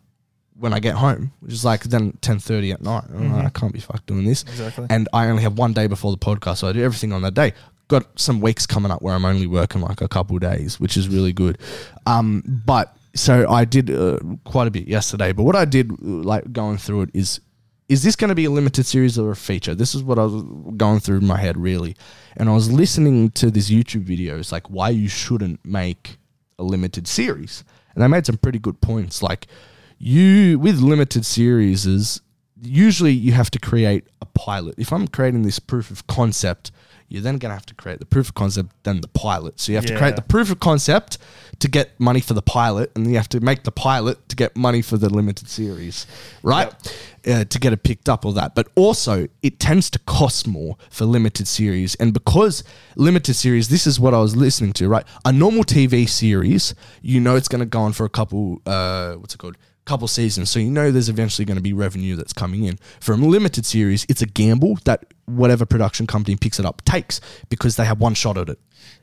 [SPEAKER 1] when I get home, which is like then ten thirty at night. I'm like, I can't be fucked doing this.
[SPEAKER 2] Exactly.
[SPEAKER 1] And I only have one day before the podcast, so I do everything on that day. Got some weeks coming up where I'm only working like a couple days, which is really good. Um, but so I did uh, quite a bit yesterday. But what I did, uh, like going through it, is is this going to be a limited series or a feature? This is what I was going through in my head really, and I was listening to this YouTube video. It's like why you shouldn't make a limited series, and they made some pretty good points. Like you with limited series is usually you have to create a pilot. If I'm creating this proof of concept, you're then going to have to create the proof of concept, then the pilot. So you have to create
[SPEAKER 2] Yeah.
[SPEAKER 1] the proof of concept to get money for the pilot, and you have to make the pilot to get money for the limited series, right? Uh, to get it picked up, all that. But also, it tends to cost more for limited series. And because limited series, this is what I was listening to, right? A normal TV series, you know, it's going to go on for a couple, uh, what's it called? couple seasons. So you know there's eventually going to be revenue that's coming in. From a limited series, it's a gamble that whatever production company picks it up takes because they have one shot at it.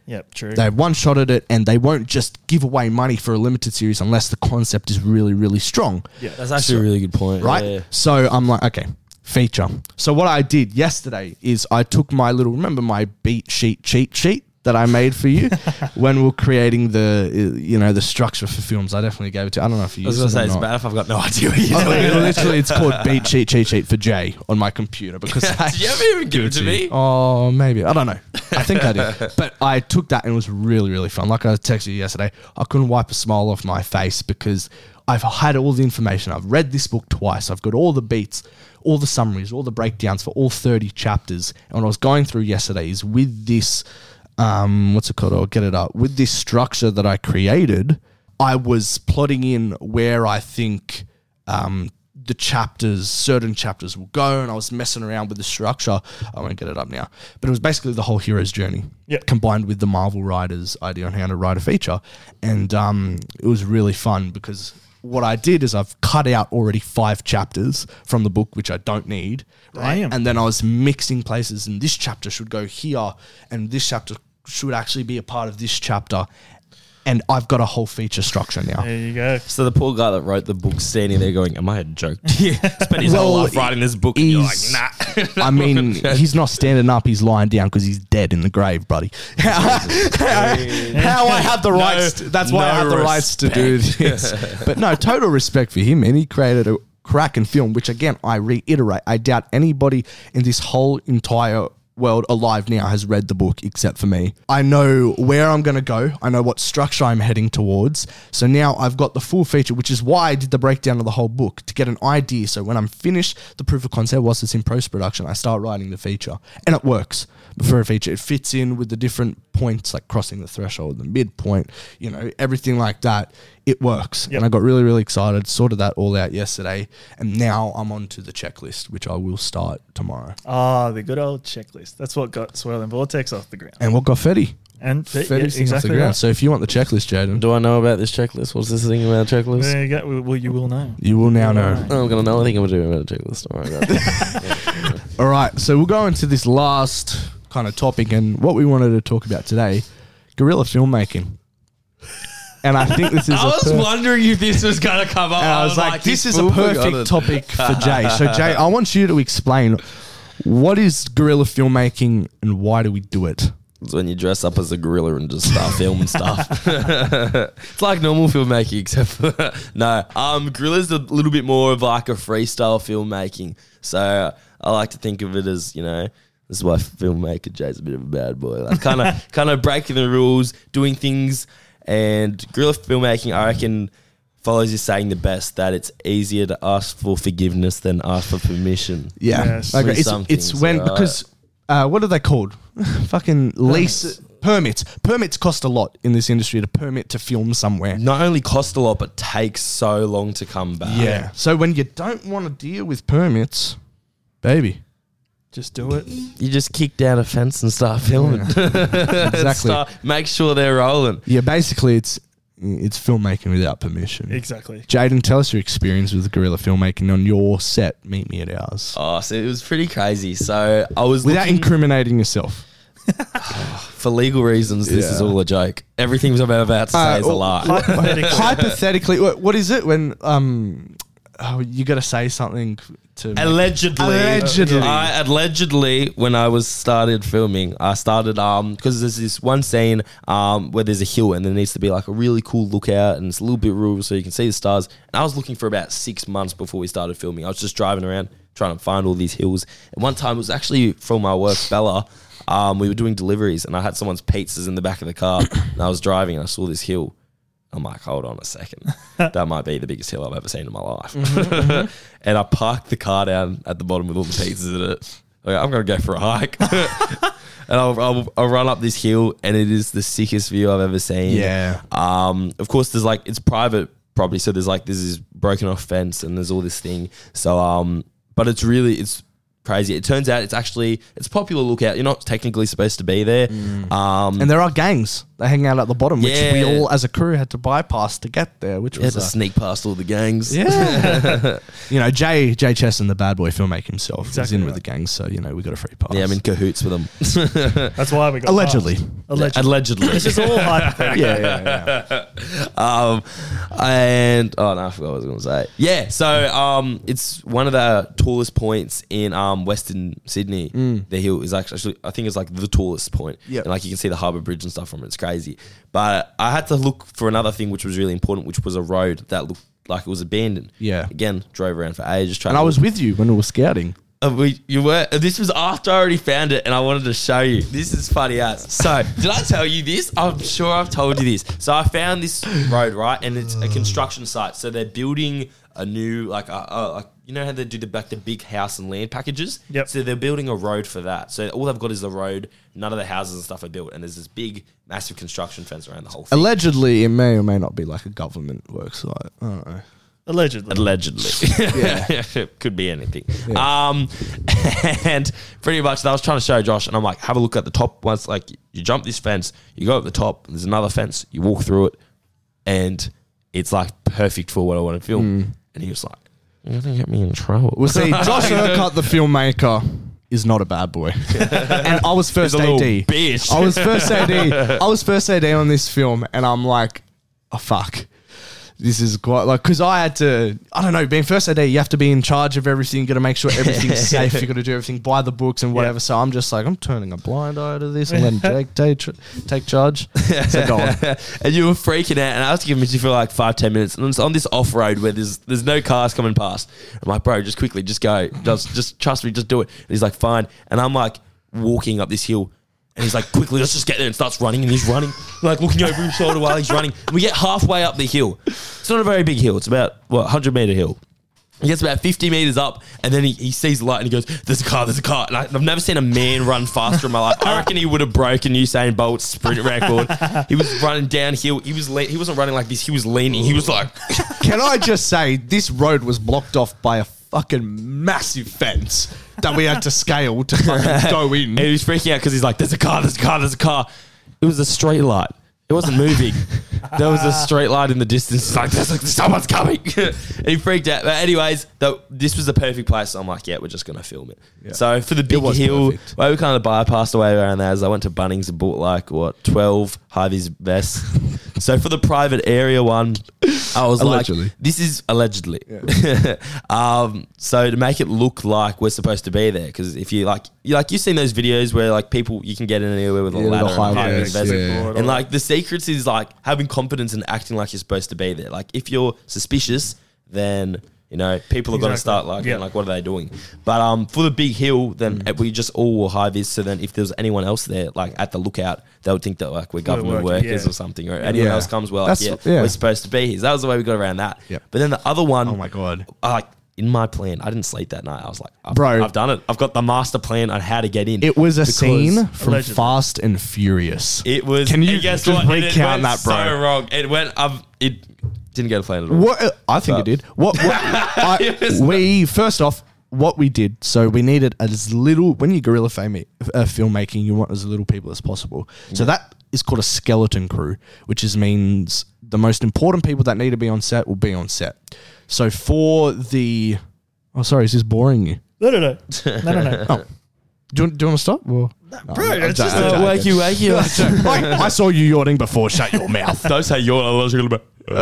[SPEAKER 2] Yep, true.
[SPEAKER 1] They have one shot at it and they won't just give away money for a limited series unless the concept is really, really strong.
[SPEAKER 2] yeah,
[SPEAKER 3] That's actually a really good point.
[SPEAKER 1] Right?
[SPEAKER 3] Yeah.
[SPEAKER 1] So I'm like, okay, feature. So what I did yesterday is I took my little, remember my beat sheet cheat sheet? That I made for you when we are creating the, uh, you know, the structure for films. I definitely gave it to. you. I don't know if you.
[SPEAKER 3] I was
[SPEAKER 1] used
[SPEAKER 3] gonna
[SPEAKER 1] it
[SPEAKER 3] say
[SPEAKER 1] or
[SPEAKER 3] it's
[SPEAKER 1] not.
[SPEAKER 3] bad if I've got no idea what you're
[SPEAKER 1] Oh,
[SPEAKER 3] doing.
[SPEAKER 1] wait, literally, it's called beat sheet cheat sheet for Jay on my computer because I,
[SPEAKER 3] Did you ever even give it to me?
[SPEAKER 1] oh maybe I don't know. I think I did, but I took that and it was really really fun. Like I texted you yesterday, I couldn't wipe a smile off my face because I've had all the information. I've read this book twice. I've got all the beats, all the summaries, all the breakdowns for all thirty chapters. And what I was going through yesterday is with this, um, what's it called? I'll get it up. With this structure that I created, I was plotting in where I think um, the chapters, certain chapters will go, and I was messing around with the structure. I won't get it up now, but it was basically the whole hero's journey,
[SPEAKER 2] Yep.
[SPEAKER 1] combined with the Marvel writers' idea on how to write a feature, and um, it was really fun because what I did is I've cut out already five chapters from the book, which I don't need, right?
[SPEAKER 2] Damn.
[SPEAKER 1] And then I was mixing places, and this chapter should go here, and this chapter should actually be a part of this chapter, and I've got a whole feature structure now.
[SPEAKER 2] there you go.
[SPEAKER 3] So the poor guy that wrote the book standing there going, "Am I a joke?" yeah, spent his whole
[SPEAKER 1] Well,
[SPEAKER 3] life writing this book, and you're like,
[SPEAKER 1] he's-
[SPEAKER 3] "Nah."
[SPEAKER 1] I mean, he's not standing up; he's lying down because he's dead in the grave, buddy. How, how I have the rights? to- that's why I
[SPEAKER 3] no
[SPEAKER 1] have the rights to do this. But no, total respect for him, and he created a cracking film. Which again, I reiterate, I doubt anybody in this whole entire world alive now has read the book except for me. I know where I'm going to go. I know what structure I'm heading towards. So now I've got the full feature, which is why I did the breakdown of the whole book to get an idea. So when I'm finished the proof of concept, whilst it's in post production, I start writing the feature and it works for a feature. It fits in with the different points, like crossing the threshold, the midpoint, you know, everything like that. It works. And I got really, really excited, sorted that all out yesterday. And now I'm on to the checklist, which I will start tomorrow.
[SPEAKER 2] Ah, the good old checklist. That's what got Swirl and Vortex off the ground.
[SPEAKER 1] And what got Fetty?
[SPEAKER 2] And Fe-
[SPEAKER 1] Fetty's
[SPEAKER 2] yeah,
[SPEAKER 1] thing off the
[SPEAKER 2] exactly
[SPEAKER 1] ground.
[SPEAKER 2] right.
[SPEAKER 1] So if you want the checklist, Jaden,
[SPEAKER 4] Do I know about this checklist? What's this thing about a checklist?
[SPEAKER 2] There you go. Well, well, you will know.
[SPEAKER 1] you will now know.
[SPEAKER 4] I'm gonna know. I think I'm gonna do about a checklist. All right.
[SPEAKER 1] All right, so we'll go into this last kind of topic and what we wanted to talk about today guerrilla filmmaking. And I think this is. a
[SPEAKER 3] I was
[SPEAKER 1] per-
[SPEAKER 3] wondering if this was gonna come up.
[SPEAKER 1] and I was Oh, like, this is a perfect topic for Jay. So, Jay, I want you to explain what is guerrilla filmmaking and why do we do it?
[SPEAKER 3] It's when you dress up as a gorilla and just start filming stuff. it's like normal filmmaking, except for no. Um, gorilla's a little bit more of like a freestyle filmmaking. So I like to think of it as you know. This is why filmmaker Jay's a bit of a bad boy. Like kind of, kind of breaking the rules, doing things, and guerrilla filmmaking. I reckon follows you saying the best that it's easier to ask for forgiveness than ask for permission.
[SPEAKER 1] Yeah.
[SPEAKER 2] Yes.
[SPEAKER 1] Okay,
[SPEAKER 3] With
[SPEAKER 1] It's,
[SPEAKER 3] some
[SPEAKER 1] it's
[SPEAKER 3] things,
[SPEAKER 1] when,
[SPEAKER 3] right.
[SPEAKER 1] because uh, what are they called? Fucking lease permits. Permits cost a lot in this industry to permit to film somewhere.
[SPEAKER 3] Not only cost a lot, but takes so long to come back.
[SPEAKER 1] Yeah. So when you don't want to deal with permits, baby.
[SPEAKER 2] Just do it.
[SPEAKER 3] You just kick down a fence and start filming.
[SPEAKER 1] Exactly.
[SPEAKER 3] Start- make sure they're rolling.
[SPEAKER 1] Yeah, basically it's it's filmmaking without permission.
[SPEAKER 2] Exactly.
[SPEAKER 1] Jaden, tell us your experience with guerrilla filmmaking on your set. Meet me at ours.
[SPEAKER 3] Oh, so it was pretty crazy. So I was
[SPEAKER 1] Without
[SPEAKER 3] looking
[SPEAKER 1] incriminating yourself.
[SPEAKER 3] for legal reasons. This is
[SPEAKER 1] Yeah.
[SPEAKER 3] all a joke. Everything I'm about to say
[SPEAKER 1] Uh,
[SPEAKER 3] is a
[SPEAKER 1] well,
[SPEAKER 3] lie.
[SPEAKER 2] Hypothetically.
[SPEAKER 1] Hypothetically, wha- what is it when um oh, you got to say something to make-
[SPEAKER 3] Allegedly,
[SPEAKER 1] Allegedly.
[SPEAKER 3] I allegedly when I was started filming, I started um because there's this one scene um where there's a hill and there needs to be like a really cool lookout and it's a little bit rural so you can see the stars. And I was looking for about six months before we started filming. I was just driving around trying to find all these hills. And one time it was actually from my work, Bella. Um, we were doing deliveries and I had someone's pizzas in the back of the car and I was driving and I saw this hill. I'm like, hold on a second. That might be the biggest hill I've ever seen in my life. and I parked the car down at the bottom with all the pizzas in it. Like, I'm going to go for a hike. and I'll, I'll, I'll run up this hill, and it is the sickest view I've ever seen.
[SPEAKER 1] Yeah.
[SPEAKER 3] Um, of course, there's like, it's private property. So there's like, this is broken off fence, and there's all this thing. So, um, but it's really, it's, Crazy! It turns out it's actually it's a popular lookout. You're not technically supposed to be there. Um,
[SPEAKER 1] Mm. And there are gangs that hang out at the bottom, which we
[SPEAKER 3] Yeah.
[SPEAKER 1] all as a crew had to bypass to get there, which
[SPEAKER 3] you had
[SPEAKER 1] was
[SPEAKER 3] to
[SPEAKER 1] a,
[SPEAKER 3] sneak past all the gangs.
[SPEAKER 1] yeah. you know, Jay Jay Chesson, the bad boy filmmaker himself, was
[SPEAKER 2] Exactly
[SPEAKER 1] in
[SPEAKER 2] right.
[SPEAKER 1] with the gangs, so you know we got a free pass.
[SPEAKER 3] Yeah, I'm in cahoots with them.
[SPEAKER 2] That's why we got
[SPEAKER 1] Allegedly.
[SPEAKER 2] passed. Allegedly.
[SPEAKER 3] Allegedly.
[SPEAKER 2] This is all Oh, hypothetical.
[SPEAKER 1] yeah, yeah, yeah.
[SPEAKER 3] um, and oh no, I forgot what I was gonna say. Yeah, so um, it's one of the tallest points in um Western Sydney. The hill is actually, I think it's like the tallest point.
[SPEAKER 1] Mm. Yep.
[SPEAKER 3] and like you can see the harbour bridge and stuff from it. It's crazy. But I had to look for another thing which was really important, which was a road that looked like it was abandoned.
[SPEAKER 1] Yeah.
[SPEAKER 3] again, drove around for ages trying.
[SPEAKER 1] And I
[SPEAKER 3] to
[SPEAKER 1] was with you when we were scouting.
[SPEAKER 3] uh, we, you were. This was after I already found it, and I wanted to show you. This is funny ass. So, did I tell you this? I'm sure I've told you this. So, I found this road right, and it's a construction site. So they're building a new, like, uh, uh, like you know how they do the like the big house and land packages.
[SPEAKER 2] Yep.
[SPEAKER 3] So they're building a road for that. So all they've got is the road. None of the houses and stuff are built, and there's this big, massive construction fence around the whole thing.
[SPEAKER 1] Allegedly, it may or may not be like a government work site. I don't know.
[SPEAKER 2] Allegedly.
[SPEAKER 3] allegedly. Could be anything. Um, and pretty much, I was trying to show Josh, and I'm like, have a look at the top. Once, like, you jump this fence, you go up the top, there's another fence, you walk through it, and it's like perfect for what I want to film. And he was like, you're going to get me in trouble.
[SPEAKER 1] Well, see, Josh Urquhart, the filmmaker, is not a bad boy. and I was first
[SPEAKER 3] a
[SPEAKER 1] AD.
[SPEAKER 3] little bitch.
[SPEAKER 1] I was first AD. I was first AD on this film, and I'm like, oh, fuck. This is quite like because I had to. I don't know. Being first AD, you have to be in charge of everything. You got to make sure everything's safe. You got to do everything by the books and whatever. So I'm just like, I'm turning a blind eye to this and letting Jake take, tr- take charge. So go on.
[SPEAKER 3] and you were freaking out. And I was giving it to you for like five, ten minutes. And it's on this off road where there's there's no cars coming past. I'm like, bro, just quickly, just go, just just trust me, just do it. And he's like, fine. And I'm like. walking up this hill. And he's like, quickly, let's just get there. And starts running, and he's running, like looking over his shoulder while he's running. And we get halfway up the hill. It's not a very big hill. It's about, what, 100 meter hill. He gets about 50 meters up, and then he, he sees the light and he goes, There's a car, there's a car. And I, have never seen a man run faster in my life. I reckon he would have broken Usain Bolt's sprint record. He was running downhill. He, was le- he wasn't running like this, he was leaning. He was like,
[SPEAKER 1] Can I just say this road was blocked off by a fucking massive fence that we had to scale to fucking go in.
[SPEAKER 3] And he was freaking out because he's like, "There's a car! There's a car! There's a car!" It was a straight light. It wasn't moving. there was a straight light in the distance. He's like, "There's like, someone's coming!" and he freaked out. But anyways, though, this was the perfect place. I'm like, "Yeah, we're just gonna film it." So for the big
[SPEAKER 1] was
[SPEAKER 3] hill,
[SPEAKER 1] perfect.
[SPEAKER 3] well, we kind of bypassed the way around that. As I went to Bunnings and bought like what twelve Harvey's vests. so for the private area one, I was
[SPEAKER 1] Allegedly.
[SPEAKER 3] like, this is allegedly. um, so to make it look like we're supposed to be there, because if you like, you like you've seen those videos where like people you can get in anywhere with a
[SPEAKER 4] the
[SPEAKER 3] ladder, and
[SPEAKER 4] high
[SPEAKER 3] hide in
[SPEAKER 4] vis,
[SPEAKER 3] the vest.
[SPEAKER 4] yeah.
[SPEAKER 2] Board or-
[SPEAKER 3] and like the secrets is like having confidence and acting like you're supposed to be there. Like if you're suspicious, then you know people are going to
[SPEAKER 2] Exactly.
[SPEAKER 3] start like,
[SPEAKER 2] Yeah.
[SPEAKER 3] like what are they doing? But um, for the big hill, then
[SPEAKER 1] Mm.
[SPEAKER 3] we just all wore high vis. So then if there was anyone else there, like at the lookout, they would think that like we're government
[SPEAKER 2] working,
[SPEAKER 3] workers
[SPEAKER 2] yeah.
[SPEAKER 3] or something, or anyone
[SPEAKER 1] Yeah.
[SPEAKER 3] else comes, we're like,
[SPEAKER 1] That's-
[SPEAKER 3] yeah,
[SPEAKER 1] yeah.
[SPEAKER 3] we're supposed to be here. So that was the way we got around that.
[SPEAKER 1] Yep.
[SPEAKER 3] But then the other one,
[SPEAKER 1] Oh my God.
[SPEAKER 3] I, like in my plan, I didn't sleep that night. I was like, I've,
[SPEAKER 1] Bro.
[SPEAKER 3] I've done it. I've got the master plan on how to get in.
[SPEAKER 1] It was a
[SPEAKER 3] Because
[SPEAKER 1] scene from
[SPEAKER 2] allegedly.
[SPEAKER 1] Fast and Furious.
[SPEAKER 3] It was.
[SPEAKER 1] Can you
[SPEAKER 3] and guess
[SPEAKER 1] just
[SPEAKER 3] what? And it
[SPEAKER 1] recount
[SPEAKER 3] went
[SPEAKER 1] that, bro?
[SPEAKER 3] So wrong. It went. Um, it didn't go to plan at all.
[SPEAKER 1] What uh, I think it did. What, what I,
[SPEAKER 3] It was
[SPEAKER 1] we first off, what we did. So we needed as little when you guerrilla fami- uh, filmmaking, you want as little people as possible. So that is called a skeleton crew, which is means the most important people that need to be on set will be on set. So for the, oh sorry, is this boring you? Oh.
[SPEAKER 2] No, no, no, no, no, no.
[SPEAKER 1] Do you, do you want to stop? Or? Oh,
[SPEAKER 2] Bro,
[SPEAKER 1] I'm- I'm
[SPEAKER 2] it's just
[SPEAKER 1] joking,
[SPEAKER 2] a-
[SPEAKER 1] I'm joking.
[SPEAKER 3] wakey, wakey.
[SPEAKER 1] Wait, I saw you yawning before. Shut your mouth.
[SPEAKER 3] Don't say you're otherwise you're gonna be.
[SPEAKER 1] Uh, yeah,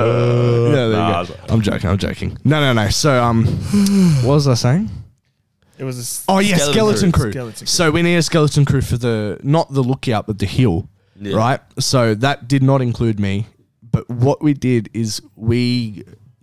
[SPEAKER 1] there you
[SPEAKER 3] Nah,
[SPEAKER 1] go. I'm joking. I'm joking. No, no, no. So, um, what was I saying?
[SPEAKER 2] It was. A s-
[SPEAKER 1] Oh yeah, skeleton,
[SPEAKER 3] Skeleton
[SPEAKER 1] crew.
[SPEAKER 2] crew. Skeleton crew.
[SPEAKER 1] So we need a skeleton crew for the not the lookout, but the hill,
[SPEAKER 3] Yeah.
[SPEAKER 1] right? So that did not include me. But what we did is we,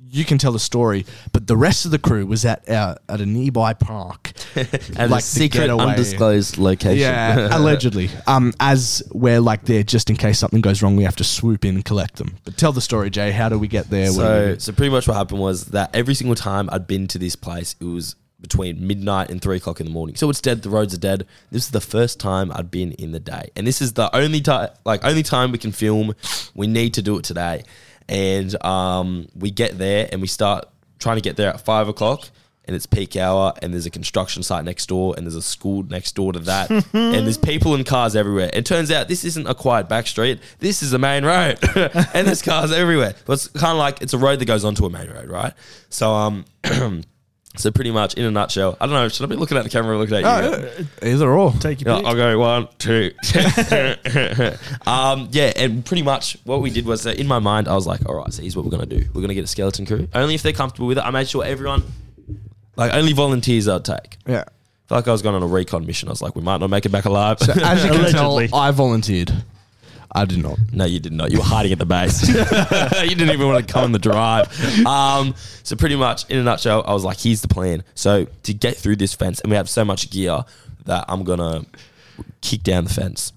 [SPEAKER 1] you can tell the story, but the rest of the crew was at our, at a nearby park,
[SPEAKER 3] At a
[SPEAKER 1] like the
[SPEAKER 3] secret,
[SPEAKER 1] getaway.
[SPEAKER 3] undisclosed location.
[SPEAKER 1] Yeah, allegedly. Um, as we're like there, just in case something goes wrong, we have to swoop in and collect them. But tell the story, Jay. How do we get there? What do we
[SPEAKER 3] So,
[SPEAKER 1] do?
[SPEAKER 3] so pretty much what happened was that every single time I'd been to this place, it was between midnight and three o'clock in the morning. So it's dead. The roads are dead. This is the first time I'd been in the day, and this is the only time, like only time we can film. We need to do it today, and um, we get there and we start trying to get there at five o'clock. And it's peak hour, and there's a construction site next door, and there's a school next door to that, and there's people and cars everywhere. It turns out this isn't a quiet back street. This is a main road, and there's cars everywhere. But it's kind of like it's a road that goes onto a main road, right? So, um, so pretty much in a nutshell, I don't know. Should I be looking at the camera or looking at you?
[SPEAKER 1] either or.
[SPEAKER 2] Take your
[SPEAKER 3] Yeah,
[SPEAKER 2] pick.
[SPEAKER 3] I'll go one, two. um, yeah, and pretty much what we did was that in my mind, I was like, all right, so here's what we're going to do. We're going to get a skeleton crew. Only if they're comfortable with it. I made sure everyone, like, only volunteers I'd take.
[SPEAKER 1] Yeah.
[SPEAKER 3] Felt like I was going on a recon mission. I was like, we might not make it back alive.
[SPEAKER 1] As you can
[SPEAKER 2] Allegedly.
[SPEAKER 1] tell, I volunteered. I did not.
[SPEAKER 3] No, you did not. You were hiding at the base. you didn't even want to come on the drive. Um, so pretty much, in a nutshell, I was like, "Here's the plan." So to get through this fence, and we have so much gear that I'm gonna kick down the fence.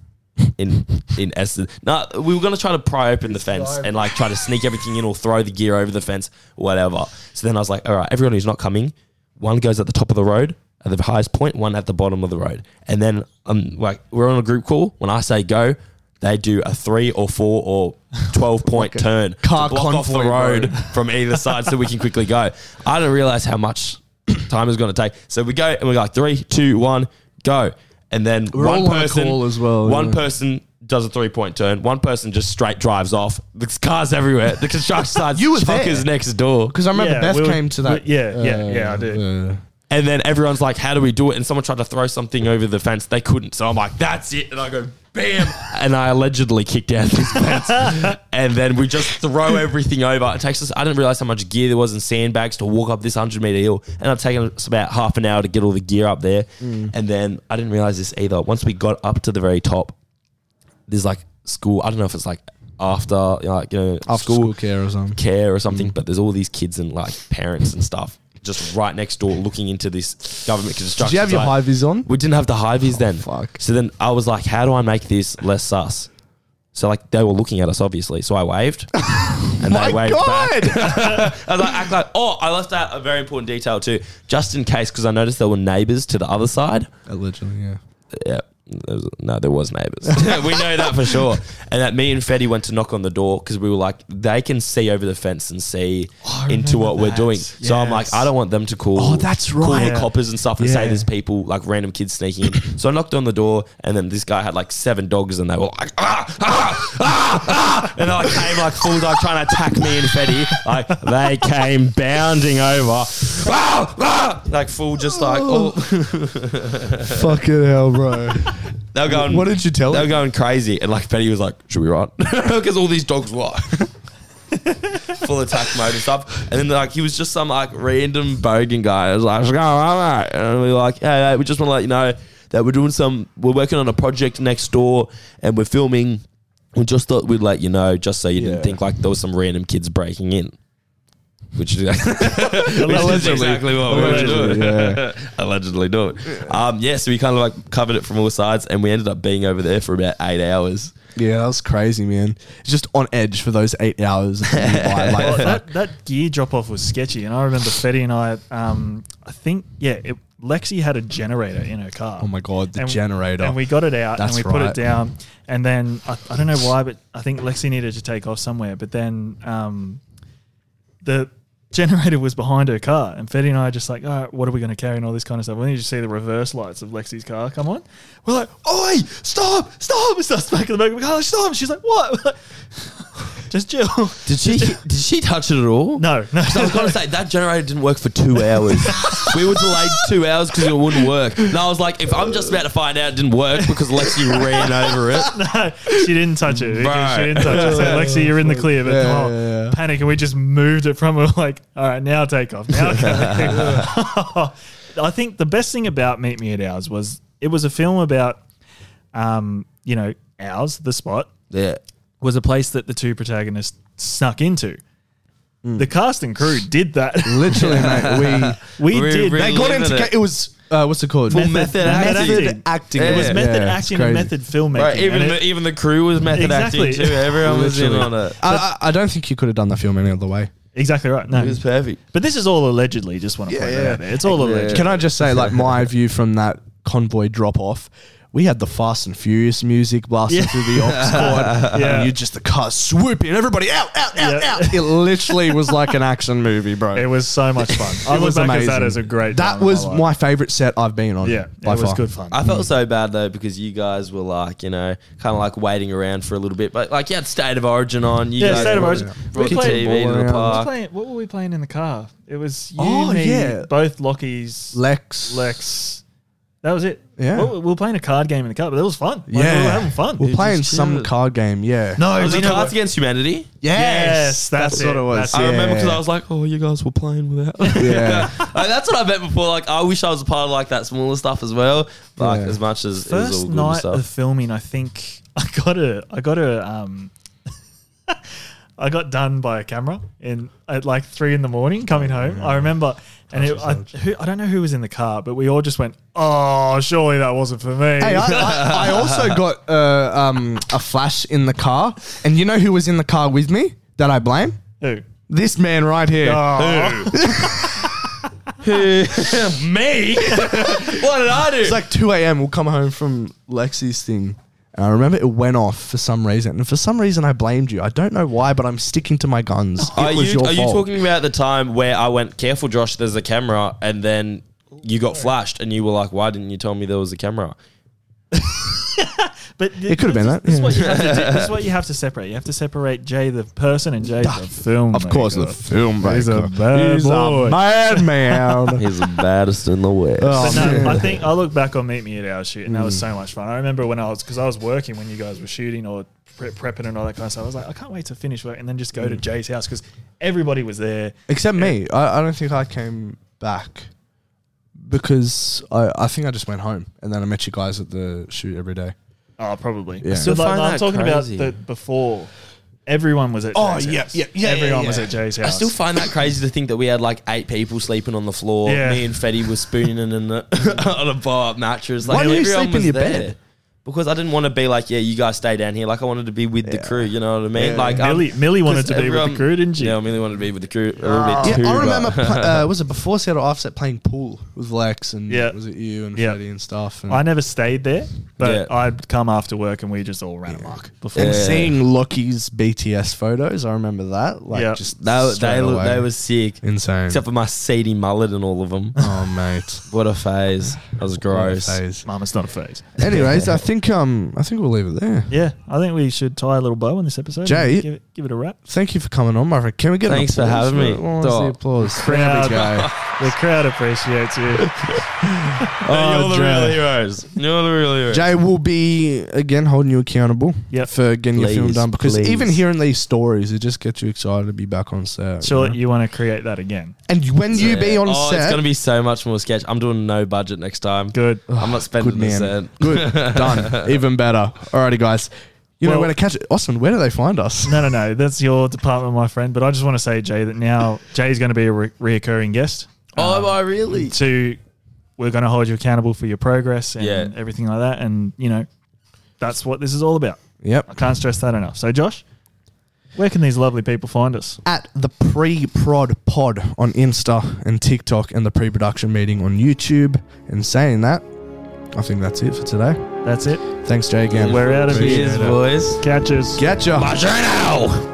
[SPEAKER 3] In in essence, no, we were gonna try to pry open the fence and like try to sneak everything in or throw the gear over the fence, whatever. So then I was like, "All right, everyone who's not coming, one goes at the top of the road." At the highest point, one at the bottom of the road, and then um, like we're on a group call. When I say go, they do a three or four or 12 point turn
[SPEAKER 1] car
[SPEAKER 3] to block off the
[SPEAKER 1] convoy
[SPEAKER 3] road
[SPEAKER 1] road.
[SPEAKER 3] from either side so we can quickly go. I don't realize how much time is going to take. So we go and we're like three, two, one, go. And then one
[SPEAKER 1] all on a
[SPEAKER 3] person,
[SPEAKER 1] call as well,
[SPEAKER 3] one
[SPEAKER 1] yeah.
[SPEAKER 3] person does a three point turn. One person just straight drives off. There's cars everywhere. The construction site's
[SPEAKER 1] You were there.
[SPEAKER 3] fuckers next door.
[SPEAKER 1] Because I remember
[SPEAKER 2] Yeah,
[SPEAKER 1] Beth
[SPEAKER 2] we were-
[SPEAKER 1] came to that.
[SPEAKER 2] we- yeah, yeah, yeah, I did.
[SPEAKER 1] uh,
[SPEAKER 3] And then everyone's like, how do we do it? And someone tried to throw something over the fence. They couldn't. So I'm like, that's it. And I go, bam. and I allegedly kicked out this fence. and then we just throw everything over. It takes us, I didn't realize how much gear there was in sandbags to walk up this 100 meter hill. And I've taken us about half an hour to get all the gear up there. And then I didn't realize this either. Once we got up to the very top, there's like school. I don't know if it's like after, like, you know,
[SPEAKER 1] after school care or something. Mm.
[SPEAKER 3] care or something, but there's all these kids and like parents and stuff just right next door looking into this government construction.
[SPEAKER 1] Did you have your
[SPEAKER 3] site.
[SPEAKER 1] high vis on?
[SPEAKER 3] We didn't have the high vis then.
[SPEAKER 1] fuck.
[SPEAKER 3] So then I was like, how do I make this less sus? So like they were looking at us obviously. So I waved, and
[SPEAKER 1] My
[SPEAKER 3] they waved
[SPEAKER 1] God!
[SPEAKER 3] back. I was like, act like. Oh, I left out a very important detail too, just in case, because I noticed there were neighbors to the other side.
[SPEAKER 1] Allegedly, yeah.
[SPEAKER 3] Yeah. There was, no, there was neighbors. we know that for sure. And that me and Fetty went to knock on the door because we were like, they can see over the fence and see into what we're
[SPEAKER 2] that.
[SPEAKER 3] doing. So I'm like,
[SPEAKER 2] Yes.
[SPEAKER 3] I don't want them to call.
[SPEAKER 1] Oh, that's
[SPEAKER 3] Call
[SPEAKER 1] right.
[SPEAKER 3] the coppers and stuff and say
[SPEAKER 1] Yeah.
[SPEAKER 3] there's people like random kids sneaking in. so I knocked on the door and then this guy had like seven dogs and they were like, ah, ah, ah, ah, and they like came like full dog trying to attack me and Fetty. Like they came bounding over, ah, ah, like full just like oh.
[SPEAKER 1] Fucking hell, bro.
[SPEAKER 3] They were going.
[SPEAKER 1] What did you tell
[SPEAKER 3] They were
[SPEAKER 1] him?
[SPEAKER 3] going crazy, and like Betty was like, "Should we run?" Because all these dogs were full attack mode and stuff. And then like he was just some like random bogan guy. I was like, "What's going on?" mate?" And we were like, "Hey, hey, we just want to let you know that we're doing some. We're working on a project next door, and we're filming. We just thought we'd let you know, just so you
[SPEAKER 1] Yeah.
[SPEAKER 3] didn't think like there was some random kids breaking in." Which is,
[SPEAKER 2] Allegedly.
[SPEAKER 3] which is exactly what we were doing.
[SPEAKER 1] Allegedly, yeah.
[SPEAKER 3] Allegedly do it. Um, yeah, so we kind of like covered it from all sides, and we ended up being over there for about eight hours.
[SPEAKER 1] Yeah, that was crazy, man. Just on edge for those eight hours. of being by, like,
[SPEAKER 2] Well,
[SPEAKER 1] fuck.
[SPEAKER 2] that, that gear drop off was sketchy, and I remember Fetty and I. Um, I think yeah, it, Lexi had a generator in her car.
[SPEAKER 1] Oh my God, the
[SPEAKER 2] And-
[SPEAKER 1] generator.
[SPEAKER 2] And we got it out
[SPEAKER 1] That's
[SPEAKER 2] and we put
[SPEAKER 1] right.
[SPEAKER 2] it down, and then I, I don't know why, but I think Lexi needed to take off somewhere, but then um, the generator was behind her car, and Fetty and I are just like, all right, what are we going to carry and all this kind of stuff. We need to see the reverse lights of Lexi's car come on. We're like, oi, stop, stop! And starts smacking the back of the car, like, stop! She's like, what? We're like, just chill.
[SPEAKER 3] Did she? Did she touch it at all?
[SPEAKER 2] No, no.
[SPEAKER 3] I was gonna say that generator didn't work for two hours. we were delayed two hours because it wouldn't work. And I was like, if I'm just about to find out it didn't work because Lexi ran over it.
[SPEAKER 2] No, she didn't touch it.
[SPEAKER 3] Right.
[SPEAKER 2] She didn't touch it. So Lexi, you're in the clear, but
[SPEAKER 1] Yeah,
[SPEAKER 2] the whole
[SPEAKER 1] yeah, yeah.
[SPEAKER 2] panic, and we just moved it from. We're like, all right, now take off. Now I think the best thing about Meet Me at Ours was it was a film about, um, you know, Ours, the spot,
[SPEAKER 3] Yeah.
[SPEAKER 2] was a place that the two protagonists snuck into.
[SPEAKER 1] Hmm.
[SPEAKER 2] The cast and crew did that.
[SPEAKER 1] Literally, mate. We
[SPEAKER 2] we
[SPEAKER 3] We're
[SPEAKER 2] did.
[SPEAKER 3] really-
[SPEAKER 1] they got
[SPEAKER 3] Reliving
[SPEAKER 1] into
[SPEAKER 3] it.
[SPEAKER 1] ca- it was uh, what's it called?
[SPEAKER 3] Full method acting.
[SPEAKER 1] Method acting.
[SPEAKER 3] Yeah.
[SPEAKER 2] It was method
[SPEAKER 1] Yeah, it's
[SPEAKER 2] acting
[SPEAKER 1] crazy.
[SPEAKER 2] and method filmmaking.
[SPEAKER 3] Right. Even
[SPEAKER 2] and
[SPEAKER 3] the,
[SPEAKER 2] it-
[SPEAKER 3] even the crew was method acting
[SPEAKER 2] Exactly.
[SPEAKER 3] too. Everyone was in on it.
[SPEAKER 1] I, I I don't think you could have done that film any other way.
[SPEAKER 2] exactly right. No,
[SPEAKER 3] It was perfect.
[SPEAKER 2] But this is all allegedly. Just want to
[SPEAKER 1] Yeah,
[SPEAKER 2] point
[SPEAKER 1] yeah.
[SPEAKER 2] that out there. It's all alleged.
[SPEAKER 1] Can I just say, like, my view from that convoy drop off? We had the Fast and Furious music blasting
[SPEAKER 2] Yeah.
[SPEAKER 1] through the ox court,
[SPEAKER 2] Yeah.
[SPEAKER 1] and you just the car swooping, everybody out, out, out,
[SPEAKER 2] Yeah.
[SPEAKER 1] out. It literally was like an action movie, bro.
[SPEAKER 2] It was so much fun. I
[SPEAKER 1] It
[SPEAKER 2] look
[SPEAKER 1] was
[SPEAKER 2] back
[SPEAKER 1] amazing.
[SPEAKER 2] at that as a great.
[SPEAKER 1] That
[SPEAKER 2] time in
[SPEAKER 1] was
[SPEAKER 2] life.
[SPEAKER 1] my favorite set I've been on.
[SPEAKER 2] Yeah,
[SPEAKER 1] by
[SPEAKER 2] it was
[SPEAKER 1] far.
[SPEAKER 2] good fun.
[SPEAKER 3] I
[SPEAKER 1] Hmm.
[SPEAKER 3] felt so bad though because you guys were like, you know, kind of like waiting around for a little bit, but like you had State of Origin on. You
[SPEAKER 2] Yeah,
[SPEAKER 3] guys
[SPEAKER 2] State of
[SPEAKER 3] brought-
[SPEAKER 2] Origin.
[SPEAKER 3] Brought
[SPEAKER 2] We
[SPEAKER 3] the
[SPEAKER 2] played
[SPEAKER 3] TV
[SPEAKER 1] ball
[SPEAKER 3] to
[SPEAKER 1] around.
[SPEAKER 3] the
[SPEAKER 2] What was
[SPEAKER 3] park.
[SPEAKER 2] playing- what were we playing in the car? It was you,
[SPEAKER 1] Uh, Oh,
[SPEAKER 2] me,
[SPEAKER 1] yeah.
[SPEAKER 2] both Lockies,
[SPEAKER 1] Lex,
[SPEAKER 2] Lex. That was it.
[SPEAKER 1] Yeah.
[SPEAKER 2] Well, we were playing a card game in the car, but it was fun. Like,
[SPEAKER 1] yeah,
[SPEAKER 2] we were having fun.
[SPEAKER 1] We're playing
[SPEAKER 3] just
[SPEAKER 1] some
[SPEAKER 3] chilled.
[SPEAKER 1] card game. Yeah,
[SPEAKER 2] no,
[SPEAKER 3] Was
[SPEAKER 2] you
[SPEAKER 3] it
[SPEAKER 2] know
[SPEAKER 3] Cards
[SPEAKER 2] what?
[SPEAKER 3] Against Humanity?
[SPEAKER 2] Yes, that's,
[SPEAKER 1] what it was.
[SPEAKER 2] That's
[SPEAKER 3] I
[SPEAKER 1] Yeah.
[SPEAKER 3] remember because I was like, oh, you guys were playing without. like,
[SPEAKER 1] yeah.
[SPEAKER 3] that's what I meant before. Like, I wish I was a part of like that smaller stuff as well. Like,
[SPEAKER 1] Yeah.
[SPEAKER 3] as much as it was all
[SPEAKER 2] first
[SPEAKER 3] good
[SPEAKER 2] night
[SPEAKER 3] stuff.
[SPEAKER 2] of filming, I think I got a I got a um I got done by a camera in at like three in the morning coming home.
[SPEAKER 1] Mm.
[SPEAKER 2] I remember, and it, I, who, I don't know who was in the car, but we all just went, "Oh, surely that wasn't for me."
[SPEAKER 1] Hey, I, I, I also got uh, um, a flash in the car, and you know who was in the car with me that I blame?
[SPEAKER 2] who?
[SPEAKER 1] This man right here.
[SPEAKER 2] Oh.
[SPEAKER 3] me? what did I do?
[SPEAKER 1] It's like 2 a.m. We'll come home from Lexi's thing. And I remember it went off for some reason. And for some reason, I blamed you. I don't know why, but I'm sticking to my guns. It
[SPEAKER 3] are
[SPEAKER 1] was
[SPEAKER 3] you,
[SPEAKER 1] your
[SPEAKER 3] are you
[SPEAKER 1] fault.
[SPEAKER 3] talking about the time where I went, careful, Josh, there's a camera, and then you got flashed, and you were like, why didn't you tell me there was a camera?
[SPEAKER 2] But
[SPEAKER 1] It could have been that.
[SPEAKER 2] This is,
[SPEAKER 1] yeah.
[SPEAKER 2] what you have to do. this is what you have to separate. You have to separate Jay the person and Jay the film.
[SPEAKER 1] Of course, the filmmaker.
[SPEAKER 2] He's a bad
[SPEAKER 1] He's
[SPEAKER 2] boy.
[SPEAKER 1] a bad man.
[SPEAKER 3] He's the baddest in the West.
[SPEAKER 1] Oh.
[SPEAKER 2] But no,
[SPEAKER 1] man.
[SPEAKER 2] I think I look back on Meet Me at Our Shoot, and that
[SPEAKER 1] Mm.
[SPEAKER 2] was so much fun. I remember when I was because I was working when you guys were shooting or pre- prepping and all that kind of stuff. I was like, I can't wait to finish work and then just go
[SPEAKER 1] Mm.
[SPEAKER 2] to Jay's house because everybody was there.
[SPEAKER 1] Except me. I, I don't think I came back because I, I think I just went home. And then I met you guys at the shoot every day.
[SPEAKER 2] Oh, probably.
[SPEAKER 1] Yeah.
[SPEAKER 2] So
[SPEAKER 3] I
[SPEAKER 2] like,
[SPEAKER 3] find
[SPEAKER 2] I'm
[SPEAKER 3] that
[SPEAKER 2] talking
[SPEAKER 3] crazy.
[SPEAKER 2] about the before. everyone was at
[SPEAKER 1] Oh,
[SPEAKER 2] Jay's
[SPEAKER 1] yeah,
[SPEAKER 2] house.
[SPEAKER 1] yeah, yeah, yeah,
[SPEAKER 2] Everyone was
[SPEAKER 1] yeah.
[SPEAKER 2] at Jay's house.
[SPEAKER 3] I still find that crazy to think that we had like eight people sleeping on the floor.
[SPEAKER 2] Yeah.
[SPEAKER 3] Me and Fetty were spooning in the, on a bar up mattress. Like,
[SPEAKER 1] Why didn't you
[SPEAKER 3] everyone
[SPEAKER 1] sleep in
[SPEAKER 3] was
[SPEAKER 1] your
[SPEAKER 3] there.
[SPEAKER 1] bed?
[SPEAKER 3] Because I didn't want to be like, yeah, you guys stay down here. Like I wanted to be with the crew. You know what I mean? Like um,
[SPEAKER 2] Millie, Millie wanted
[SPEAKER 3] 'cause
[SPEAKER 2] to be with the
[SPEAKER 3] everyone-
[SPEAKER 2] crew, didn't she?
[SPEAKER 3] Yeah, I really wanted to be with the crew a little bit
[SPEAKER 1] Ah. Yeah,
[SPEAKER 3] too.
[SPEAKER 1] I
[SPEAKER 3] but-
[SPEAKER 1] remember. pl- uh, was it before Seattle Offset playing pool with Lex and
[SPEAKER 2] Yeah.
[SPEAKER 1] was it you and
[SPEAKER 2] Yeah.
[SPEAKER 1] Freddie and stuff? And,
[SPEAKER 2] I never stayed there, but
[SPEAKER 3] Yeah.
[SPEAKER 2] I'd come after work and we just all ran a muck before.
[SPEAKER 1] and
[SPEAKER 3] Yeah.
[SPEAKER 1] seeing Loki's BTS photos, I remember that. Like,
[SPEAKER 2] Yeah.
[SPEAKER 1] just
[SPEAKER 3] They, were-
[SPEAKER 1] straight
[SPEAKER 3] they, look-
[SPEAKER 1] away.
[SPEAKER 3] they were sick.
[SPEAKER 1] insane.
[SPEAKER 3] Except for my seedy mullet and all of them.
[SPEAKER 1] oh, mate,
[SPEAKER 3] what a phase. That was gross.
[SPEAKER 1] Phase.
[SPEAKER 2] Mum, it's not a phase.
[SPEAKER 1] Anyways, I think um, I think we'll leave it there.
[SPEAKER 2] Yeah, I think we should tie a little bow on this episode.
[SPEAKER 1] Jay-
[SPEAKER 2] and give it, give it a wrap.
[SPEAKER 1] Thank you for coming on, my friend. Can we get an
[SPEAKER 3] Thanks for
[SPEAKER 1] applause
[SPEAKER 3] having me.
[SPEAKER 1] it? What was the
[SPEAKER 3] Dog.
[SPEAKER 1] applause?
[SPEAKER 2] Proud.
[SPEAKER 1] Proud guy.
[SPEAKER 2] The crowd appreciates you.
[SPEAKER 3] Oh, You're the
[SPEAKER 1] Jay.
[SPEAKER 3] real heroes. You're the real heroes.
[SPEAKER 1] Jay will be again holding you accountable
[SPEAKER 2] Yep.
[SPEAKER 1] for getting your film
[SPEAKER 3] Please,
[SPEAKER 1] done because
[SPEAKER 3] please.
[SPEAKER 1] even hearing these stories, it just gets you excited to be back on set.
[SPEAKER 2] Sure,
[SPEAKER 1] you know?
[SPEAKER 2] you want to create that again.
[SPEAKER 1] And when you be
[SPEAKER 3] Yeah.
[SPEAKER 1] on
[SPEAKER 3] oh,
[SPEAKER 1] set,
[SPEAKER 3] It's gonna be so much more sketch. I'm doing no budget next time.
[SPEAKER 2] Good.
[SPEAKER 3] I'm not
[SPEAKER 1] good
[SPEAKER 3] spending a
[SPEAKER 1] man,
[SPEAKER 3] cent.
[SPEAKER 1] good, done, even better. Alrighty, guys. You know
[SPEAKER 2] Well-
[SPEAKER 1] where to catch it, Austin. Where do they find us?
[SPEAKER 2] No, no, no. That's your department, my friend. But I just want to say, Jay, that now Jay's going to be a re- reoccurring guest.
[SPEAKER 3] Oh, I really?
[SPEAKER 2] To we're going to hold you accountable for your progress and
[SPEAKER 3] Yeah.
[SPEAKER 2] everything like that. And you know, that's what this is all about.
[SPEAKER 1] Yep.
[SPEAKER 2] I can't stress that enough. So, Josh, where can these lovely people find us?
[SPEAKER 1] at the pre prod pod on Insta and TikTok and the pre production meeting on YouTube. And saying that, I think that's it for today.
[SPEAKER 2] That's it.
[SPEAKER 1] Thanks, Jay, again.
[SPEAKER 2] We're out of
[SPEAKER 1] Appreciate
[SPEAKER 2] here.
[SPEAKER 3] Cheers, boys.
[SPEAKER 2] Catch us.
[SPEAKER 1] Get ya.
[SPEAKER 3] Adrenal!